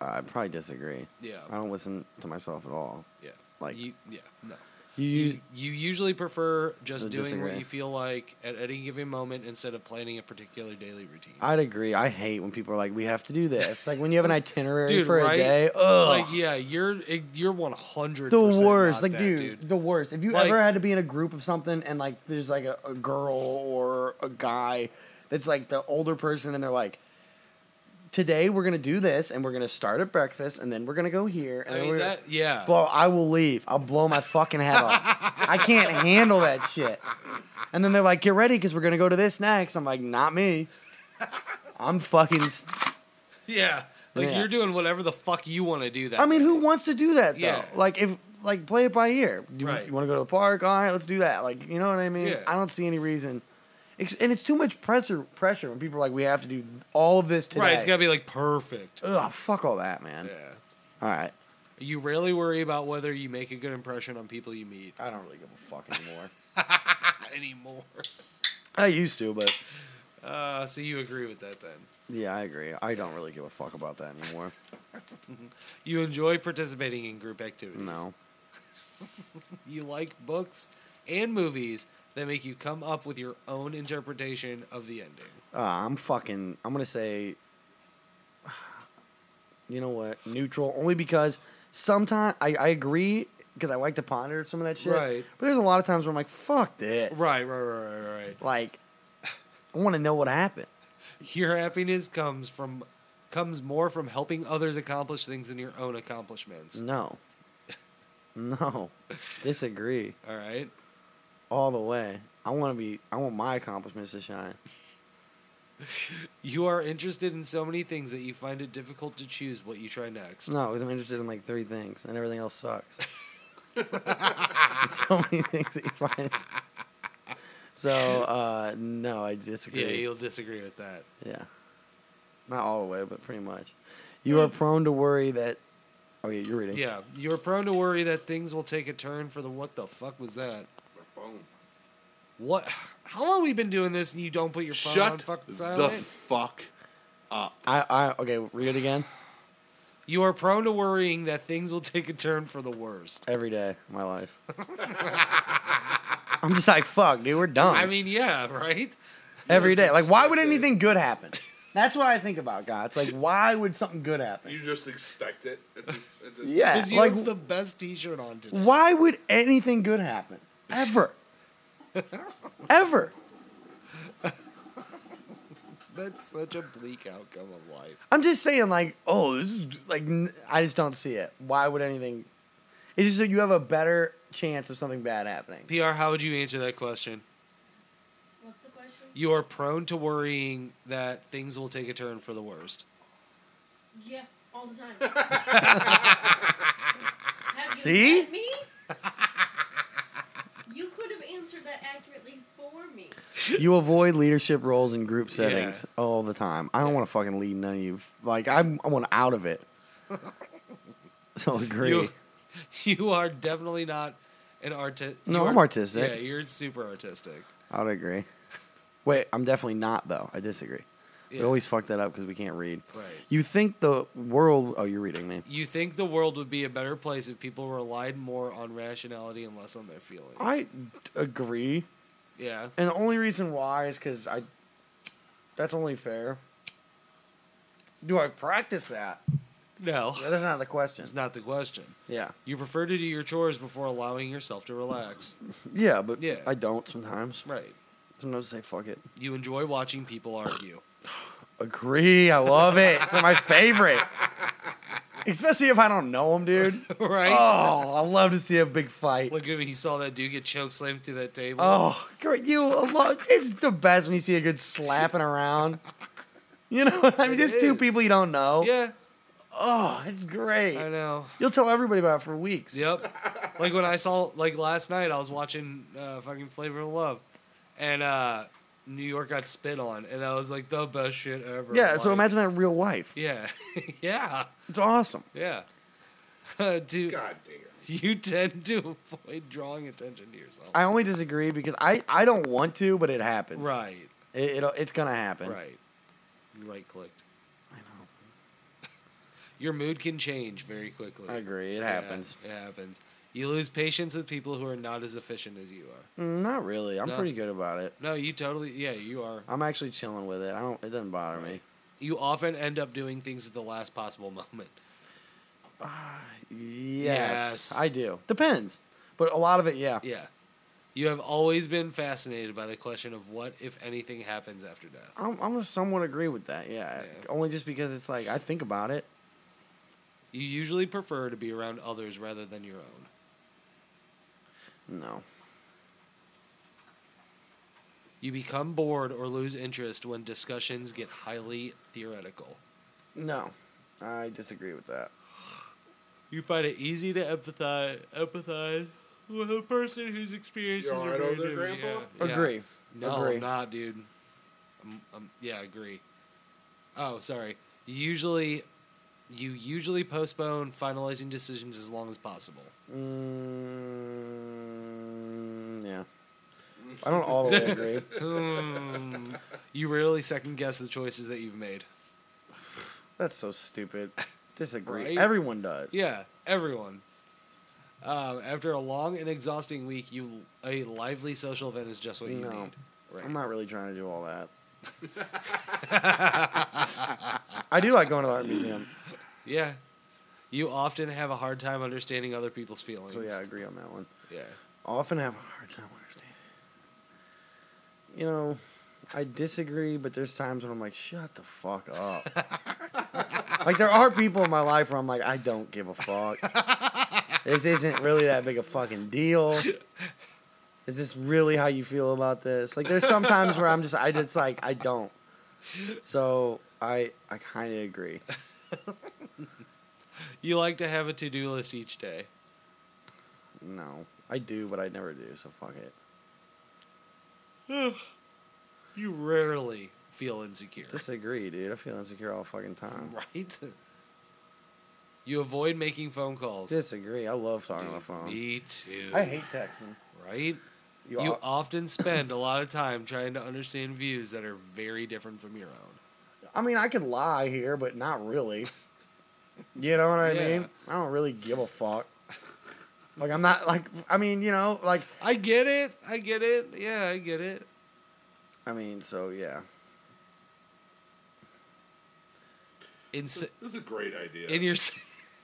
Speaker 3: I probably disagree.
Speaker 1: Yeah.
Speaker 3: I don't listen to myself at all.
Speaker 1: Yeah.
Speaker 3: Like-
Speaker 1: you, yeah, no.
Speaker 3: You,
Speaker 1: You, you usually prefer just
Speaker 3: So
Speaker 1: doing what
Speaker 3: disagree.
Speaker 1: you feel like at any given moment instead of planning a particular daily routine.
Speaker 3: I'd agree. I hate when people are like, "We have to do this." Like when
Speaker 1: <laughs>
Speaker 3: you have an itinerary
Speaker 1: Dude,
Speaker 3: for
Speaker 1: right?
Speaker 3: a day. Ugh,
Speaker 1: like, yeah, you're you're one hundred.
Speaker 3: the worst. Like, dude, the worst. If you
Speaker 1: Like-
Speaker 3: ever had to be in a group of something and like there's like a, a girl or a guy that's like the older person and they're like. Today we're gonna do this, and we're gonna start at breakfast, and then we're gonna go here, and
Speaker 1: I
Speaker 3: then
Speaker 1: mean
Speaker 3: we're
Speaker 1: that. Yeah.
Speaker 3: Bro, I will leave. I'll blow my fucking head
Speaker 1: <laughs>
Speaker 3: off. I can't handle that shit. And then they're like, get ready because we're going to go to this next. I'm like, not me. I'm fucking. s
Speaker 1: yeah. Like
Speaker 3: Yeah.
Speaker 1: you're doing whatever the fuck you want to do. That.
Speaker 3: I mean,
Speaker 1: day.
Speaker 3: who wants to do that, though?
Speaker 1: Yeah.
Speaker 3: Like, if. Like play it by ear. Do you,
Speaker 1: Right.
Speaker 3: want to go to the park? All right, let's do that. Like you know what I mean.
Speaker 1: Yeah.
Speaker 3: I don't see any reason, Ex- and it's too much pressure. Pressure when people are like, we have to do all of this today.
Speaker 1: Right. It's gotta be like perfect.
Speaker 3: Ugh, fuck all that, man.
Speaker 1: Yeah.
Speaker 3: All right,
Speaker 1: You rarely worry about whether you make a good impression on people you meet <laughs>
Speaker 3: I don't really give a fuck anymore.
Speaker 1: anymore.
Speaker 3: <laughs> I used to, but
Speaker 1: Uh, so you agree with that then?
Speaker 3: yeah, I agree. I don't really give a fuck about that anymore.
Speaker 1: You enjoy participating in group activities.
Speaker 3: No.
Speaker 1: You like books and movies that make you come up with your own interpretation of the ending.
Speaker 3: Uh, I'm fucking. I'm gonna say. <sighs> You know what? Neutral, only because sometimes I, I agree because I like to ponder some of that shit.
Speaker 1: Right.
Speaker 3: But there's a lot of times where I'm like, fuck this.
Speaker 1: Right, right, right, right, right.
Speaker 3: Like, I want to know what happened.
Speaker 1: Your happiness comes from comes more from helping others accomplish things than your own accomplishments.
Speaker 3: No. <laughs> No. Disagree
Speaker 1: All right.
Speaker 3: all the way. I want to be. I want my accomplishments to shine.
Speaker 1: You are interested in so many things that you find it difficult to choose what you try next.
Speaker 3: No, because I'm interested in like three things, and everything else
Speaker 1: <laughs>
Speaker 3: sucks. <laughs> so many things that you find. So uh, no, I
Speaker 1: Yeah,
Speaker 3: disagree.
Speaker 1: you'll disagree with that.
Speaker 3: Yeah. not all the way, but pretty much. You are prone to worry that. Oh yeah, you're reading.
Speaker 1: Yeah, you're prone to worry that things will take a turn for the what the fuck was that?
Speaker 4: Boom.
Speaker 1: What? How long we been doing this and you don't put your phone on
Speaker 4: Shut
Speaker 1: fucking
Speaker 4: the
Speaker 1: silent?
Speaker 4: fuck.
Speaker 3: I, I okay. Read it again.
Speaker 1: you are prone to worrying that things will take a turn for the worst.
Speaker 3: Every day, of my
Speaker 1: <laughs>
Speaker 3: life. I'm just like, fuck, dude. We're done.
Speaker 1: I mean, yeah, right?
Speaker 3: every day. Like, why would anything good happen? That's what I think about God.
Speaker 1: <laughs>
Speaker 3: It's like, why would something good happen?
Speaker 4: You just expect it at this, at this
Speaker 3: Yeah,
Speaker 1: Because you
Speaker 3: like,
Speaker 1: have the best t shirt on today.
Speaker 3: why would anything good happen
Speaker 1: <laughs>
Speaker 3: ever? ever.
Speaker 1: That's such a bleak outcome of life.
Speaker 3: I'm just saying, like, oh, this is like, n- I just don't see it. Why would anything? It's just that you have a better chance of something bad
Speaker 1: <laughs>
Speaker 3: happening.
Speaker 1: PR, how would you answer that question?
Speaker 5: What's the question?
Speaker 1: You are prone to worrying that things will take a turn for the worst.
Speaker 5: Yeah, all the
Speaker 3: <laughs>
Speaker 5: time. Have you
Speaker 3: See? <laughs>
Speaker 5: met me? you could have answered that accurately for me.
Speaker 3: You avoid leadership roles in group settings
Speaker 1: Yeah.
Speaker 3: all the time. I don't want to fucking lead none of you. Like, I'm, I want out of it.
Speaker 1: <laughs>
Speaker 3: so agree.
Speaker 1: You, <laughs> you are definitely not an artist.
Speaker 3: No, I'm artistic.
Speaker 1: Yeah, you're super artistic.
Speaker 3: I would agree. Wait, I'm definitely not though. I disagree.
Speaker 1: Yeah.
Speaker 3: We always fuck that up because we can't read.
Speaker 1: Right.
Speaker 3: You think the world? Oh, you're reading me.
Speaker 1: You think the world would be a better place if people relied more on rationality and less on their feelings.
Speaker 3: I d- agree,
Speaker 1: yeah.
Speaker 3: and the only reason why is because I. That's only fair. Do I practice that?
Speaker 1: No.
Speaker 3: That's not the question.
Speaker 1: That's not the question.
Speaker 3: Yeah.
Speaker 1: You prefer to do your chores before allowing yourself to relax.
Speaker 3: Yeah, but
Speaker 1: Yeah.
Speaker 3: I don't sometimes.
Speaker 1: Right.
Speaker 3: Sometimes I say fuck it.
Speaker 1: You enjoy watching people argue. <laughs>
Speaker 3: Agree. I love it. it's my favorite. Especially if I don't know him, dude.
Speaker 1: <laughs> right?
Speaker 3: Oh, I love to see a big fight.
Speaker 1: Look at me. He saw that dude get choke slammed through that table.
Speaker 3: Oh, great. You love it's the best when you see a good slapping around. You know, what I mean,
Speaker 1: It
Speaker 3: just two
Speaker 1: is.
Speaker 3: people you don't know.
Speaker 1: Yeah,
Speaker 3: Oh, it's great.
Speaker 1: I know.
Speaker 3: You'll tell everybody about it for weeks.
Speaker 1: Yep. like when I saw, like last night, I was watching uh, fucking Flavor of Love, and uh, New York got spit on, and that was like the best shit ever.
Speaker 3: Yeah, so
Speaker 1: Like,
Speaker 3: imagine that in real life.
Speaker 1: Yeah, <laughs> yeah,
Speaker 3: It's awesome.
Speaker 1: yeah. <laughs> Uh, do
Speaker 4: God damn.
Speaker 1: you tend to avoid drawing attention to yourself?
Speaker 3: I only disagree because I, I don't want to, but it happens.
Speaker 1: right,
Speaker 3: It, it'll, it's going to happen.
Speaker 1: right. You right clicked. <laughs> Your mood can change very quickly.
Speaker 3: I agree. It
Speaker 1: Yeah,
Speaker 3: happens.
Speaker 1: it happens. You lose patience with people who are not as efficient as you are.
Speaker 3: Mm, Not really. I'm
Speaker 1: No.
Speaker 3: pretty good about it.
Speaker 1: No, you totally. Yeah, you are.
Speaker 3: I'm actually chilling with it. I don't. It doesn't bother me.
Speaker 1: You often end up doing things at the last possible moment. <laughs>
Speaker 3: Yes,
Speaker 1: Yes.
Speaker 3: I do. Depends, but a lot of it, yeah.
Speaker 1: Yeah. You have always been fascinated by the question of what, if anything, happens after death.
Speaker 3: I'm, I'm gonna somewhat agree with that. Yeah.
Speaker 1: Yeah.
Speaker 3: only just because it's like I think about it.
Speaker 1: You usually prefer to be around others rather than your own.
Speaker 3: No,
Speaker 1: You become bored or lose interest when discussions get highly theoretical.
Speaker 3: no, I disagree with that.
Speaker 1: You find it easy to empathize, empathize with a person whose experiences
Speaker 4: You all
Speaker 1: are
Speaker 4: right
Speaker 1: very
Speaker 4: over there,
Speaker 1: different.
Speaker 4: Grandpa?
Speaker 1: Yeah, yeah.
Speaker 3: Agree.
Speaker 1: No,
Speaker 3: Agree.
Speaker 1: I'm not, dude. Um, um, yeah, agree. Oh, sorry. You Usually, you usually postpone finalizing decisions as long as possible.
Speaker 3: Mm, yeah. I don't all the way <laughs> agree. <laughs>
Speaker 1: Hmm. you rarely second guess the choices that you've made.
Speaker 3: That's so stupid. Disagree.
Speaker 1: Right?
Speaker 3: Everyone does.
Speaker 1: Yeah, everyone. Um, after a long and exhausting week, you a lively social event is just what you
Speaker 3: No.
Speaker 1: need. Right.
Speaker 3: I'm not really trying to do all
Speaker 1: <laughs>
Speaker 3: that. I do like going to the art museum.
Speaker 1: Yeah. You often have a hard time understanding other people's feelings.
Speaker 3: So yeah, I agree on that one.
Speaker 1: Yeah.
Speaker 3: often have a hard time understanding. You know, I disagree, but there's times when I'm like, shut the fuck up. like there are people in my life where I'm like, I don't give a fuck. this isn't really that big a fucking deal. Is this really how you feel about this? Like there's some times where I'm just I just like I don't. So I I kind of agree.
Speaker 1: You like to have a to do list each day.
Speaker 3: No, I do, but I never do. So fuck it.
Speaker 1: You rarely feel insecure.
Speaker 3: Disagree, dude. I feel insecure all fucking time.
Speaker 1: <laughs> Right? You avoid making phone calls.
Speaker 3: Disagree. I love talking on the
Speaker 1: Dude,
Speaker 3: phone.
Speaker 1: Me too.
Speaker 3: I hate texting.
Speaker 1: Right? You,
Speaker 3: You, are, <laughs>
Speaker 1: often spend a lot of time trying to understand views that are very different from your own.
Speaker 3: I mean, I could lie here, but not really. You know what I
Speaker 1: Yeah.
Speaker 3: mean? I don't really give a fuck. Like I'm not like I mean, you know, like
Speaker 1: I get it. I get it. Yeah, I get it.
Speaker 3: I mean, so yeah.
Speaker 1: In s-
Speaker 4: This is a great idea.
Speaker 1: in your <laughs> s-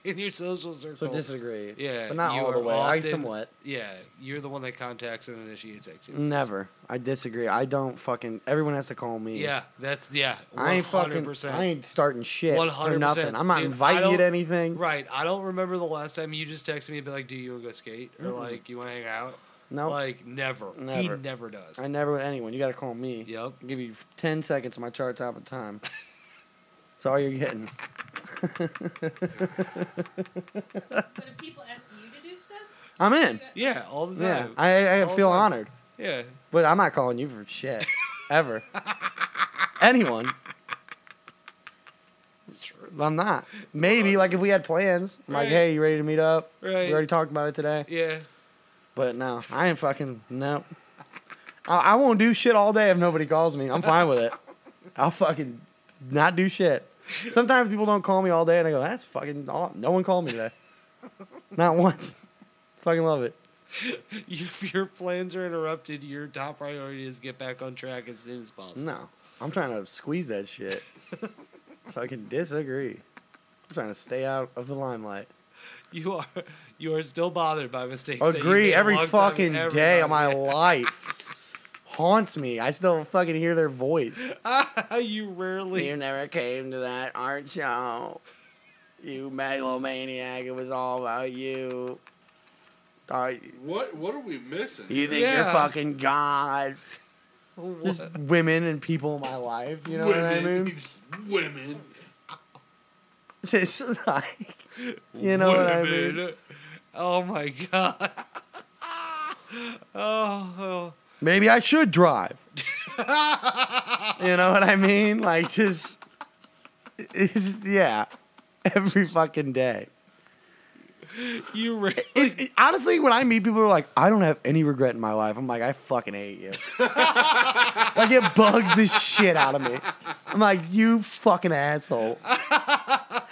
Speaker 1: in your social circle.
Speaker 3: So disagree.
Speaker 1: Yeah,
Speaker 3: But not
Speaker 1: you
Speaker 3: all the
Speaker 1: are
Speaker 3: way. I
Speaker 1: often-
Speaker 3: somewhat.
Speaker 1: Yeah, you're the one that contacts and initiates activity.
Speaker 3: Never. I disagree. I don't fucking. Everyone has to call me.
Speaker 1: Yeah, that's yeah. 100%.
Speaker 3: I ain't fucking. I ain't starting shit. Or
Speaker 1: 100%.
Speaker 3: nothing. I'm not
Speaker 1: Dude, I
Speaker 3: inviting you to
Speaker 1: don't-
Speaker 3: anything.
Speaker 1: Right. I don't remember the last time you just texted me and be like, "Do you want to go skate?" or like, "You want to hang out?"
Speaker 3: No.
Speaker 1: Like never. He
Speaker 3: Never.
Speaker 1: never does.
Speaker 3: I never with anyone. You gotta call me.
Speaker 1: Yep.
Speaker 3: I'll give you ten seconds of my chart top of time. That's all you're getting.
Speaker 5: But if people ask you to do stuff,
Speaker 3: I'm in.
Speaker 5: you-
Speaker 1: Yeah, all the
Speaker 3: Yeah.
Speaker 1: time.
Speaker 3: I, I
Speaker 1: All
Speaker 3: feel
Speaker 1: time.
Speaker 3: honored,
Speaker 1: Yeah.
Speaker 3: but I'm not calling you for shit
Speaker 1: <laughs>
Speaker 3: ever. anyone.
Speaker 1: It's true.
Speaker 3: I'm not. Maybe like if we had plans, I'm like,
Speaker 1: Right.
Speaker 3: hey, you ready to meet up?
Speaker 1: Right.
Speaker 3: We already talked about it today.
Speaker 1: Yeah. <laughs>
Speaker 3: But no, I ain't fucking no. I, I won't do shit all day if nobody calls me. I'm fine with it. I'll fucking not do shit. Sometimes people don't call me all day, and I go, "That's fucking all, no one called me today, not once." Fucking love it.
Speaker 1: If your plans are interrupted, your top priority is get back on track as soon as possible.
Speaker 3: No, I'm trying to squeeze that
Speaker 1: <laughs>
Speaker 3: shit. fucking disagree. I'm trying to stay out of the limelight.
Speaker 1: You are you are still bothered by mistakes. that you made
Speaker 3: Agree
Speaker 1: a
Speaker 3: every
Speaker 1: long time
Speaker 3: fucking
Speaker 1: with
Speaker 3: day of
Speaker 1: everybody.
Speaker 3: my life. Haunts me. I still fucking hear their voice.
Speaker 1: <laughs> you rarely
Speaker 3: You never came to that art show. You megalomaniac. It was all about you. Thought-
Speaker 4: what What are we missing?
Speaker 3: you think you're
Speaker 1: Yeah.
Speaker 3: fucking God. Just women and people in my life. You know what I mean? <laughs>
Speaker 4: These women.
Speaker 3: Just like, you
Speaker 1: <laughs>
Speaker 3: know what I
Speaker 1: Women.
Speaker 3: mean?
Speaker 1: Oh my god. <laughs> oh, oh.
Speaker 3: Maybe I should drive. you know what I mean? Like, just, it's, yeah, every fucking day.
Speaker 1: you rarely
Speaker 3: If, if- honestly, when I meet people who are like, I don't have any regret in my life, I'm like, I fucking hate you. like, it bugs the shit out of me. I'm like, you fucking asshole.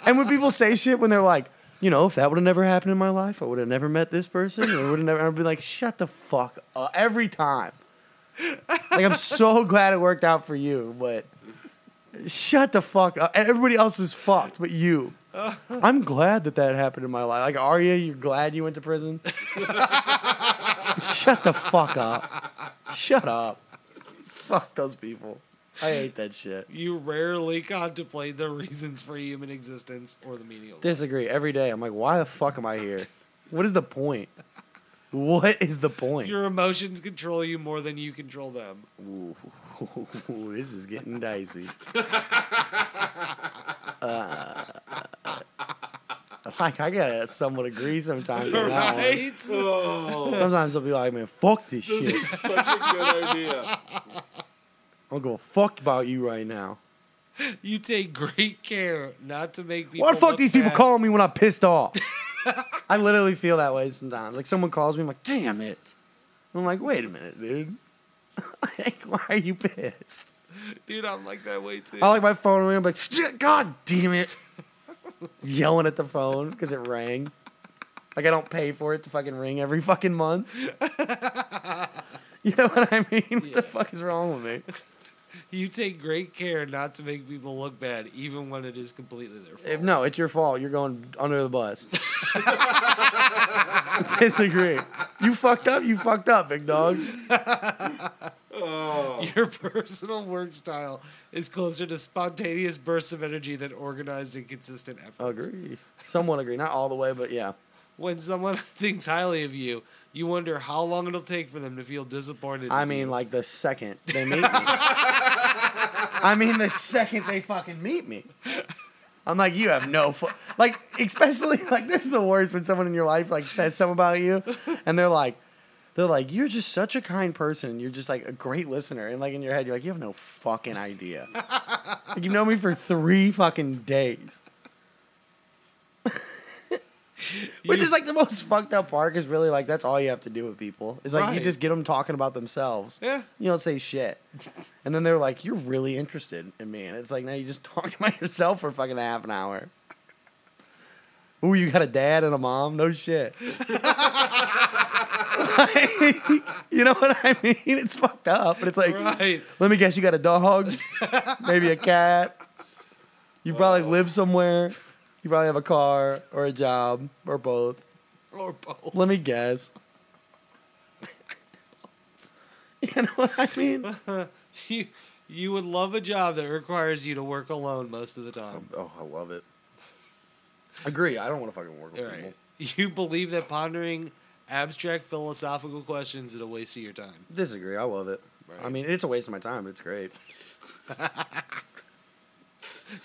Speaker 3: and when people say shit, when they're like, you know, if that would have never happened in my life, I would have never met this person. Or would have never. I'd be like, shut the fuck up every time. Like, I'm so glad it worked out for you, but shut the fuck up. And everybody else is fucked, but you. I'm glad that that happened in my life. Like Arya, you're glad you went to prison. Shut the fuck up. Shut up. Fuck those people. I hate that shit.
Speaker 1: <laughs> you rarely contemplate the reasons for human existence or the meaning of life.
Speaker 3: Disagree every day. I'm like, why the fuck am I here? What is the point? What is the point?
Speaker 1: Your emotions control you more than you control them.
Speaker 3: <laughs> Ooh, this is getting dicey. Uh, <laughs> like I gotta somewhat agree sometimes on that one.
Speaker 1: Right?
Speaker 4: Oh,
Speaker 3: Sometimes I'll be like, man, fuck this
Speaker 4: this
Speaker 3: shit.
Speaker 4: is such a good
Speaker 1: <laughs>
Speaker 4: idea.
Speaker 3: I don't give a fuck about you right now.
Speaker 1: You take great care not to make people.
Speaker 3: Why the fuck
Speaker 1: look
Speaker 3: these people
Speaker 1: bad.
Speaker 3: calling me when I'm pissed
Speaker 1: <laughs>
Speaker 3: off? I literally feel that way sometimes. Like someone calls me, I'm like, damn it. I'm like, wait a minute, dude. <laughs> like, why are you pissed?
Speaker 1: Dude, I'm like that way too.
Speaker 3: I like my phone ring. I'm like, "St- God damn it. <laughs> Yelling at the phone because it rang. Like, I don't pay for it to fucking ring every fucking
Speaker 1: <laughs>
Speaker 3: month. <laughs> you know what I mean? What the fuck is wrong with me?
Speaker 1: You take great care not to make people look bad, even when it is completely their fault.
Speaker 3: If no, it's your fault. You're going under the bus. <laughs> Disagree. You fucked up. You fucked up, big dog.
Speaker 1: <laughs> Your personal work style is closer to spontaneous bursts of energy than organized and consistent efforts.
Speaker 3: Agree. Someone agree. Not all the way, but yeah.
Speaker 1: When someone <laughs> thinks highly of you, you wonder how long it'll take for them to feel disappointed.
Speaker 3: I
Speaker 1: in
Speaker 3: mean,
Speaker 1: you.
Speaker 3: like the second they meet me.
Speaker 1: <laughs>
Speaker 3: I mean, the second they fucking meet me. I'm like, you have no fu-. like, especially like this is the worst when someone in your life like says something about you, and they're like, they're like, you're just such a kind person. You're just like a great listener, and like in your head, you're like, you have no fucking idea. like, you've known me for three fucking days. <laughs> Which is like the most fucked up part is really like that's all you have to do with people. It's like you
Speaker 1: Right.
Speaker 3: just get them talking about themselves.
Speaker 1: Yeah.
Speaker 3: You don't say shit. And then they're like, you're really interested in me. And it's like, now you just <laughs> talking about yourself for fucking half an hour. Ooh, you got a dad and a mom? No shit. <laughs> you know what I mean? It's fucked up. But it's like,
Speaker 1: Right.
Speaker 3: let me guess, you got a
Speaker 1: <laughs>
Speaker 3: dog, maybe a cat. You probably live somewhere. You probably have a car or a job or both.
Speaker 1: Or both.
Speaker 3: Let me guess. <laughs> you know what I <laughs> mean?
Speaker 1: <laughs> You, you would love a job that requires you to work alone most of the time.
Speaker 3: Oh, I love it. Agree. I don't want to fucking work with
Speaker 1: All
Speaker 3: people.
Speaker 1: right. <laughs> You believe that pondering abstract philosophical questions is a waste of your time. <laughs>
Speaker 3: Disagree. I love it. I
Speaker 1: Right.
Speaker 3: mean, it's a waste of my time. but It's <laughs> great.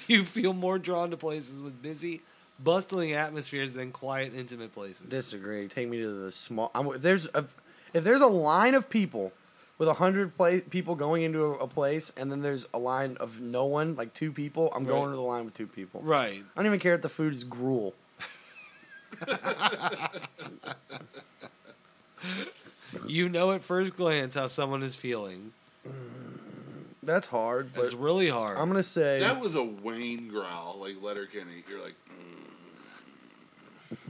Speaker 1: You feel more drawn to places with busy, bustling atmospheres than quiet, intimate places.
Speaker 3: Disagree. Take me to the small. I'm, if there's a, if there's a line of people with a hundred pla- people going into a, a place, and then there's a line of no one, like two people, I'm going to the line with two people.
Speaker 1: right.
Speaker 3: I don't even care if the food is gruel.
Speaker 1: You know at first glance how someone is feeling.
Speaker 3: That's hard, but
Speaker 1: It's really hard.
Speaker 3: I'm gonna say
Speaker 4: That was a Wayne growl, like Letterkenny. You're like, mm,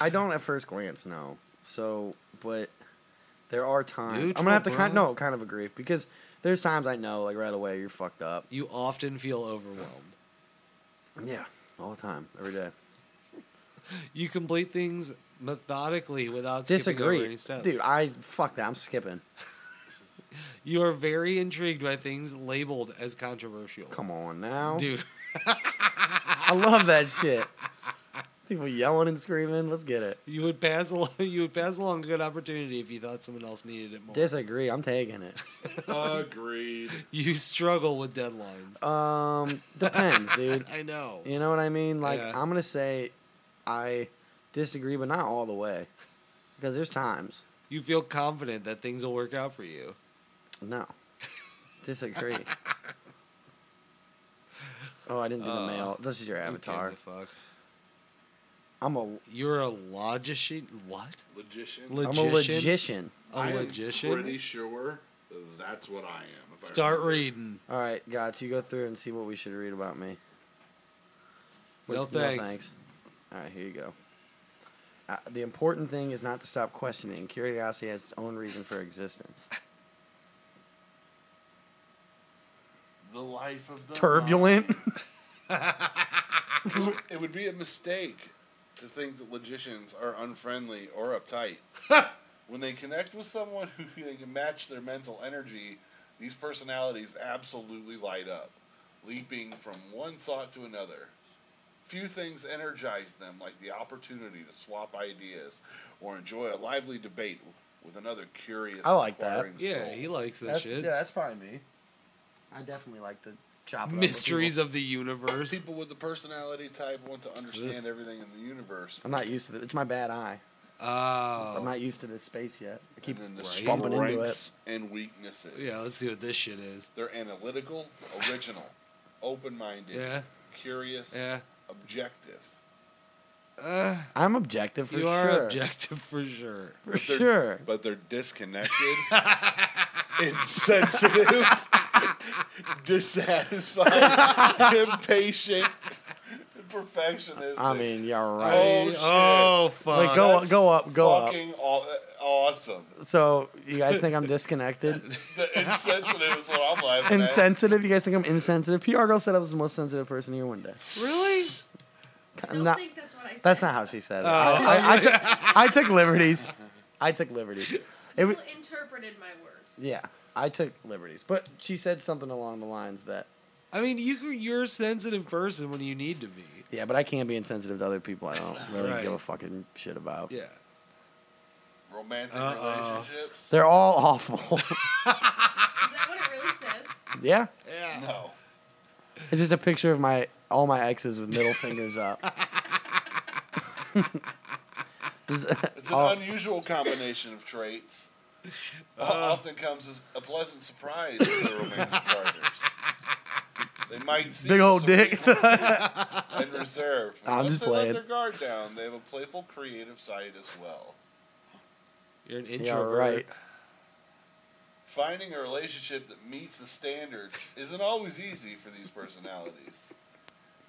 Speaker 3: I don't at first glance know. So, but there are times I'm
Speaker 1: Neutral,
Speaker 3: gonna have to kind
Speaker 1: bro.
Speaker 3: no kind of agree because there's times I know like right away you're fucked up.
Speaker 1: you often feel overwhelmed.
Speaker 3: Yeah, all the time, every day.
Speaker 1: You complete things methodically without skipping over
Speaker 3: Disagree,
Speaker 1: any steps.
Speaker 3: dude. I fuck that. I'm skipping.
Speaker 1: you are very intrigued by things labeled as controversial.
Speaker 3: Come on now,
Speaker 1: Dude,
Speaker 3: I love that
Speaker 1: <laughs>
Speaker 3: shit. People yelling and screaming. Let's get it.
Speaker 1: you would pass along <laughs> you would pass along a good opportunity if you thought someone else needed it more.
Speaker 3: Disagree. I'm taking it.
Speaker 4: agreed.
Speaker 1: you struggle with deadlines.
Speaker 3: Um, depends, dude.
Speaker 1: I know.
Speaker 3: You know what I mean? Like
Speaker 1: Yeah.
Speaker 3: I'm gonna say, I disagree, but not all the way, because there's times.
Speaker 1: You feel confident that things will work out for you.
Speaker 3: No. Disagree. oh, I didn't do the mail.
Speaker 1: Uh,
Speaker 3: This is your
Speaker 1: Who gives
Speaker 3: avatar.
Speaker 1: a fuck?
Speaker 3: I'm a
Speaker 1: You're a logician. What?
Speaker 4: Logician.
Speaker 3: am
Speaker 1: Logician.
Speaker 3: a logician.
Speaker 1: A
Speaker 4: I am
Speaker 1: logician?
Speaker 4: Pretty sure that's what I am. if I
Speaker 1: Start
Speaker 4: remember.
Speaker 1: reading.
Speaker 3: All right, Gots, you go through and see what we should read about me.
Speaker 1: No thanks.
Speaker 3: All right, here you go. Uh, the important thing is not to stop questioning. Curiosity has its own reason for existence.
Speaker 4: The life of the
Speaker 3: Turbulent. <laughs>
Speaker 4: mind. It would be a mistake to think that logicians are unfriendly or <laughs> uptight. when they connect with someone who they can match their mental energy, these personalities absolutely light up, leaping from one thought to another. Few things energize them like the opportunity to swap ideas or enjoy a lively debate with another curious,
Speaker 3: I like that.
Speaker 4: inquiring
Speaker 1: Yeah,
Speaker 4: soul.
Speaker 1: he likes <laughs> that
Speaker 3: That's- yeah,
Speaker 1: shit.
Speaker 3: that's probably me. I definitely like to chop it up with
Speaker 1: <laughs> Mysteries
Speaker 3: people.
Speaker 1: of the universe.
Speaker 4: People with the personality type want to understand everything in the universe.
Speaker 3: I'm not used to it. It's my bad eye. I'm
Speaker 1: Oh.
Speaker 3: not used to this space yet. I keep
Speaker 4: and then the
Speaker 1: Right.
Speaker 3: bumping into it.
Speaker 4: strengths and weaknesses.
Speaker 1: Yeah, let's see what this shit is.
Speaker 4: They're analytical, original, open minded,
Speaker 1: Yeah.
Speaker 4: curious,
Speaker 1: Yeah.
Speaker 4: objective.
Speaker 3: I'm objective for
Speaker 1: you
Speaker 3: sure.
Speaker 1: are objective <laughs> for sure.
Speaker 3: For
Speaker 4: they're-
Speaker 3: sure.
Speaker 4: But they're
Speaker 3: <laughs>
Speaker 4: disconnected, insensitive, dissatisfied, <laughs> impatient, and perfectionistic.
Speaker 3: I mean, you're right.
Speaker 4: oh, shit.
Speaker 1: Oh, fuck.
Speaker 3: Like, go go up, go up.
Speaker 4: Fucking aw- awesome.
Speaker 3: So you guys think I'm disconnected?
Speaker 1: <laughs>
Speaker 4: The insensitive is what I'm laughing at.
Speaker 3: insensitive? You guys think I'm insensitive? P. Argo said I was the most sensitive person here one day.
Speaker 1: really?
Speaker 5: Don't
Speaker 3: Not-
Speaker 5: think that's what I said.
Speaker 3: that's not how she said it. I, I, I, took,
Speaker 1: Oh.
Speaker 3: I took liberties. I took
Speaker 1: <laughs>
Speaker 3: liberties. It
Speaker 5: You
Speaker 3: was,
Speaker 5: interpreted my words.
Speaker 3: yeah, I took liberties. But she said something along the lines that
Speaker 1: I mean, you, can- you're a sensitive person when you need to be.
Speaker 3: yeah, but I can't be insensitive to other people. I don't really
Speaker 1: Right.
Speaker 3: give a fucking shit about.
Speaker 1: Yeah.
Speaker 4: Romantic relationships?
Speaker 3: Uh-uh. They're all <laughs> awful.
Speaker 5: Is that what it really says?
Speaker 3: yeah.
Speaker 4: No.
Speaker 3: It's just a picture of my all my exes with middle fingers up. This-
Speaker 4: It's an
Speaker 3: Oh.
Speaker 4: unusual combination of traits.
Speaker 3: Uh. <laughs>
Speaker 4: O- often comes as a pleasant surprise to the romantic partners. They might see
Speaker 3: Big old
Speaker 4: some
Speaker 3: dick.
Speaker 4: people
Speaker 3: <laughs>
Speaker 4: and reserved. but
Speaker 3: I'm
Speaker 4: once
Speaker 3: just
Speaker 4: they
Speaker 3: playing.
Speaker 4: Let their guard down. They have a playful, creative side as well.
Speaker 1: You're an
Speaker 3: yeah,
Speaker 1: introvert.
Speaker 3: right.
Speaker 4: Finding a relationship that meets the standards isn't always easy for these personalities.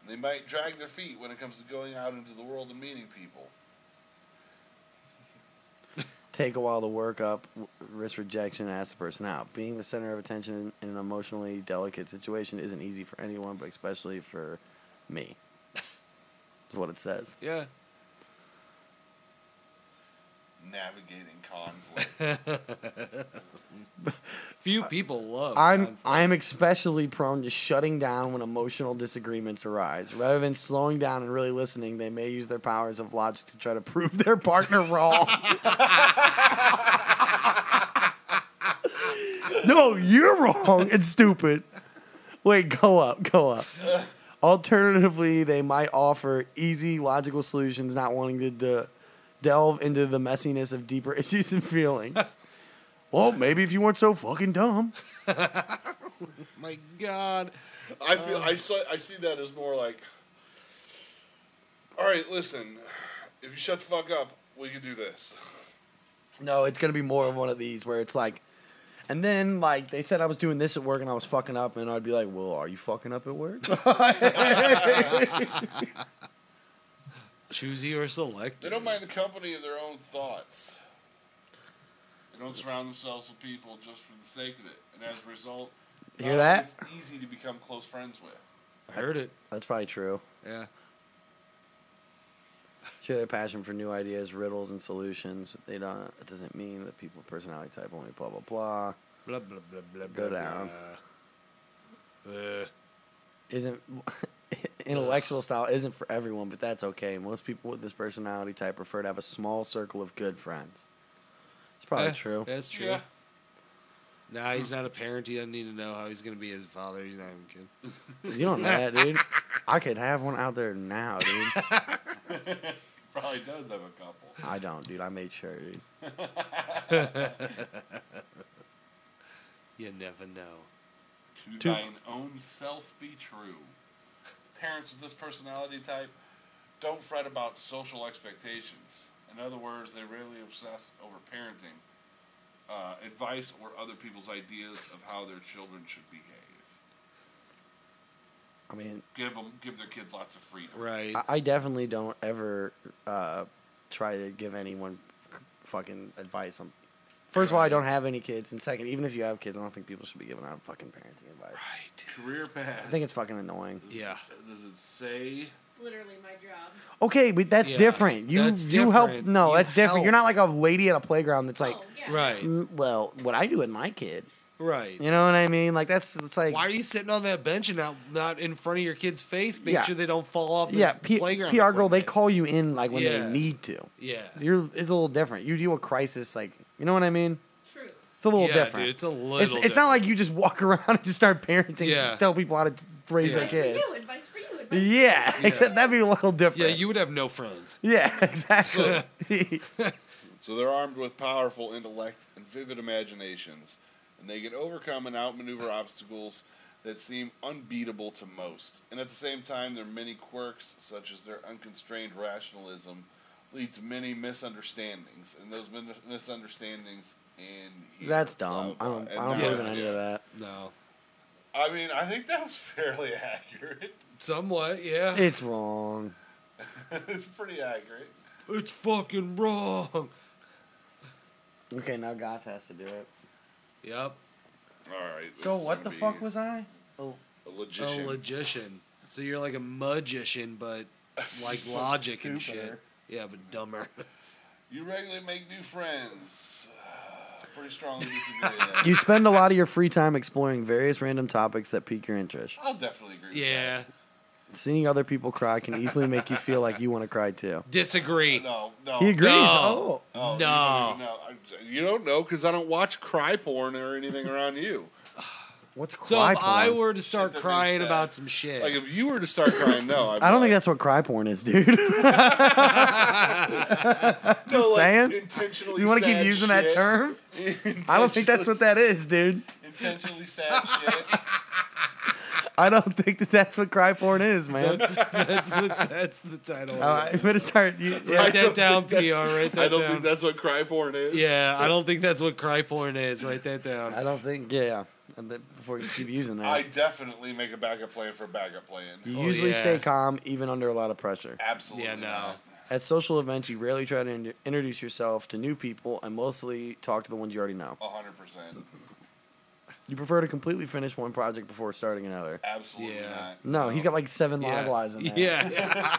Speaker 4: They might drag their feet when it comes to going out into the world and meeting people.
Speaker 3: Take a while to work up, w- risk rejection, and ask the person out. Being the center of attention in an emotionally delicate situation isn't easy for anyone, but especially for me. <laughs> Is what it says.
Speaker 1: Yeah.
Speaker 4: Navigating conflict.
Speaker 1: Few people love.
Speaker 3: I'm
Speaker 1: conflict.
Speaker 3: I'm especially prone to shutting down when emotional disagreements arise. Rather than slowing down and really listening, they may use their powers of logic to try to prove <laughs> their partner wrong. <laughs> no, you're wrong and stupid. Wait, go up, go up. Alternatively, they might offer easy, logical solutions, not wanting to de- delve into the messiness of deeper <laughs> issues and feelings. well, maybe if you weren't so fucking dumb.
Speaker 1: My God.
Speaker 4: I
Speaker 3: Um,
Speaker 4: feel I saw I see that as more like, all right, listen, if you shut the fuck up, we can do this.
Speaker 3: No, it's gonna be more of one of these where it's like, and then like they said I was doing this at work and I was fucking up, and I'd be like, "Well, are you fucking up at work?" <laughs>
Speaker 1: Choosy or select?
Speaker 4: They don't mind the company of their own thoughts. They don't surround themselves with people just for the sake of it, and as a result,
Speaker 3: Hear
Speaker 4: not
Speaker 3: that?
Speaker 4: always easy to become close friends with.
Speaker 1: I heard it.
Speaker 3: That's probably true.
Speaker 1: Yeah.
Speaker 3: Share their passion for new ideas, riddles, and solutions, but they don't. It doesn't mean that people personality type only. Blah blah blah.
Speaker 1: Blah blah blah blah.
Speaker 3: Go
Speaker 1: blah,
Speaker 3: down.
Speaker 1: blah. Uh,
Speaker 3: Isn't <laughs> intellectual style isn't for everyone, but that's okay. Most people with this personality type prefer to have a small circle of good friends. It's probably
Speaker 1: yeah,
Speaker 3: true.
Speaker 1: eh, That's true.
Speaker 4: Yeah.
Speaker 1: Nah, he's not a parent. He doesn't need to know how he's gonna be his father. He's not even kidding.
Speaker 3: You don't know that, dude. I could have one out there now, dude.
Speaker 4: Probably does have a couple.
Speaker 3: I don't, dude. I made sure, dude.
Speaker 1: You never know.
Speaker 4: To
Speaker 3: Two-
Speaker 4: thine own self be true. Parents with this personality type don't fret about social expectations. In other words, they rarely obsess over parenting, uh, advice, or other people's ideas of how their children should behave.
Speaker 3: I mean,
Speaker 4: Give them, give their kids lots of freedom.
Speaker 1: Right.
Speaker 3: I, I definitely don't ever uh, try to give anyone fucking advice on. First of all, I don't have any kids, and second, even if you have kids, I don't think people should be giving out fucking parenting advice.
Speaker 1: Right.
Speaker 4: Career
Speaker 3: I
Speaker 4: path.
Speaker 3: think it's fucking annoying.
Speaker 1: Yeah.
Speaker 4: Does it say?
Speaker 5: It's literally my job.
Speaker 3: Okay, but that's
Speaker 1: Yeah,
Speaker 3: different. You
Speaker 1: that's
Speaker 3: you help.
Speaker 1: different.
Speaker 3: No,
Speaker 1: You
Speaker 3: that's different. You're
Speaker 1: help.
Speaker 3: not like a lady at a playground that's like,
Speaker 5: oh, yeah.
Speaker 1: Right.
Speaker 3: "Mm, well, what I do with my kid.
Speaker 1: Right.
Speaker 3: You know what I mean? Like that's it's like
Speaker 1: Why are you sitting on that bench and not, not in front of your kid's face? Make
Speaker 3: Yeah.
Speaker 1: sure they don't fall off the
Speaker 3: yeah, P-
Speaker 1: playground.
Speaker 3: PR girl. They
Speaker 1: equipment.
Speaker 3: call you in like when
Speaker 1: Yeah.
Speaker 3: they need to.
Speaker 1: Yeah.
Speaker 3: You're it's a little different. You deal with crisis like you know what I mean.
Speaker 5: True.
Speaker 3: It's a little
Speaker 1: yeah,
Speaker 3: different.
Speaker 1: Dude, it's a little.
Speaker 3: It's, it's not like you just walk <laughs> around and just start parenting.
Speaker 1: Yeah.
Speaker 3: Tell people how to t- raise
Speaker 1: Yeah.
Speaker 3: their
Speaker 5: Advice for
Speaker 3: kids.
Speaker 5: you. Advice for you. Advice
Speaker 3: Yeah,
Speaker 1: Yeah.
Speaker 3: <laughs> except that'd be a little
Speaker 1: Yeah,
Speaker 3: different.
Speaker 1: you would have no friends.
Speaker 3: Yeah, <laughs> exactly.
Speaker 4: So they're armed with powerful intellect and vivid imaginations, and they can overcome and outmaneuver obstacles that seem unbeatable to most. And at the same time, their many quirks, such as their unconstrained rationalism, lead to many misunderstandings. And those min- misunderstandings in
Speaker 3: <laughs>
Speaker 4: here,
Speaker 3: That's
Speaker 4: blah,
Speaker 3: dumb. I
Speaker 4: blah,
Speaker 3: don't.
Speaker 4: and
Speaker 3: I don't
Speaker 4: that-
Speaker 3: believe in any of that.
Speaker 1: No.
Speaker 4: I mean, I think that was <laughs> fairly accurate. <laughs>
Speaker 1: Somewhat, yeah.
Speaker 3: It's wrong.
Speaker 4: it's pretty accurate.
Speaker 1: it's fucking wrong.
Speaker 3: Okay, now God has to do it.
Speaker 1: Yep.
Speaker 4: All right.
Speaker 3: So
Speaker 4: this is
Speaker 3: what the
Speaker 4: gonna be
Speaker 3: fuck was Oh, I?
Speaker 4: a logician?
Speaker 1: A logician. So you're like a magician, but
Speaker 3: <laughs>
Speaker 1: like logic and shit.
Speaker 3: Stupider.
Speaker 1: Yeah,
Speaker 3: <laughs>
Speaker 1: but dumber.
Speaker 4: you regularly make new friends. <sighs> pretty
Speaker 1: <laughs>
Speaker 4: strongly disagree. with that.
Speaker 3: You spend a lot of your free time exploring various random topics that pique your interest.
Speaker 4: I'll definitely agree.
Speaker 1: Yeah.
Speaker 3: Seeing other people cry can easily make you feel like you want to cry too.
Speaker 1: Disagree.
Speaker 4: With that. No, no.
Speaker 3: He agrees.
Speaker 1: No.
Speaker 3: Oh,
Speaker 4: No,
Speaker 1: No.
Speaker 4: You don't know because I don't watch cry porn or anything around you.
Speaker 3: what's
Speaker 1: So
Speaker 3: cry
Speaker 1: if I
Speaker 3: porn?
Speaker 1: were to start
Speaker 4: that makes
Speaker 1: crying
Speaker 4: sense.
Speaker 1: about some shit, <laughs>
Speaker 4: Like if you were to start crying, no. I'd
Speaker 3: I don't think
Speaker 4: be like,
Speaker 3: that's what cry porn is, dude.
Speaker 4: no, like,
Speaker 3: saying.
Speaker 4: Intentionally,
Speaker 3: You want to keep
Speaker 4: sad
Speaker 3: using that
Speaker 4: shit.
Speaker 1: <laughs>
Speaker 3: term? I don't think that's what that is, dude. <laughs>
Speaker 4: Intentionally sad shit.
Speaker 3: I don't think that that's what cry porn is, man.
Speaker 1: That's, that's, the, that's the
Speaker 3: <laughs>
Speaker 1: title.
Speaker 3: All right, I'm gonna start.
Speaker 1: <laughs>
Speaker 3: You, yeah.
Speaker 1: Write
Speaker 4: <laughs>
Speaker 1: that down, PR. Write that
Speaker 4: I don't
Speaker 1: down.
Speaker 4: think that's what cry porn is.
Speaker 1: yeah,
Speaker 3: <laughs>
Speaker 1: I don't think that's what cry porn is. Write that
Speaker 3: I
Speaker 1: down.
Speaker 3: don't think. Yeah, and that- before you keep using that,
Speaker 4: I definitely make a backup plan for backup plan.
Speaker 3: you
Speaker 1: Oh,
Speaker 3: usually
Speaker 1: yeah.
Speaker 3: stay calm even under a lot of pressure.
Speaker 4: Absolutely.
Speaker 1: Yeah, no.
Speaker 4: not.
Speaker 3: At social events, you rarely try to in- introduce yourself to new people and mostly talk to the ones you already know.
Speaker 4: A hundred percent.
Speaker 3: You prefer to completely finish one project before starting another.
Speaker 4: Absolutely
Speaker 1: Yeah.
Speaker 4: not.
Speaker 3: No, he's got like seven live
Speaker 1: Yeah.
Speaker 3: lies in there.
Speaker 1: Yeah.
Speaker 3: <laughs>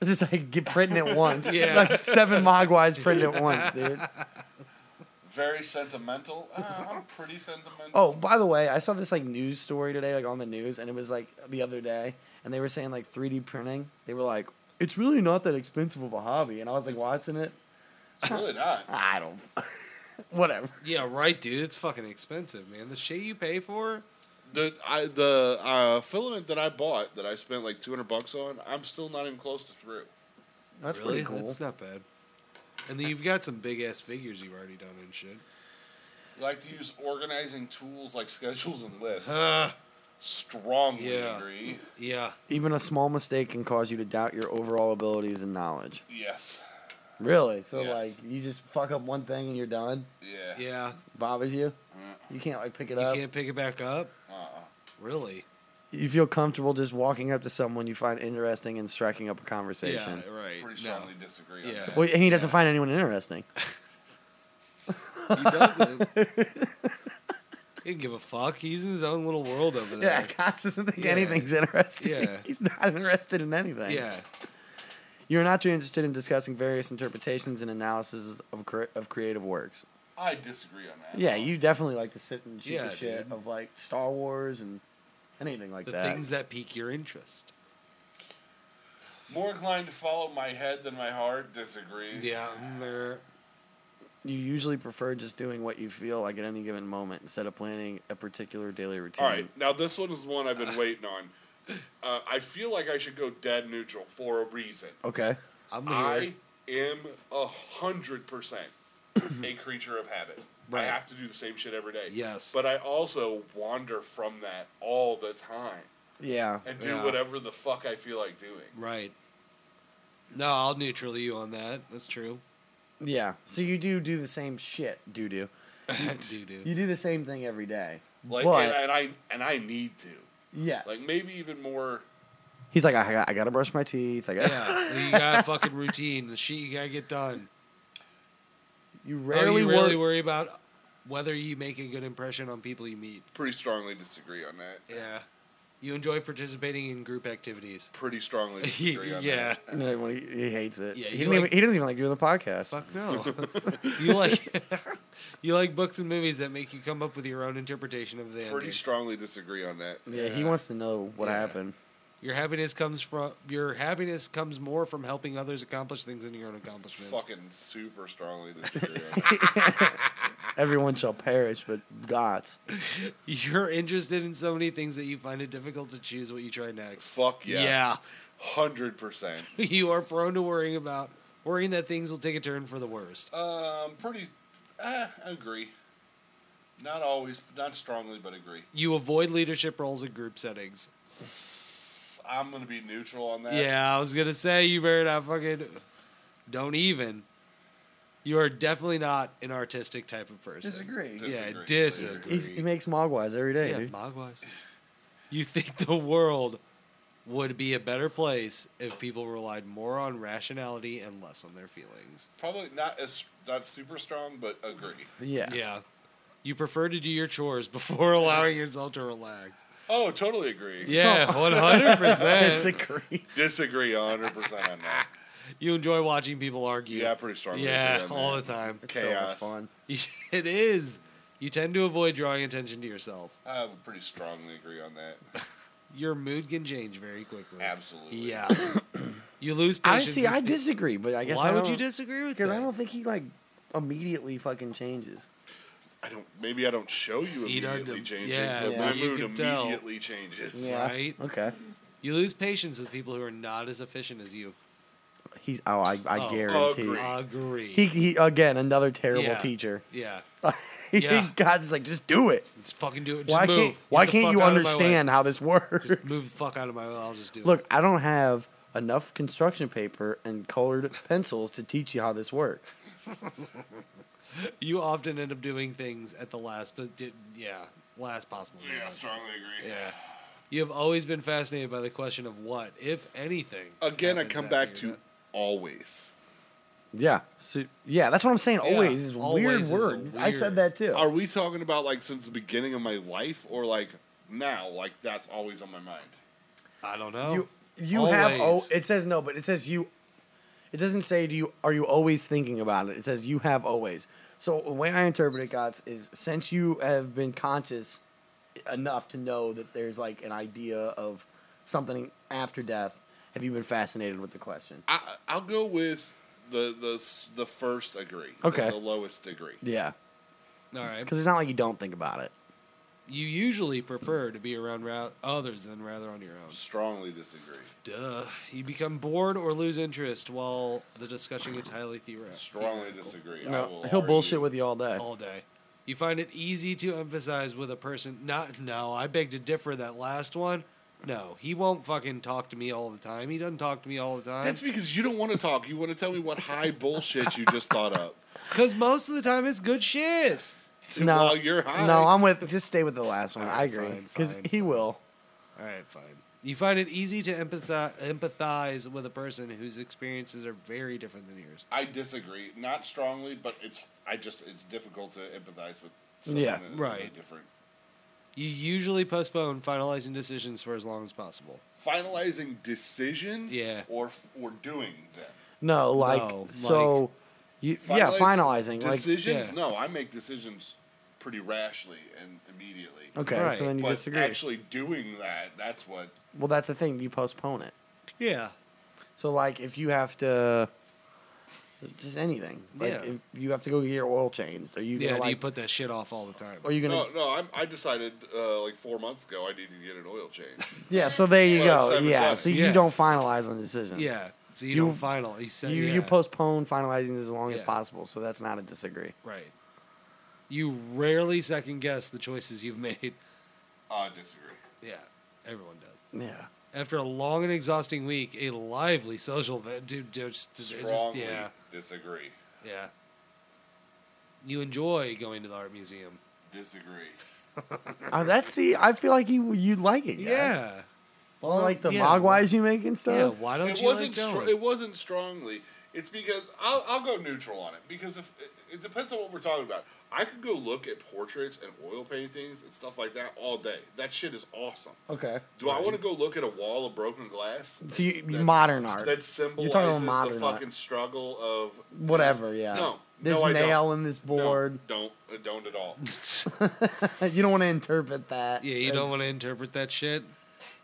Speaker 3: It's just like get printing it once.
Speaker 1: <laughs> Yeah.
Speaker 3: Like seven mogwais printed at once, dude.
Speaker 4: Very sentimental. Uh, I'm pretty sentimental.
Speaker 3: Oh, by the way, I saw this like news story today, like on the news, and it was like the other day, and they were saying like 3D printing. They were like, it's really not that expensive of a hobby, and I was like watching it.
Speaker 4: It's <laughs> really not.
Speaker 3: I don't. <laughs> Whatever.
Speaker 1: yeah, right, dude. It's fucking expensive, man. The shit you pay for.
Speaker 4: The I the uh, filament that I bought that I spent like two hundred bucks on. I'm still not even close to through.
Speaker 3: That's
Speaker 1: really?
Speaker 3: pretty cool.
Speaker 1: That's not bad. And then you've got some big ass figures you've already done and
Speaker 3: <sighs>
Speaker 1: shit.
Speaker 4: I like to use organizing tools like <laughs> schedules and lists.
Speaker 1: Uh,
Speaker 4: Strongly
Speaker 1: Yeah.
Speaker 4: agree.
Speaker 1: yeah.
Speaker 3: Even a small mistake can cause you to doubt your overall abilities and knowledge.
Speaker 4: Yes.
Speaker 3: Really? So
Speaker 4: Yes.
Speaker 3: like, you just fuck up one thing and you're done.
Speaker 4: Yeah.
Speaker 1: Yeah.
Speaker 3: Bothers you. You can't like pick it
Speaker 1: Mm. You
Speaker 3: up.
Speaker 1: can't pick it back up?
Speaker 4: Uh-uh.
Speaker 1: Really?
Speaker 3: You feel comfortable just walking up to someone you find interesting and striking up a conversation.
Speaker 1: Yeah, right.
Speaker 4: Pretty
Speaker 1: No.
Speaker 4: strongly disagree. On
Speaker 1: Yeah.
Speaker 4: that.
Speaker 3: Well, and he doesn't find anyone interesting.
Speaker 1: He <laughs> doesn't. he didn't give a fuck. He's in his own little world over
Speaker 3: Yeah,
Speaker 1: there.
Speaker 3: Cox doesn't think
Speaker 1: Yeah.
Speaker 3: anything's interesting.
Speaker 1: Yeah.
Speaker 3: <laughs> He's not interested in anything.
Speaker 1: Yeah.
Speaker 3: You're not too interested in discussing various interpretations and analysis of, cre- of creative works.
Speaker 4: I disagree on that.
Speaker 3: Yeah, you definitely like to sit and shoot
Speaker 1: Yeah,
Speaker 3: the shit
Speaker 1: dude.
Speaker 3: of like Star Wars and anything like
Speaker 1: The
Speaker 3: that.
Speaker 1: things that pique your interest.
Speaker 4: More inclined to follow my head than my heart. Disagree.
Speaker 1: Yeah. mm, er,
Speaker 3: you usually prefer just doing what you feel like at any given moment instead of planning a particular daily routine.
Speaker 4: All right, now this one is one I've been waiting on. Uh, I feel like I should go dead neutral for a reason.
Speaker 3: Okay.
Speaker 1: I'm here.
Speaker 4: I am a hundred percent a creature of habit.
Speaker 1: Right.
Speaker 4: I have to do the same shit every day.
Speaker 1: Yes.
Speaker 4: but I also wander from that all the time
Speaker 3: Yeah.
Speaker 4: and do
Speaker 1: Yeah.
Speaker 4: whatever the fuck I feel like doing.
Speaker 1: Right. No, I'll neutral you on that. That's true. <laughs>
Speaker 3: Yeah. So you do do the same shit, doo doo.
Speaker 1: Dude, dude.
Speaker 3: You do the same thing every day.
Speaker 4: Like,
Speaker 3: But-
Speaker 4: and, and I and I need to.
Speaker 3: Yeah.
Speaker 4: Like, maybe even more.
Speaker 3: He's like, I got, I got to brush my teeth. I got. <laughs>
Speaker 1: Yeah. You got a fucking routine. The shit you got to get done.
Speaker 3: You rarely
Speaker 1: Rarely Oh, you
Speaker 3: work.
Speaker 1: really worry about whether you make a good impression on people you meet.
Speaker 4: Pretty strongly disagree on that.
Speaker 1: Yeah. You enjoy participating in
Speaker 4: <laughs>
Speaker 1: group activities.
Speaker 4: Pretty
Speaker 1: <laughs>
Speaker 4: strongly disagree on
Speaker 1: yeah.
Speaker 4: that.
Speaker 3: No, when he, he hates it.
Speaker 1: Yeah,
Speaker 3: he,
Speaker 1: you
Speaker 3: didn't
Speaker 1: like-
Speaker 3: even, he doesn't even like doing the podcast.
Speaker 4: <laughs>
Speaker 1: Fuck no. you like <laughs> you like books and movies that make you come up with your own interpretation of the
Speaker 4: Pretty
Speaker 1: ending.
Speaker 4: strongly disagree on that.
Speaker 3: Yeah, he wants to know what
Speaker 1: Yeah.
Speaker 3: happened.
Speaker 1: your happiness comes from your happiness comes more from helping others accomplish things than your own accomplishments.
Speaker 4: Fucking super strongly disagree. on
Speaker 1: <laughs>
Speaker 4: that.
Speaker 3: Everyone shall perish, but God's.
Speaker 1: You're interested in so many things that you find it difficult to choose what you try next. <laughs>
Speaker 4: Fuck yes.
Speaker 1: Yeah.
Speaker 4: Hundred percent.
Speaker 1: you are prone to worrying about worrying that things will take a turn for the worst.
Speaker 4: Um, pretty. Uh, I agree. Not always, not strongly, but agree.
Speaker 1: You avoid leadership roles in group settings.
Speaker 4: I'm gonna be neutral on that.
Speaker 1: Yeah, I was gonna say you better not fucking don't even. You are definitely not an artistic type of person. Yeah,
Speaker 4: Disagree.
Speaker 1: disagree.
Speaker 3: He's, he makes mogwais every day,
Speaker 1: Yeah,
Speaker 3: dude.
Speaker 1: Mogwais. You think the world would be a better place if people relied more on rationality and less on their feelings.
Speaker 4: Probably not as not super strong, but agree.
Speaker 3: Yeah. <laughs>
Speaker 1: Yeah. You prefer to do your chores before allowing yourself to relax.
Speaker 4: Oh, totally agree.
Speaker 3: <laughs>
Speaker 1: Yeah, 100%.
Speaker 3: Disagree.
Speaker 4: Disagree hundred percent on
Speaker 1: <laughs>
Speaker 4: that.
Speaker 1: You enjoy watching people argue.
Speaker 4: Yeah, pretty strongly.
Speaker 1: Yeah,
Speaker 4: agree on
Speaker 1: all the
Speaker 4: that.
Speaker 1: time. <laughs>
Speaker 3: It's so much
Speaker 4: Chaos.
Speaker 3: fun.
Speaker 1: It is. You tend to avoid drawing attention to yourself.
Speaker 4: I would pretty strongly agree on that.
Speaker 1: Your mood can change very quickly.
Speaker 4: Absolutely. <coughs>
Speaker 1: Yeah. you lose
Speaker 3: I
Speaker 1: patience.
Speaker 3: see.
Speaker 1: with
Speaker 3: I
Speaker 1: thi-
Speaker 3: disagree, but I guess
Speaker 1: Why
Speaker 3: I
Speaker 1: would you
Speaker 3: don't- <laughs>
Speaker 1: disagree with
Speaker 3: Because I
Speaker 1: that?
Speaker 3: don't think he like immediately fucking changes.
Speaker 4: I don't. Maybe I don't show you
Speaker 1: You don't-
Speaker 4: immediately changes,
Speaker 1: yeah,
Speaker 4: but
Speaker 3: Yeah.
Speaker 4: my
Speaker 1: but you
Speaker 4: mood
Speaker 1: can tell.
Speaker 4: immediately changes.
Speaker 1: Right?
Speaker 3: Okay.
Speaker 1: You lose patience with people who are not as efficient as you.
Speaker 3: He's oh, I, I
Speaker 1: Oh,
Speaker 3: guarantee.
Speaker 4: agree.
Speaker 1: Agree.
Speaker 3: He, he again another terrible
Speaker 1: Yeah.
Speaker 3: teacher. <laughs>
Speaker 1: yeah. Yeah.
Speaker 3: God's like, just do it.
Speaker 1: Let's fucking do it. Just
Speaker 3: Why
Speaker 1: move.
Speaker 3: can't
Speaker 1: Get
Speaker 3: Why
Speaker 1: the
Speaker 3: can't
Speaker 1: fuck
Speaker 3: you
Speaker 1: out of my way.
Speaker 3: understand how this <laughs> works?
Speaker 1: Move the fuck out of my way. I'll just do it.
Speaker 3: Look, I don't have enough construction paper and colored pencils to teach you how this works.
Speaker 1: You often end up doing things at the last, but di- yeah, last possible.
Speaker 4: Yeah, I
Speaker 1: moment.
Speaker 4: strongly agree.
Speaker 1: Yeah. You have always been fascinated by the question of what, if anything.
Speaker 4: Again, I
Speaker 1: happens
Speaker 4: come
Speaker 1: after
Speaker 4: back
Speaker 1: your
Speaker 4: to
Speaker 1: death.
Speaker 4: always.
Speaker 3: Yeah. So yeah, that's what I'm saying. Always is a weird
Speaker 1: always is a
Speaker 3: word. I said
Speaker 1: weird-
Speaker 3: that too.
Speaker 4: Are we talking about like since the beginning of my life or like now? Like that's always on my mind.
Speaker 1: I don't know.
Speaker 3: You you have oh
Speaker 1: Always.
Speaker 3: it says no, but it says you it doesn't say do you are you always thinking about it. It says you have always. So the way I interpret it, Gods, is since you have been conscious enough to know that there's like an idea of something after death, have you been fascinated with the question?
Speaker 4: I, I'll go with the the s- the first degree. the-
Speaker 3: Okay.
Speaker 4: The, lowest degree.
Speaker 3: Yeah.
Speaker 1: All right.
Speaker 3: Because it's not like you don't think about it.
Speaker 1: You usually prefer to be around ra- others than rather on your own.
Speaker 4: Strongly disagree.
Speaker 1: Duh. You become bored or lose interest while the discussion gets highly theoretical.
Speaker 4: Strongly disagree. I will
Speaker 3: He'll
Speaker 4: argue.
Speaker 3: bullshit with you all
Speaker 1: <laughs>
Speaker 3: day.
Speaker 1: all day. You find it easy to emphasize with a person. Not no, I beg to differ. That last one, no, he won't fucking talk to me all the time. He doesn't talk to me all the time
Speaker 4: That's because you don't want to talk. You want to tell me what high bullshit you just
Speaker 3: <laughs>
Speaker 4: thought up.
Speaker 1: because most of the time it's good shit.
Speaker 4: To- while you're high.
Speaker 3: No, I'm with just stay with the last one.
Speaker 1: All right,
Speaker 3: I agree
Speaker 1: fine,
Speaker 3: because
Speaker 1: fine,
Speaker 3: he will.
Speaker 1: All right, fine. You find it easy to empathize, empathize with a person whose experiences are very different than yours.
Speaker 4: I disagree. Not strongly, but it's I just it's difficult to empathize with. someone
Speaker 3: Yeah,
Speaker 4: that is
Speaker 1: right.
Speaker 4: Different.
Speaker 1: You usually postpone finalizing decisions for as long as possible.
Speaker 4: Finalizing decisions.
Speaker 1: Yeah.
Speaker 4: Or or doing them.
Speaker 3: No, like
Speaker 1: No,
Speaker 3: so.
Speaker 1: like-
Speaker 3: you, yeah, finalizing. Like,
Speaker 4: decisions.
Speaker 1: yeah.
Speaker 4: No, I make decisions pretty rashly and immediately.
Speaker 3: okay,
Speaker 1: Right,
Speaker 3: so then you
Speaker 4: but
Speaker 3: disagree.
Speaker 4: actually doing that, that's what
Speaker 3: well, that's the thing. You postpone it.
Speaker 1: Yeah,
Speaker 3: So like, if you have to, just anything. Like,
Speaker 1: Yeah.
Speaker 3: If you have to go get your oil changed, are you gonna
Speaker 1: yeah. do you
Speaker 3: like?
Speaker 1: put Oh, that shit off all the time?
Speaker 3: are you gonna?
Speaker 4: No, no, I'm, I decided uh, like four months ago I needed to get an oil
Speaker 1: <laughs>
Speaker 4: change.
Speaker 3: yeah. So there you
Speaker 4: Well,
Speaker 3: go.
Speaker 4: it's
Speaker 3: Yeah.
Speaker 4: everybody.
Speaker 3: So
Speaker 1: oh, Yeah.
Speaker 3: you don't finalize on decisions.
Speaker 1: Yeah. So you,
Speaker 3: You-
Speaker 1: don't final. You said
Speaker 3: You
Speaker 1: yeah.
Speaker 3: you postpone finalizing as long as
Speaker 1: Yeah.
Speaker 3: possible. So that's not a disagree.
Speaker 1: Right. You rarely second guess the choices you've <laughs> made.
Speaker 4: I disagree.
Speaker 1: Yeah, everyone does.
Speaker 3: Yeah.
Speaker 1: After a long and exhausting week, a lively social event, dude, just, just-
Speaker 4: Strongly
Speaker 1: it's just- yeah,
Speaker 4: disagree.
Speaker 1: yeah. You enjoy going to the art museum.
Speaker 4: Disagree.
Speaker 3: Uh, that's see. I feel like you you like it. Guys.
Speaker 1: Yeah,
Speaker 3: Well, like the
Speaker 1: yeah.
Speaker 3: mogwais you make and
Speaker 1: yeah.
Speaker 3: stuff.
Speaker 1: Why don't
Speaker 4: It
Speaker 1: you
Speaker 4: wasn't.
Speaker 1: like going?
Speaker 4: str- it wasn't strongly. It's because I'll, I'll go neutral on it because if it- it depends on what we're talking about. I could go look at portraits and oil paintings and stuff like that all day. That shit is awesome.
Speaker 3: Okay.
Speaker 4: Do I want to go look at a wall of broken glass?
Speaker 3: So you,
Speaker 4: That's- that-
Speaker 3: modern art.
Speaker 4: that
Speaker 3: You're talking about
Speaker 4: symbolizes the
Speaker 3: modern art.
Speaker 4: fucking struggle of
Speaker 3: Whatever. Yeah.
Speaker 4: No,
Speaker 3: This
Speaker 4: no, I don't.
Speaker 3: nail and this board. <laughs>
Speaker 4: No, don't uh, don't at all.
Speaker 3: you don't want to interpret that.
Speaker 1: yeah, you
Speaker 3: as-
Speaker 1: don't want to interpret that shit.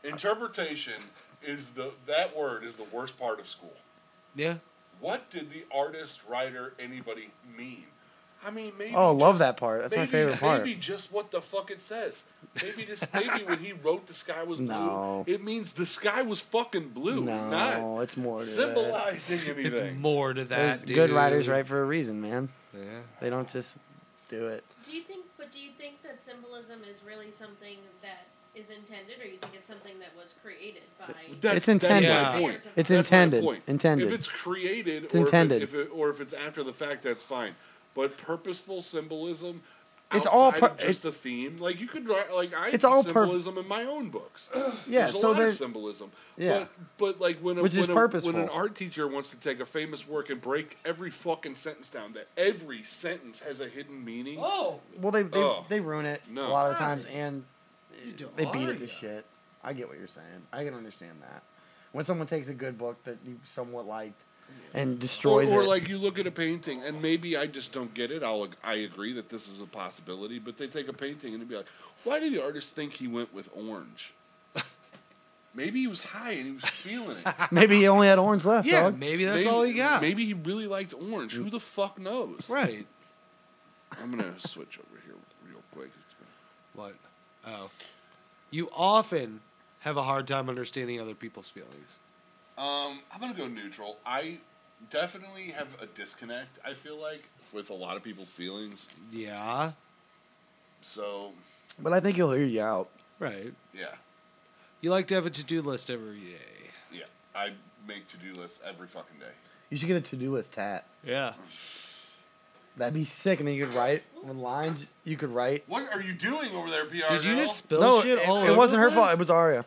Speaker 4: Interpretation is the that word is the worst part of school.
Speaker 1: Yeah,
Speaker 4: What did the artist, writer, anybody mean? I mean, maybe.
Speaker 3: Oh, I love
Speaker 4: just-
Speaker 3: that part. That's my
Speaker 4: maybe-
Speaker 3: favorite part.
Speaker 4: Maybe just what the fuck it says. Maybe this. Maybe when he wrote the sky was
Speaker 3: No.
Speaker 4: blue, it means the sky was fucking blue,
Speaker 3: No,
Speaker 4: not
Speaker 3: it's more. to that.
Speaker 4: symbolizing
Speaker 1: it's
Speaker 4: anything.
Speaker 1: more to that.
Speaker 3: There's good writers
Speaker 1: dude.
Speaker 3: write for a reason, man.
Speaker 1: Yeah.
Speaker 3: They don't just do it.
Speaker 5: Do you think? But do you think that symbolism is really something that is intended, or you think it's something that was created by?
Speaker 4: That's,
Speaker 3: It's
Speaker 4: That's my
Speaker 5: intended.
Speaker 4: point.
Speaker 5: It's
Speaker 3: It's
Speaker 4: That's my
Speaker 3: intended.
Speaker 4: point.
Speaker 3: Intended.
Speaker 4: If it's created,
Speaker 3: It's
Speaker 4: or
Speaker 3: intended.
Speaker 4: If it, if it, or if it's after the fact, that's fine. But purposeful symbolism,
Speaker 3: It's
Speaker 4: it's
Speaker 3: all
Speaker 4: all
Speaker 3: pur-
Speaker 4: of just a theme. Like you could write, like I
Speaker 3: It's
Speaker 4: do
Speaker 3: all pur-
Speaker 4: symbolism in my own books.
Speaker 3: yeah.
Speaker 4: there's a
Speaker 3: So
Speaker 4: lot of
Speaker 3: there's
Speaker 4: symbolism.
Speaker 3: yeah.
Speaker 4: But, but like when a,
Speaker 3: Which is
Speaker 4: when, a, when
Speaker 3: purposeful.
Speaker 4: an art teacher wants to take a famous work and break every fucking sentence down, that every sentence has a hidden meaning.
Speaker 1: Oh,
Speaker 3: well they they,
Speaker 4: Oh.
Speaker 3: they ruin it
Speaker 4: No.
Speaker 3: a lot of the times and
Speaker 1: You don't
Speaker 3: they beat
Speaker 1: are
Speaker 3: it to
Speaker 1: ya?
Speaker 3: shit. I get what you're saying. I can understand that. When someone takes a good book that you somewhat liked and
Speaker 4: Or,
Speaker 3: destroys
Speaker 4: or
Speaker 3: it,
Speaker 4: like you look at a painting and maybe I just don't get it. I'll ag- I agree that this is a possibility, but they take a painting and it'd be like, why did the artist think he went with orange? <laughs> maybe he was high and he was feeling
Speaker 1: <laughs>
Speaker 4: it.
Speaker 3: maybe he only had orange left.
Speaker 1: yeah.
Speaker 3: dog.
Speaker 1: Maybe that's
Speaker 4: maybe,
Speaker 1: all he got.
Speaker 4: Maybe he really liked orange. Who the fuck knows?
Speaker 1: Right.
Speaker 4: I'm gonna switch over here real quick. It's been-
Speaker 1: What? Oh. You often have a hard time understanding other people's feelings.
Speaker 4: Um, I'm gonna go neutral. I definitely have a disconnect. I feel like with a lot of people's feelings.
Speaker 1: Yeah.
Speaker 4: So,
Speaker 3: But I think he'll hear you out.
Speaker 1: Right.
Speaker 4: yeah.
Speaker 1: You like to have a to do list every day.
Speaker 4: Yeah. I make to do lists every fucking day.
Speaker 3: You should get a to do list tat.
Speaker 1: Yeah.
Speaker 3: That'd be sick, and then you could write one line. j- You could write.
Speaker 4: What are you doing over there, PR?
Speaker 1: Did you
Speaker 4: girl?
Speaker 1: just spill
Speaker 3: no,
Speaker 1: shit
Speaker 3: it,
Speaker 1: all
Speaker 3: it
Speaker 1: over
Speaker 3: wasn't
Speaker 1: the
Speaker 3: her fault. It
Speaker 1: place?
Speaker 3: was Aria.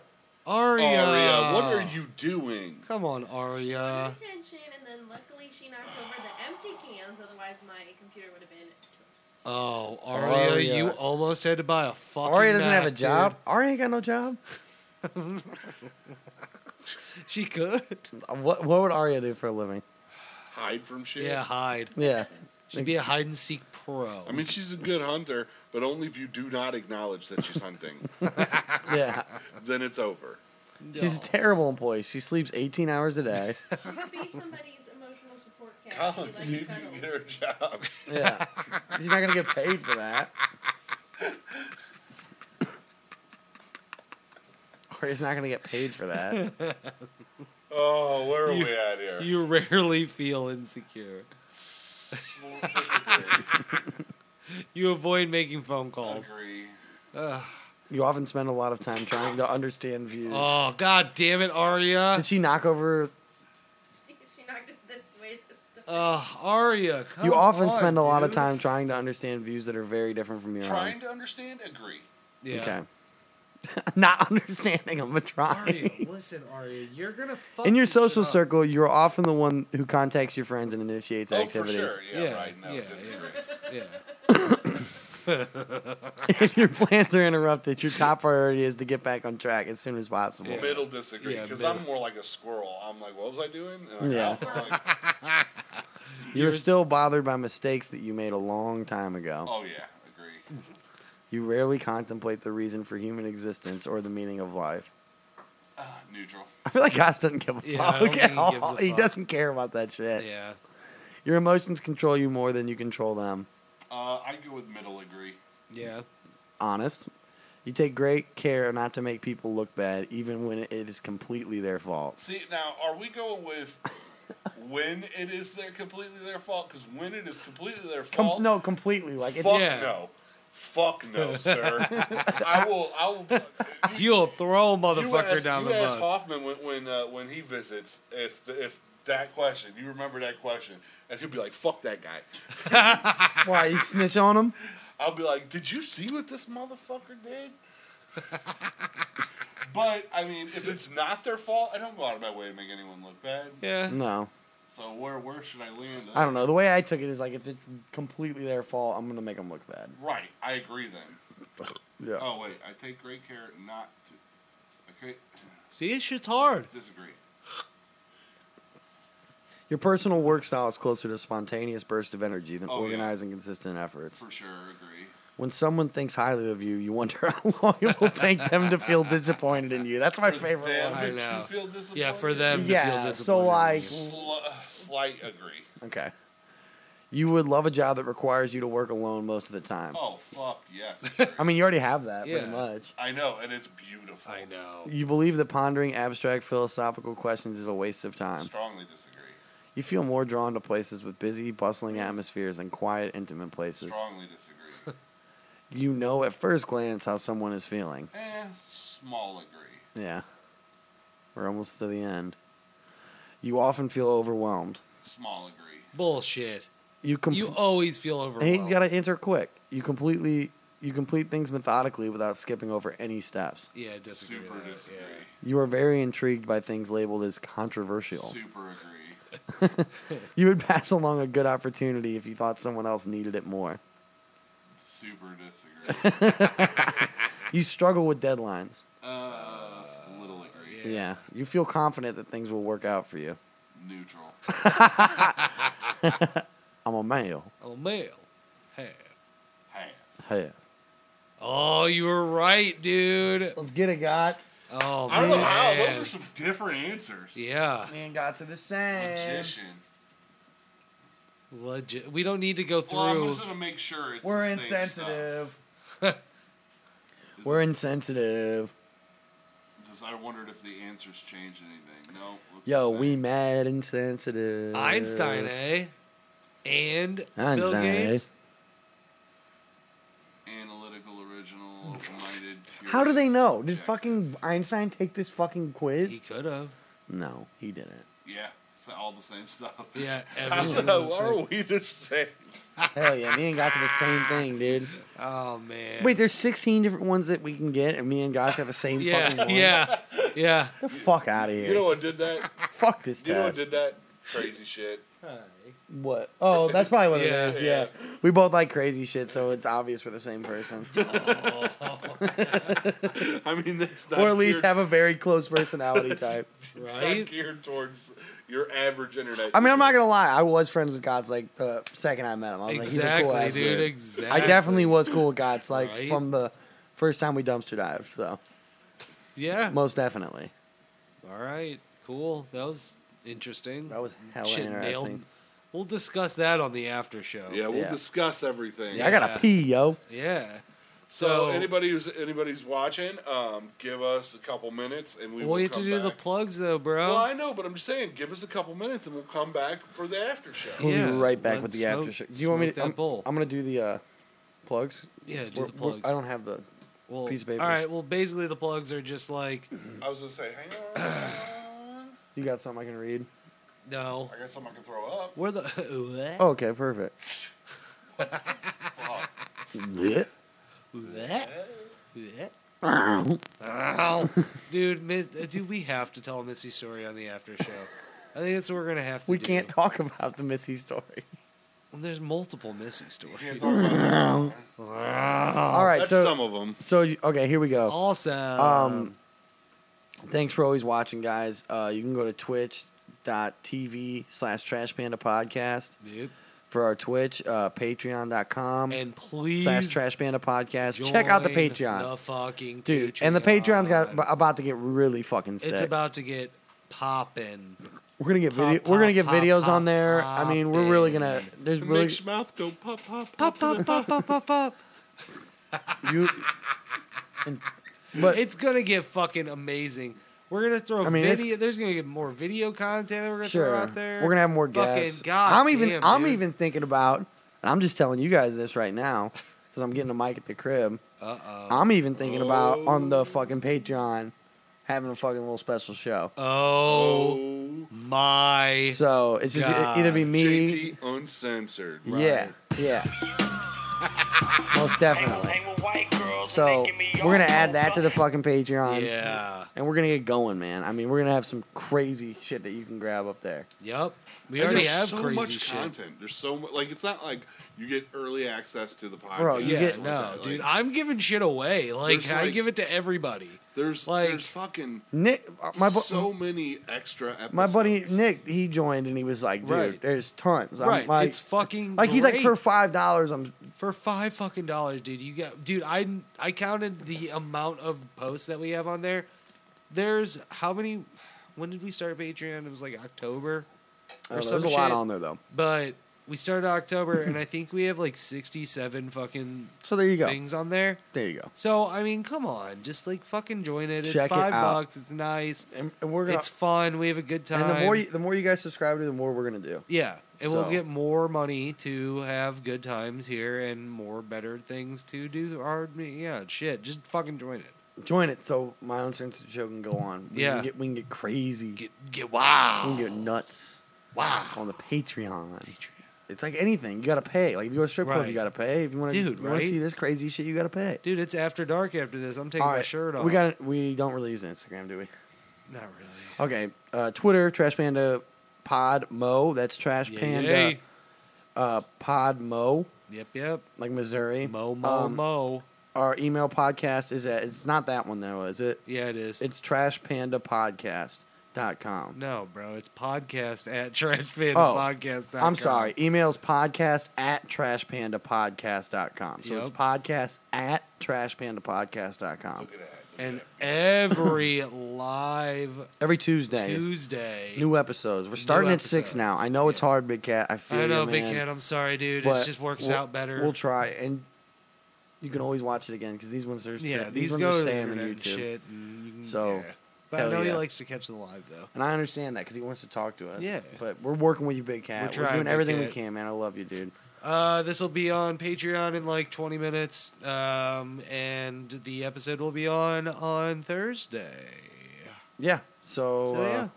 Speaker 1: Aria. uh,
Speaker 4: Aria, Oh, what are you doing?
Speaker 1: Come on,
Speaker 4: uh,
Speaker 1: Aria.
Speaker 5: attention, and then luckily she knocked over the empty cans. Otherwise, my computer would have been toast.
Speaker 1: Oh, Aria,
Speaker 3: Aria.
Speaker 1: you almost had to buy a fucking.
Speaker 3: Aria doesn't have a
Speaker 1: Mac,
Speaker 3: job. Aria ain't got no job.
Speaker 1: dude. She could.
Speaker 3: What What would Aria do for a living?
Speaker 4: Hide from shit?
Speaker 1: Yeah, hide. <laughs>
Speaker 3: Yeah.
Speaker 1: She'd be a hide and seek pro.
Speaker 4: I mean, she's a good hunter, but only if you do not acknowledge that she's hunting.
Speaker 1: <laughs>
Speaker 3: Yeah.
Speaker 4: then it's over.
Speaker 3: She's a terrible employee. She sleeps 18 hours a day.
Speaker 5: She could be somebody's emotional support cat.
Speaker 4: Colin,
Speaker 5: She likes
Speaker 4: see if you
Speaker 5: cuddles.
Speaker 4: <laughs> can get her a job.
Speaker 3: <laughs> Yeah. She's not going to get paid for <laughs> that. Aria's not going to get paid for that.
Speaker 4: Oh, where are
Speaker 1: You-
Speaker 4: we at here?
Speaker 1: you rarely feel insecure. <laughs> You avoid making phone calls.
Speaker 4: Agree.
Speaker 3: <laughs> You often spend a lot of time trying to understand views.
Speaker 1: Oh, god damn it, Aria.
Speaker 3: Did she knock over?
Speaker 5: <laughs> She knocked it this way this time.
Speaker 1: Uh, Aria,
Speaker 4: Oh,
Speaker 1: come
Speaker 3: you often
Speaker 1: on,
Speaker 3: spend a lot of
Speaker 1: dude.
Speaker 3: time trying to understand views that are very different from your
Speaker 4: Trying to understand? Agree.
Speaker 1: Yeah.
Speaker 3: own. Okay. <laughs> not understanding them, but <laughs>
Speaker 1: Aria,
Speaker 3: trying.
Speaker 1: listen, Aria, you're gonna fuck
Speaker 3: In your
Speaker 1: some shit
Speaker 3: social
Speaker 1: up.
Speaker 3: circle, you're often the one who contacts your friends and initiates
Speaker 4: Oh, for
Speaker 3: activities.
Speaker 4: sure. Yeah,
Speaker 1: Yeah,
Speaker 4: right. No,
Speaker 1: yeah,
Speaker 4: disagree.
Speaker 1: Yeah.
Speaker 3: <laughs> if your plans are interrupted, your top priority is to get back on track as soon as possible.
Speaker 1: Yeah.
Speaker 4: Middle disagree.
Speaker 1: Yeah,
Speaker 4: Because I'm
Speaker 1: middle.
Speaker 4: more like a squirrel. I'm like, what was I doing? And I'm
Speaker 3: Yeah.
Speaker 4: like,
Speaker 3: You're still bothered by mistakes that you made a long time ago.
Speaker 4: oh, yeah.
Speaker 1: <laughs>
Speaker 4: Agree.
Speaker 3: You rarely contemplate the reason for human existence or the meaning of life.
Speaker 4: Neutral.
Speaker 3: I feel like Goss doesn't give a
Speaker 1: Yeah, I don't
Speaker 3: fuck
Speaker 1: think
Speaker 3: at
Speaker 1: he
Speaker 3: all. He,
Speaker 1: gives a fuck.
Speaker 3: doesn't care about that shit.
Speaker 1: Yeah.
Speaker 3: Your emotions control you more than you control them.
Speaker 4: Uh, I go with middle agree.
Speaker 1: Yeah.
Speaker 3: Honest. You take great care not to make people look bad, even when it is completely their fault.
Speaker 4: See, now, are we going with when it is their completely their fault? Because when it is completely their
Speaker 3: Com-
Speaker 4: fault,
Speaker 3: no, completely. Like it's
Speaker 4: fuck
Speaker 1: Yeah.
Speaker 4: no. Fuck
Speaker 1: <laughs>
Speaker 4: no, sir. I will. I will.
Speaker 1: You'll throw a motherfucker
Speaker 4: you asked,
Speaker 1: down
Speaker 4: you
Speaker 1: the
Speaker 4: asked
Speaker 1: bus.
Speaker 4: Hoffman when when, uh, when he visits if the, if that question you remember that question and he'll be like fuck that guy.
Speaker 3: why you snitch on them.
Speaker 4: I'll be like, did you see what this motherfucker did?
Speaker 1: <laughs>
Speaker 4: but I mean, if it's not their fault, I don't go out of my way to make anyone look bad.
Speaker 1: yeah.
Speaker 3: No.
Speaker 4: So where where should I land?
Speaker 3: I don't know. The way I took it is like if it's completely their fault, I'm gonna make them look bad.
Speaker 4: Right, I agree then.
Speaker 3: Yeah.
Speaker 4: Oh wait, I take great care not to. Okay,
Speaker 1: See, this shit's hard.
Speaker 4: disagree.
Speaker 3: Your personal work style is closer to spontaneous burst of energy than
Speaker 4: Oh, yeah.
Speaker 3: organized and consistent efforts.
Speaker 4: For sure, agree.
Speaker 3: When someone thinks highly of you, you wonder <laughs> how long it will take them to feel disappointed in you. That's my favorite
Speaker 4: Them
Speaker 3: one.
Speaker 1: I
Speaker 4: to
Speaker 1: know.
Speaker 4: feel disappointed.
Speaker 1: Yeah, for them to feel
Speaker 3: Yeah,
Speaker 1: disappointed.
Speaker 3: so like,
Speaker 4: Sli- slight agree.
Speaker 3: okay. You would love a job that requires you to work alone most of the time.
Speaker 4: Oh fuck
Speaker 1: <laughs>
Speaker 4: yes,
Speaker 3: I mean, you already have that
Speaker 1: Yeah.
Speaker 3: pretty much.
Speaker 4: I know, and it's beautiful.
Speaker 1: I know.
Speaker 3: You believe that pondering abstract philosophical questions is a waste of time.
Speaker 4: Strongly disagree.
Speaker 3: You feel more drawn to places with busy, bustling atmospheres than quiet, intimate places.
Speaker 4: Strongly
Speaker 1: <laughs>
Speaker 4: disagree.
Speaker 3: You know at first glance how someone is feeling.
Speaker 4: eh, small agree.
Speaker 3: Yeah. We're almost to the end. You often feel overwhelmed.
Speaker 4: Small agree.
Speaker 1: Bullshit.
Speaker 3: You com-
Speaker 1: You always feel
Speaker 3: Hey,
Speaker 1: overwhelmed.
Speaker 3: you gotta enter quick. You completely you complete things methodically without skipping over any steps.
Speaker 1: yeah, I disagree.
Speaker 4: Super
Speaker 1: with that,
Speaker 4: disagree.
Speaker 3: You are very intrigued by things labeled as controversial.
Speaker 4: Super agree.
Speaker 3: You would <laughs> pass along a good opportunity if you thought someone else needed it more.
Speaker 4: Super disagree.
Speaker 1: <laughs>
Speaker 3: You struggle with deadlines.
Speaker 4: Uh, little agree.
Speaker 1: Yeah.
Speaker 3: Yeah. You feel confident that things will work out for you.
Speaker 4: Neutral.
Speaker 3: I'm a male.
Speaker 1: Oh, male. Hey.
Speaker 4: Half.
Speaker 3: Hey.
Speaker 1: Oh, you were right, dude.
Speaker 3: Let's get it, Gots.
Speaker 1: Oh,
Speaker 4: I
Speaker 1: man.
Speaker 4: don't know how. Those are some different answers.
Speaker 1: yeah.
Speaker 3: Me and Gots are the same.
Speaker 4: Magician.
Speaker 1: Legit. We don't need to go through.
Speaker 4: Well, I'm just gonna make sure it's.
Speaker 3: We're
Speaker 4: the same
Speaker 3: insensitive. We're insensitive.
Speaker 4: Because I wondered if the answers change anything. No. looks
Speaker 3: Yo,
Speaker 4: the
Speaker 3: we
Speaker 4: same.
Speaker 3: mad insensitive.
Speaker 1: Einstein, eh? And Bill
Speaker 3: Einstein, Uh, eh?
Speaker 1: Gates.
Speaker 4: analytical
Speaker 10: original, open-minded.
Speaker 3: How do they
Speaker 10: curious,
Speaker 3: know? Did
Speaker 10: objective.
Speaker 3: fucking Einstein take this fucking
Speaker 1: He
Speaker 3: quiz?
Speaker 1: could have.
Speaker 3: No, he didn't.
Speaker 10: Yeah, it's all the same stuff.
Speaker 1: Yeah.
Speaker 10: <laughs> How
Speaker 1: everyone
Speaker 10: the
Speaker 1: was
Speaker 10: hell are
Speaker 1: like,
Speaker 10: we the same?
Speaker 3: Hell yeah, me and Gotch have the same thing, dude.
Speaker 1: oh man.
Speaker 3: Wait, there's 16 different ones that we can get, and me and Gotch have the same fucking
Speaker 1: Yeah.
Speaker 3: one.
Speaker 1: Yeah.
Speaker 3: <laughs>
Speaker 1: Yeah.
Speaker 3: Get the fuck out of here.
Speaker 10: You know what did that?
Speaker 3: fuck this
Speaker 10: You know what
Speaker 3: test.
Speaker 10: did that? Crazy shit.
Speaker 3: What? Oh, that's probably what
Speaker 1: Yeah.
Speaker 3: it is. Yeah. we both like crazy shit, so it's obvious we're the same person,
Speaker 10: I mean, that's not
Speaker 3: or at least
Speaker 10: geared,
Speaker 3: have a very close personality type.
Speaker 10: it's
Speaker 1: Right?
Speaker 10: not geared towards your average internet.
Speaker 3: I mean, I'm not
Speaker 10: user.
Speaker 3: gonna lie. I was friends with God's like the second I met him. I was
Speaker 1: Exactly,
Speaker 3: like, he's a cool
Speaker 1: dude.
Speaker 3: ass dude.
Speaker 1: Exactly.
Speaker 3: I definitely was cool with God's like
Speaker 1: Right?
Speaker 3: from the first time we dumpster dived. So
Speaker 1: Yeah.
Speaker 3: most definitely,
Speaker 1: All right. Cool. That was interesting.
Speaker 3: that was hella
Speaker 1: Shit
Speaker 3: interesting.
Speaker 1: nailed. We'll discuss that on the after show.
Speaker 10: Yeah, we'll
Speaker 3: Yeah.
Speaker 10: discuss everything.
Speaker 3: I gotta
Speaker 1: Yeah.
Speaker 3: pee, yo.
Speaker 1: Yeah.
Speaker 10: So,
Speaker 1: So,
Speaker 10: anybody who's anybody's watching, um, give us a couple minutes and we
Speaker 1: we
Speaker 10: will
Speaker 1: have to
Speaker 10: come
Speaker 1: do the
Speaker 10: back.
Speaker 1: plugs though, bro.
Speaker 10: Well, I know, but I'm just saying, give us a couple minutes and we'll come back for the after show.
Speaker 3: We'll
Speaker 1: Yeah,
Speaker 3: be right back
Speaker 1: let's
Speaker 3: with the
Speaker 1: smoke-
Speaker 3: after show. Do you want me
Speaker 1: smoke
Speaker 3: to?
Speaker 1: that
Speaker 3: I'm,
Speaker 1: bowl.
Speaker 3: I'm gonna do the uh, plugs.
Speaker 1: yeah, do
Speaker 3: We're-
Speaker 1: the
Speaker 3: we're-
Speaker 1: plugs.
Speaker 3: I don't have the.
Speaker 1: well,
Speaker 3: piece of paper.
Speaker 1: All right. Well, basically, the plugs are just like
Speaker 10: I was gonna say, hang on,
Speaker 3: You got something I can read?
Speaker 1: no.
Speaker 10: I got something I can throw up.
Speaker 1: We're the. <laughs>
Speaker 3: Oh, okay, perfect. Yeah.
Speaker 1: Ow. dude, miss, uh, dude, we have to tell a Missy story on the after show. I think that's what we're gonna have to
Speaker 3: we
Speaker 1: do.
Speaker 3: can't talk <laughs> about the Missy story.
Speaker 1: Well, there's multiple Missy stories.
Speaker 10: Can't talk about that.
Speaker 1: Oh,
Speaker 3: All right,
Speaker 10: That's
Speaker 3: so
Speaker 10: some of them.
Speaker 3: so you- okay, here we go.
Speaker 1: Awesome.
Speaker 3: Um, thanks for always watching, guys. Uh, you can go to twitch.tv slash trash panda podcast
Speaker 1: Yep.
Speaker 3: for our Twitch, uh, patreon.com
Speaker 1: And please
Speaker 3: slash trash panda podcast. Check out the
Speaker 1: join
Speaker 3: Patreon.
Speaker 1: The fucking
Speaker 3: Dude,
Speaker 1: Patreon.
Speaker 3: and the Patreon's got b- about to get really fucking sick.
Speaker 1: It's about to get popping.
Speaker 3: we're gonna get
Speaker 1: pop,
Speaker 3: video. we're gonna
Speaker 1: pop,
Speaker 3: get
Speaker 1: pop,
Speaker 3: videos
Speaker 1: pop,
Speaker 3: on there. I mean, we're really gonna.
Speaker 1: poppin'.
Speaker 3: There's
Speaker 10: It
Speaker 3: really
Speaker 10: makes your mouth go pop pop
Speaker 1: Pop,
Speaker 10: pop.
Speaker 1: pop, pop, pop, pop, pop. <laughs>
Speaker 3: you. and- but
Speaker 1: It's gonna get fucking amazing. We're gonna throw
Speaker 3: I mean, it's-
Speaker 1: video. There's gonna get more video content that we're gonna
Speaker 3: Sure.
Speaker 1: throw out there.
Speaker 3: We're gonna have more
Speaker 1: Fucking
Speaker 3: guests.
Speaker 1: God
Speaker 3: I'm even
Speaker 1: damn,
Speaker 3: I'm
Speaker 1: dude.
Speaker 3: even thinking about and I'm just telling you guys this right now because I'm getting a mic at the crib.
Speaker 1: Uh oh.
Speaker 3: I'm even thinking about on the fucking Patreon having a fucking little special show.
Speaker 1: Oh my.
Speaker 3: So it's just
Speaker 1: God.
Speaker 3: it, either be me.
Speaker 10: JT uncensored.
Speaker 3: Yeah.
Speaker 1: <laughs>
Speaker 3: Yeah. Most definitely. So we're gonna add that to the fucking Patreon.
Speaker 1: yeah.
Speaker 3: And we're gonna get going, man. I mean, we're gonna have some crazy shit that you can grab up there.
Speaker 1: Yep. We
Speaker 10: There's
Speaker 1: already
Speaker 10: just
Speaker 1: have
Speaker 10: so
Speaker 1: crazy
Speaker 10: much
Speaker 1: shit.
Speaker 10: content. There's so much. Like it's not like you get early access to the podcast.
Speaker 3: Bro, you
Speaker 1: Yeah,
Speaker 3: get-
Speaker 1: no,
Speaker 10: Like,
Speaker 1: dude. I'm giving shit away. Like
Speaker 10: There's,
Speaker 1: I
Speaker 10: like-
Speaker 1: give it to everybody.
Speaker 10: there's
Speaker 1: like-
Speaker 10: there's fucking
Speaker 3: Nick, uh, my bu-
Speaker 10: so many extra episodes.
Speaker 3: My buddy Nick, he joined and he was like, "Dude,
Speaker 1: Right.
Speaker 3: there's tons." I'm
Speaker 1: Right.
Speaker 3: like,
Speaker 1: it's fucking
Speaker 3: like he's like
Speaker 1: great.
Speaker 3: for five dollars. I'm
Speaker 1: For five fucking dollars, dude. You got, dude. I I counted the amount of posts that we have on there. There's how many? When did we start Patreon? It was like October,
Speaker 3: I don't know,
Speaker 1: some
Speaker 3: there's a lot
Speaker 1: shit.
Speaker 3: on there though.
Speaker 1: but we started October, and I think we have like sixty-seven fucking
Speaker 3: So there you go.
Speaker 1: things on there.
Speaker 3: There you go.
Speaker 1: So I mean, come on, just like fucking join it.
Speaker 3: Check it
Speaker 1: it's five
Speaker 3: out.
Speaker 1: bucks. It's nice.
Speaker 3: And, and we're gonna
Speaker 1: It's fun. We have a good time.
Speaker 3: and the more you, the more you guys subscribe to, the more we're gonna do.
Speaker 1: yeah, and we'll
Speaker 3: So.
Speaker 1: get more money to have good times here and more better things to do. Our yeah, shit. Just fucking join it.
Speaker 3: Join it so my own sense of the show can go on. We
Speaker 1: Yeah.
Speaker 3: can get, we can get crazy.
Speaker 1: Get get
Speaker 3: we can
Speaker 1: wow
Speaker 3: get nuts
Speaker 1: wow.
Speaker 3: on the Patreon. It's like anything. You gotta pay. Like if you go to a strip club,
Speaker 1: Right.
Speaker 3: you gotta pay. If you want to,
Speaker 1: Dude,
Speaker 3: you want
Speaker 1: right?
Speaker 3: to see this crazy shit, you gotta pay.
Speaker 1: Dude, it's after dark after this. I'm taking
Speaker 3: All
Speaker 1: my
Speaker 3: right,
Speaker 1: shirt off.
Speaker 3: We got. We don't really use Instagram, do we?
Speaker 1: not really.
Speaker 3: Okay, uh, Twitter Trash Panda Pod Mo. That's Trash Panda
Speaker 1: Yay.
Speaker 3: Uh, Pod Mo,
Speaker 1: Yep, yep.
Speaker 3: like Missouri.
Speaker 1: Mo mo
Speaker 3: Um,
Speaker 1: mo.
Speaker 3: Our email podcast is at. It's not that one though, is it?
Speaker 1: Yeah, it is.
Speaker 3: It's Trash Panda Podcast dot com.
Speaker 1: no, bro. It's podcast at <laughs> trashfan
Speaker 3: Oh,
Speaker 1: podcast.
Speaker 3: I'm sorry. Emails podcast at trashpandapodcast.com. So it's
Speaker 1: Yep.
Speaker 3: podcast at trashpandapodcast.com.
Speaker 1: And every
Speaker 3: <laughs>
Speaker 1: live
Speaker 3: Every Tuesday,
Speaker 1: Tuesday.
Speaker 3: new episodes. We're starting at six now.
Speaker 1: episodes.
Speaker 3: I know it's
Speaker 1: Yeah.
Speaker 3: hard, Big Cat. I feel
Speaker 1: I know,
Speaker 3: you,
Speaker 1: Big
Speaker 3: man.
Speaker 1: Cat. I'm sorry, dude.
Speaker 3: But
Speaker 1: It just works
Speaker 3: we'll-
Speaker 1: out better.
Speaker 3: We'll try, and you can always watch it again because these ones are
Speaker 1: yeah,
Speaker 3: these,
Speaker 1: these
Speaker 3: ones
Speaker 1: go
Speaker 3: are
Speaker 1: to the
Speaker 3: staying on
Speaker 1: internet and
Speaker 3: YouTube.
Speaker 1: shit. And you can,
Speaker 3: So,
Speaker 1: yeah. but I
Speaker 3: hell
Speaker 1: know he
Speaker 3: yeah.
Speaker 1: likes to catch the live though.
Speaker 3: And I understand that because he wants to talk to us.
Speaker 1: Yeah.
Speaker 3: but we're working with you, Big Cat. We're,
Speaker 1: trying,
Speaker 3: doing
Speaker 1: Big
Speaker 3: everything we
Speaker 1: Cat.
Speaker 3: can, man. I love you, dude.
Speaker 1: Uh, this will be on Patreon in like 20 minutes, um, and the episode will be on on Thursday.
Speaker 3: Yeah. So,
Speaker 1: So,
Speaker 3: uh,
Speaker 1: yeah.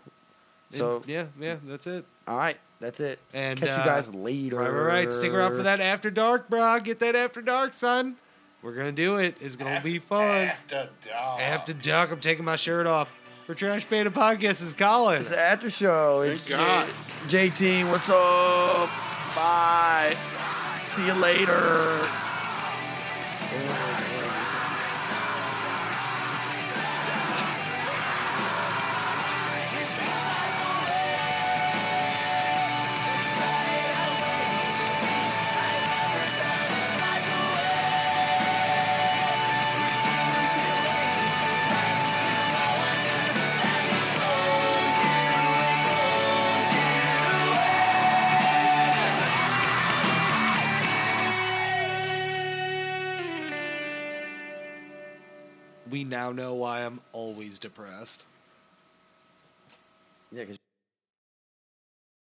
Speaker 3: so-
Speaker 1: And, yeah, yeah, that's it.
Speaker 3: all right, that's it.
Speaker 1: And,
Speaker 3: catch
Speaker 1: uh,
Speaker 3: you guys later.
Speaker 1: Right, right, right. Stick around for that after dark, brah. Get that after dark, son. We're gonna do it. It's gonna be fun.
Speaker 10: After dark.
Speaker 1: After dark, I'm taking my shirt off. For Trash Panda Podcast is Colin.
Speaker 3: It's the after show. It's
Speaker 4: Thank God.
Speaker 3: JT. What's up? Bye. See you later.
Speaker 1: We now know why I'm always depressed.